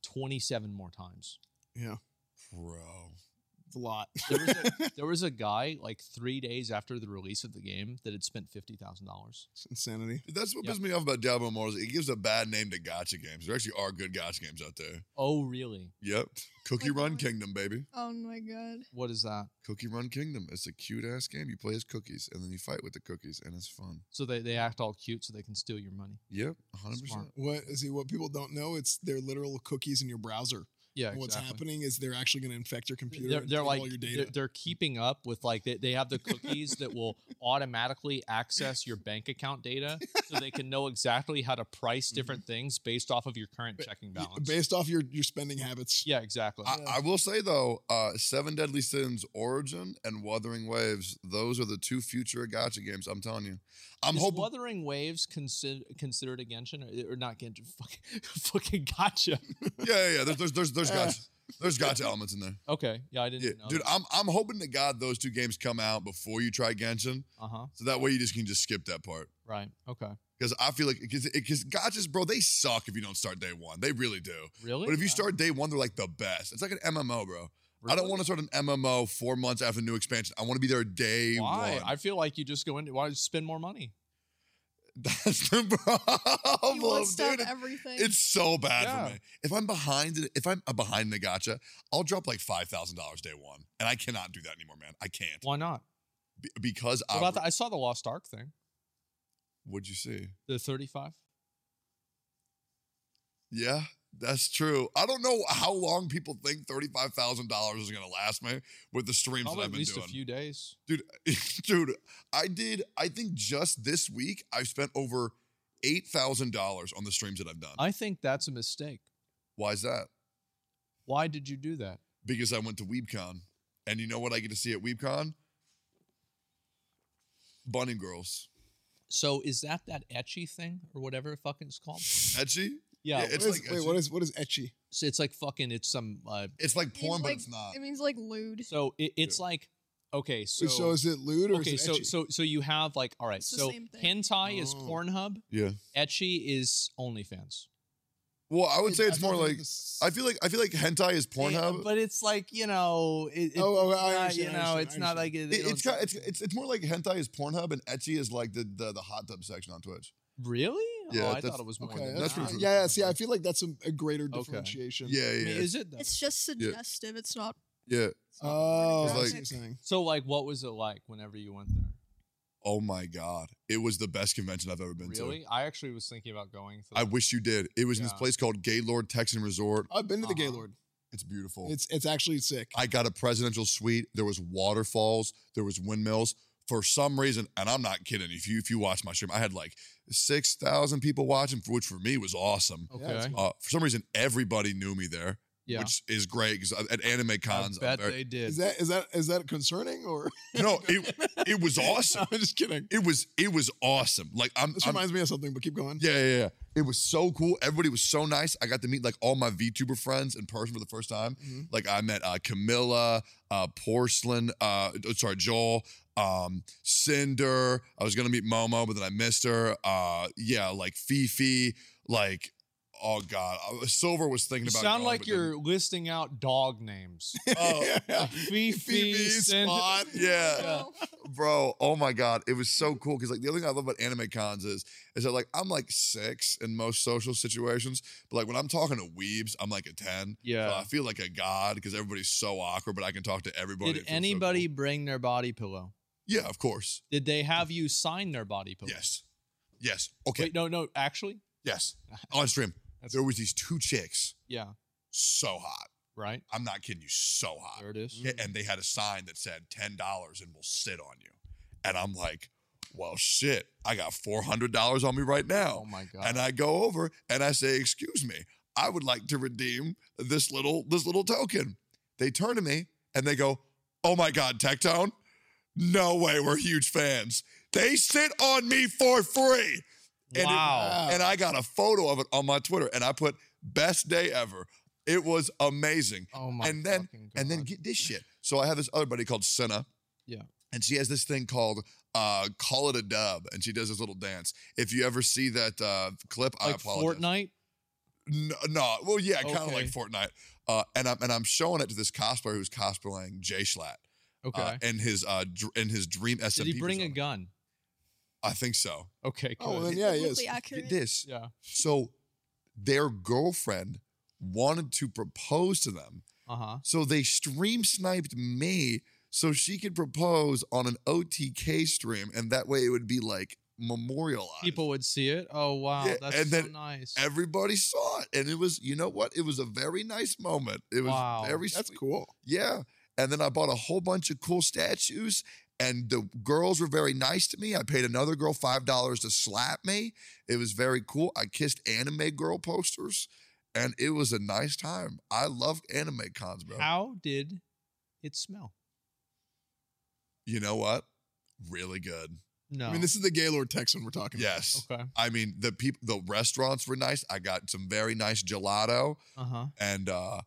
A: twenty seven more times.
C: bro.
D: It's a lot.
A: There was
D: <laughs>
A: a, there was a guy like three days after the release of the game that had spent fifty thousand dollars.
D: It's insanity.
C: That's what
A: Yep.
C: pisses me off about Diablo Immortal. is It gives a bad name to gotcha games. There actually are good gotcha games out there.
A: Oh, really?
C: Yep. Cookie
B: Like
C: Run
B: what?
C: Kingdom, baby.
B: oh my god.
A: What is that?
C: Cookie Run Kingdom. It's a cute ass game. You play as cookies and then you fight with the cookies and it's fun.
A: So they, they act all cute so they can steal your money.
C: Yep, 100%.
A: Smart.
D: What is he? What people don't know, it's their literal cookies in your browser.
A: Yeah,
D: And What's happening is they're actually going to infect your computer.
A: They're,
D: and
A: they're
D: take
A: like
D: all your
A: They're,
D: data.
A: they're keeping up with like they, they have the cookies that will automatically access your bank account
D: <laughs>
A: data so they can know exactly how to price different things based off of your current
D: Mm-hmm. Ba-
A: checking
D: Y- uh,
A: balance.
D: based off your your spending habits.
A: yeah, exactly.
C: I, I will say though, uh, Seven Deadly Sins, Origin, and Wuthering Waves, those are the two future gotcha games. I'm telling you. I'm
A: Is
C: hoping
A: Wuthering Waves consider, considered a Genshin or, or not Genshin? <laughs> Fucking, fucking gotcha.
C: Yeah, <laughs> yeah, yeah. There's there's there's, there's
D: Uh.
C: gotcha. There's gotcha elements in there.
A: Okay. Yeah, I <laughs> didn't
C: Yeah.
A: know.
C: Dude, I'm I'm hoping to God those two games come out before you try Genshin.
A: Uh huh.
C: So that way you just can just skip that part.
A: Right. Okay.
C: Because I feel like because because gotchas, bro, they suck if you don't start day one. They really do.
A: Really?
C: But if you
A: Wow.
C: start day one, they're like the best. It's like an MMO, bro. I don't
A: Really?
C: want to start an MMO four months after new expansion. I want to be there day
A: Why?
C: one.
A: I feel like you just go into why spend more money?
C: That's the <laughs>
B: You want
C: problem,
B: stuff
C: dude. It-
B: everything.
C: It's so bad for
A: Yeah.
C: me. If I'm behind, it- if I'm uh, behind the gotcha, I'll drop like five thousand dollars day one, and I cannot do that anymore, man. I can't
A: Why not?
C: Be- because
A: What
C: I.
A: about the, I saw the Lost Ark thing.
C: What'd you see?
A: The 35.
C: Yeah, That's true. I don't know how long people think thirty-five thousand dollars is gonna last me with the streams
A: Probably
C: that I've
A: at
C: been
A: least
C: doing.
A: a few days.
C: dude <laughs> dude i did i think just this week i spent over $8000 on the streams that i've done
A: I think that's a mistake.
C: why is that
A: Why did you do that?
C: because i went to weebcon and you know what i get to see at weebcon bunny girls
A: So is that that etchy thing or whatever it fucking is called?
C: etchy
A: Yeah,
C: <laughs> Yeah,
A: it's,
C: it's-
D: What is-
C: like-
D: wait, what is what is etchy?
A: so it's like fucking. It's some. Uh,
C: it's like
B: It's
C: porn but
B: like-
C: it's not
B: It means like lewd.
A: so it, it's like okay. So
D: So, is it lewd or
A: okay.
D: is it
A: So
D: etchy?
A: so so you have like all right.
B: It's the
A: So
B: same thing.
A: hentai is
D: Oh.
A: Pornhub.
C: yeah
A: Etchy is OnlyFans.
C: well i would say it's
D: thought
C: more
D: they were
C: like
D: the s-
C: i feel like i feel like hentai is pornhub
A: Yeah, but it's like you know. It, it,
D: Oh, oh, I
A: it's not,
D: understand,
A: you
D: I
A: know,
D: understand,
A: it's
D: I
A: not
D: understand.
A: like it,
C: It- it's, ki- it's it's it's more like hentai is pornhub and etchy is like the the, the hot tub section on twitch
A: really.
C: Yeah,
A: oh, I
C: that's-
A: thought it was more.
D: okay,
A: than
C: that's
A: that.
C: pretty-
D: yeah, yeah, see, I feel like that's a, a greater
A: Okay.
D: differentiation.
C: yeah
A: I
C: yeah
A: mean,
C: yeah,
A: is it? Though?
B: It's just suggestive. It's not.
C: yeah.
B: it's not
D: Oh,
B: pornographic.
D: I see
C: It's
D: what you're
B: <laughs>
D: saying.
A: So like, what was it like whenever you went there?
C: oh my god it was the best convention i've ever been to
A: Really? I actually was thinking about going. For
C: I
A: that.
C: wish you did. It was in this
A: Yeah.
C: place called Gaylord Texan Resort.
D: I've been to the
A: Uh-huh.
D: Gaylord.
C: It's beautiful.
D: It's it's actually sick.
C: I got a presidential suite. There was waterfalls. There was windmills. For some reason, and I'm not kidding. If you if you watch my stream, I had like six thousand people watching, which for me was awesome.
A: Okay.
D: Yeah, it's cool.
C: Uh, for some reason, everybody knew me there,
A: Mm-hmm. Yeah.
C: which is great because at anime cons,
A: I
C: I'm
A: bet
C: very-
A: they did.
D: Is that is that is that concerning or
C: no, it
A: <laughs>
C: it was awesome.
D: <laughs> I'm just kidding.
C: It was it was awesome. Like I'm,
D: This
C: I'm
D: reminds me of something, but keep going.
C: Yeah, yeah, yeah. It was so cool. Everybody was so nice. I got to meet like all my VTuber friends in person for the first time.
A: Mm-hmm.
D: Mhm.
C: Like I met uh, Camilla, uh, Porcelain, uh, oh, sorry, Joel, um, Cinder. I was gonna meet Momo, but then I missed her. Uh, yeah, like Fifi, like oh god, Uh, Silver was thinking
A: You
C: about.
A: sound
C: going,
A: like
C: but then-
A: you're listing out dog
C: <laughs>
A: names.
C: Oh,
A: Like Fifi, Cinder- <laughs>
C: Spot. Yeah
B: No.
C: bro oh my god it was so cool because like the other thing i love about anime cons is is that like i'm like six in most social situations but like when i'm talking to weebs i'm like a 10 so
A: Yeah.
C: i feel like a god because everybody's so awkward but i can talk to everybody
A: Did
C: It feels so
A: anybody
C: cool.
A: bring their body pillow?
C: yeah of course
A: Did they have you sign their body pillow?
C: yes yes okay
A: Wait, no, no, actually, <laughs>
C: yes on stream
A: That's-
C: there was these two chicks
A: yeah,
C: so hot
A: right.
C: i'm not kidding you so hot
A: There it is.
C: Yeah, and they had a sign that said ten dollars and we'll sit on you and i'm like well shit i got four hundred dollars on me right now
A: Oh my god.
C: and I go over and I say, "Excuse me, I would like to redeem this little this little token." They turn to me and they go, "Oh my God, Tectone! No way, we're huge fans." They sit on me for free, and it-
A: wow.
C: and I got a photo of it on my Twitter, and I put "best day ever." It was amazing.
A: oh my.
C: and then-
A: fucking
C: And then
A: God.
C: get this shit. So I have this other buddy called Senna.
A: Yeah.
C: And she has this thing called uh, "Call It a Dub," and she does this little dance. If you ever see that uh, clip, I
A: like
C: apologize.
A: Fortnite.
C: No, no. well, yeah, kind of like
A: Okay.
C: Fortnite. Uh, and I'm and I'm showing it to this cosplayer who's cosplaying Jay Schlatt
A: Okay.
C: uh, in his uh dr- in his dream SMP.
A: Did he bring a
C: persona.
A: gun?
C: I think so.
A: Okay. Good.
D: Oh, well, then yeah, yes.
B: Completely <laughs>
C: Get
B: accurate.
C: this.
A: yeah.
C: So their girlfriend wanted to propose to them,
A: Uh huh.
C: so they stream sniped me so she could propose on an OTK stream, and that way it would be like memorialized.
A: People would see it. Oh wow,
C: Yeah,
A: that's
C: and
A: so
C: then
A: nice.
C: Everybody saw it, and it was you know what? It was a very nice moment. It was
A: Wow.
C: very
D: That's
C: sweet.
D: cool.
C: Yeah. And then I bought a whole bunch of cool statues, and the girls were very nice to me. I paid another girl $5 to slap me. It was very cool. I kissed anime girl posters, and it was a nice time. I love anime cons, bro.
A: How did it smell?
C: you know what? Really good.
A: No.
D: I mean, this is the Gaylord Texan we're talking about.
C: Yes.
A: okay.
C: I mean, the people, the restaurants were nice. I got some very nice gelato,
A: Uh huh.
C: and uh,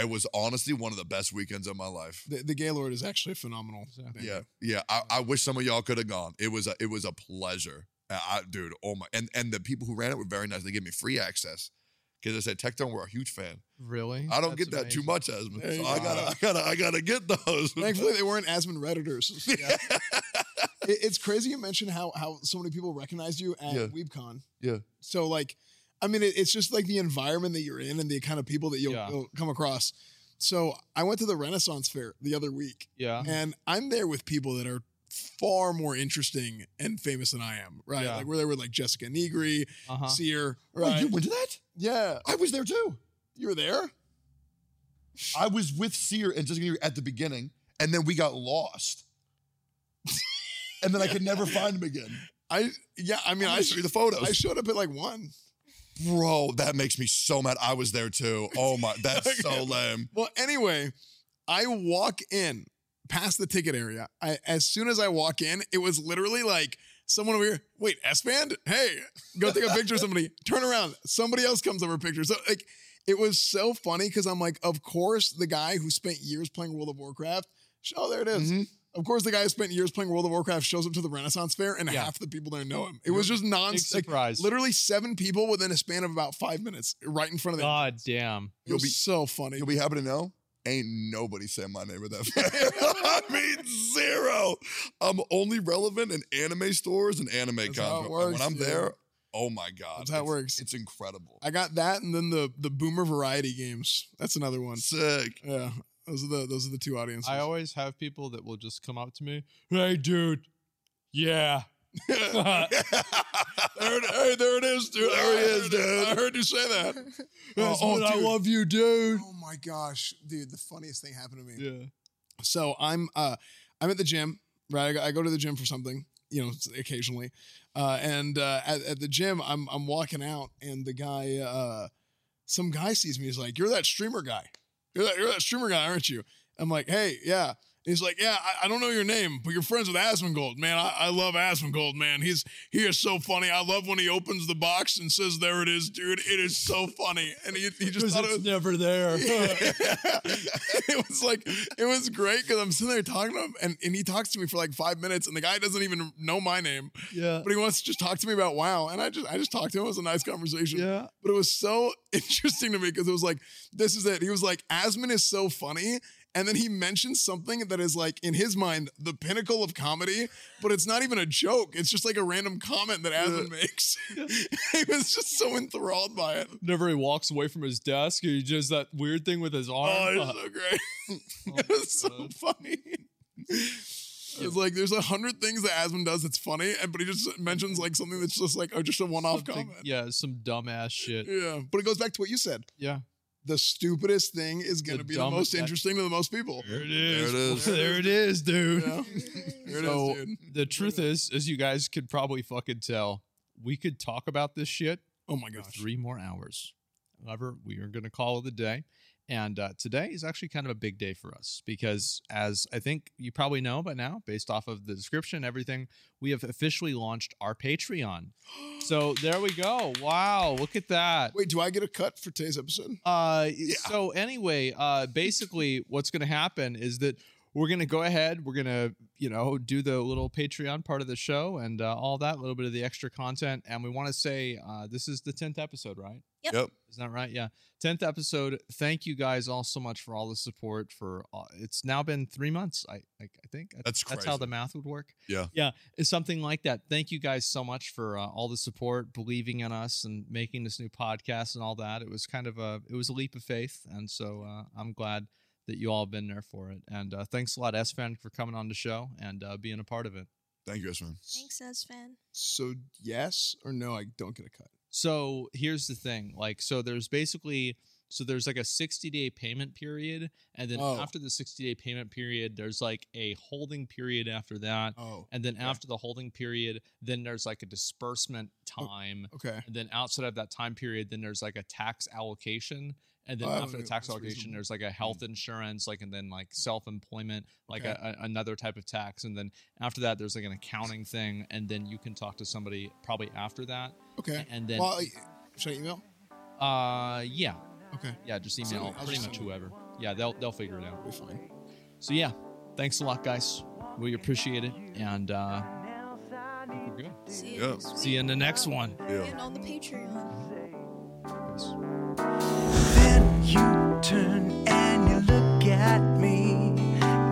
C: it was honestly one of the best weekends of my life.
D: The, the Gaylord is actually phenomenal.
A: So-
D: venue.
C: Yeah, yeah. I, I wish some of y'all could have gone. It was a it was a pleasure, Uh, I, dude. Oh my! And and the people who ran it were very nice. They gave me free access because I said Tectone were a huge fan.
A: Really?
C: I don't
A: That's
C: get that
A: amazing.
C: too much, Esmond.
D: There
C: So
D: you
C: I
D: go.
C: gotta I gotta I gotta get those.
D: Thankfully, they weren't Asmund
C: <laughs>
D: Redditors.
C: Yeah.
D: It- it's crazy you mentioned how how so many people recognize you at
C: Yeah.
D: WeebCon.
C: Yeah.
D: So like, I mean, it, it's just like the environment that you're in and the kind of people that you'll,
A: Yeah.
D: you'll come across. So I went to the Renaissance Fair the other week,
A: Yeah.
D: and I'm there with people that are far more interesting and famous than I am, right?
A: Yeah.
D: Like where they were like Jessica Negri,
A: Uh-huh.
D: Sear,
C: Wait,
D: right?
C: Oh, you went to that?
D: yeah,
C: I was there too.
D: you were there.
C: <laughs> I was with Sear and Jessica Negri at the beginning, and then we got lost. <laughs> and then I could never find him again.
D: I yeah, I mean,
C: I'm
D: I
C: gonna show you the photos.
D: I showed up at like one.
C: Bro, that makes me so mad. I was there too. Oh my,
D: <laughs>
C: that's so lame.
D: Well, anyway, I walk in past the ticket area. I as soon as I walk in, it was literally like someone over here. Wait, S band? Hey, go take a picture of somebody. <laughs> Turn around. Somebody else comes over a picture. So like, it was so funny because I'm like, of course, the guy who spent years playing World of Warcraft. Oh, there it is.
C: Mhm.
D: Of course, the guy who spent years playing World of Warcraft shows up to the Renaissance Fair, and
A: Yeah.
D: half the people there know him. It was just non
A: Big
D: like,
A: surprise.
D: literally seven people within a span of about five minutes, right in front of them.
A: God damn.
D: It was
C: You'll be-
D: so funny.
C: You'll be happy to know, ain't nobody saying my name with that. fair. <laughs> I mean, zero. I'm only relevant in anime stores and anime
D: That's how it
C: cons. And
D: works,
C: When I'm
D: yeah.
C: there, oh my god,
D: That's how it
C: it's-
D: works.
C: It's incredible.
D: I got that, and then the the Boomer variety games. That's another one.
C: Sick.
D: Yeah, those are the those are the two audiences.
A: I always have people that will just come up to me, hey, dude.
C: <laughs>
A: Yeah.
D: there it, hey, there it is, dude.
C: There he
D: I
C: is,
D: heard-
C: dude.
D: I heard you say that.
A: Oh,
D: That's what I
A: dude.
D: love
A: you, dude.
D: Oh my gosh, dude! The funniest thing happened to me.
A: Yeah.
D: So I'm uh I'm at the gym, right? I go, I go to the gym for something, you know, occasionally. Uh and uh at, at the gym I'm I'm walking out and the guy uh some guy sees me, he's like, You're that streamer guy. You're that you're that streamer guy, aren't you? I'm like, hey, yeah. And He's like, yeah, I, I don't know your name, but you're friends with Asmongold, man. I, I love Asmongold, man. He's he is so funny. I love when he opens the box and says, "There it is, dude. It is so funny." And he, he just thought it was
A: never
C: <laughs>
A: there.
D: <laughs> it was like it was great because I'm sitting there talking to him and, and he talks to me for like five minutes and the guy doesn't even know my name,
A: yeah.
D: but he wants to just talk to me about wow. And I just I just talked to him. It was a nice conversation.
A: Yeah.
D: But it was so <laughs> interesting to me because it was like, this is it. He was like, Asman is so funny. And then he mentions something that is like in his mind the pinnacle of comedy, but it's not even a joke. It's just like a random comment that Asman makes. <laughs> he was just so enthralled by it.
A: Whenever he walks away from his desk, he does that weird thing with his arm.
D: Oh,
A: Uh,
D: it's so great. <laughs>
A: oh
D: it
A: my
D: was so
A: God.
D: funny. It's like there's a hundred things that Asmund does that's funny, and but he just mentions like something that's just like oh, just a one-off
A: Something-
D: comment.
A: yeah, some dumbass shit.
D: Yeah, but it goes back to what you said.
A: Yeah.
D: The stupidest thing is going to
A: The
D: be the
A: dumbest-
D: most interesting to the most people.
A: There it
C: is.
A: There it is, dude.
D: Yeah. There it is,
A: So,
D: dude.
A: The truth is, as you guys could probably fucking tell, we could talk about this shit
D: Oh my
A: for
D: gosh.
A: three more hours. However, we are going to call it a day. And uh, today is actually kind of a big day for us because, as I think you probably know by now, based off of the description and everything, we have officially launched our Patreon.
D: <gasps>
A: So there we go. Wow, look at that.
D: Wait, do I get a cut for today's episode?
A: Uh, So anyway, uh, basically, what's going to happen is that we're going to go ahead. We're going to, you know, do the little Patreon part of the show and uh, all that little bit of the extra content. And we want to say uh, this is the tenth episode, right?
B: Yep.
C: Yep.
A: Is that right? Yeah, tenth episode. Thank you guys all so much for all the support. For all, it's now been three months. I like. I think
C: That's
A: that's how
C: crazy.
A: the math would work.
C: Yeah.
A: Yeah. It's something like that. Thank you guys so much for uh, all the support, believing in us, and making this new podcast and all that. It was kind of a it was a leap of faith, and so uh, I'm glad that you all have been there for it. And uh, thanks a lot, S fan, for coming on the show and uh, being a part of it.
C: Thank you, guys, man.
B: Thanks, as fan.
D: So yes or no, I don't get a cut.
A: So here's the thing, like, so there's basically so there's like a 60 day payment period, and then
D: Oh.
A: after the 60 day payment period, there's like a holding period after that.
D: Oh,
A: And then after the holding period, then there's like a disbursement
D: Oh.
A: time.
D: okay.
A: And then outside of that time period, then there's like a tax allocation. And then
D: Oh,
A: after the tax
D: that's
A: allocation,
D: reasonable. Hmm.
A: there's like a health insurance, like, and then like self employment, like
D: Okay.
A: a, a- another type of tax. And then after that, there's like an accounting thing. And then you can talk to somebody probably after that.
D: Okay.
A: And then,
D: Well, I- should I email?
A: uh, yeah,
D: Okay.
A: yeah, just
D: Send
A: email
D: it. I'll
A: pretty
D: just
A: much
D: send it.
A: whoever. Yeah, they'll, they'll figure it out.
D: We'll be fine.
A: So yeah, thanks a lot, guys. We appreciate it, and uh, I think we're good.
B: See you
C: Yeah.
B: next
A: See you in the next one.
B: week
C: Yeah.
B: and on the Patreon.
A: Peace.
F: Then you turn and you look at me.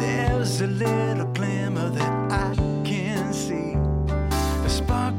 F: There's a little glimmer that I can see. The spark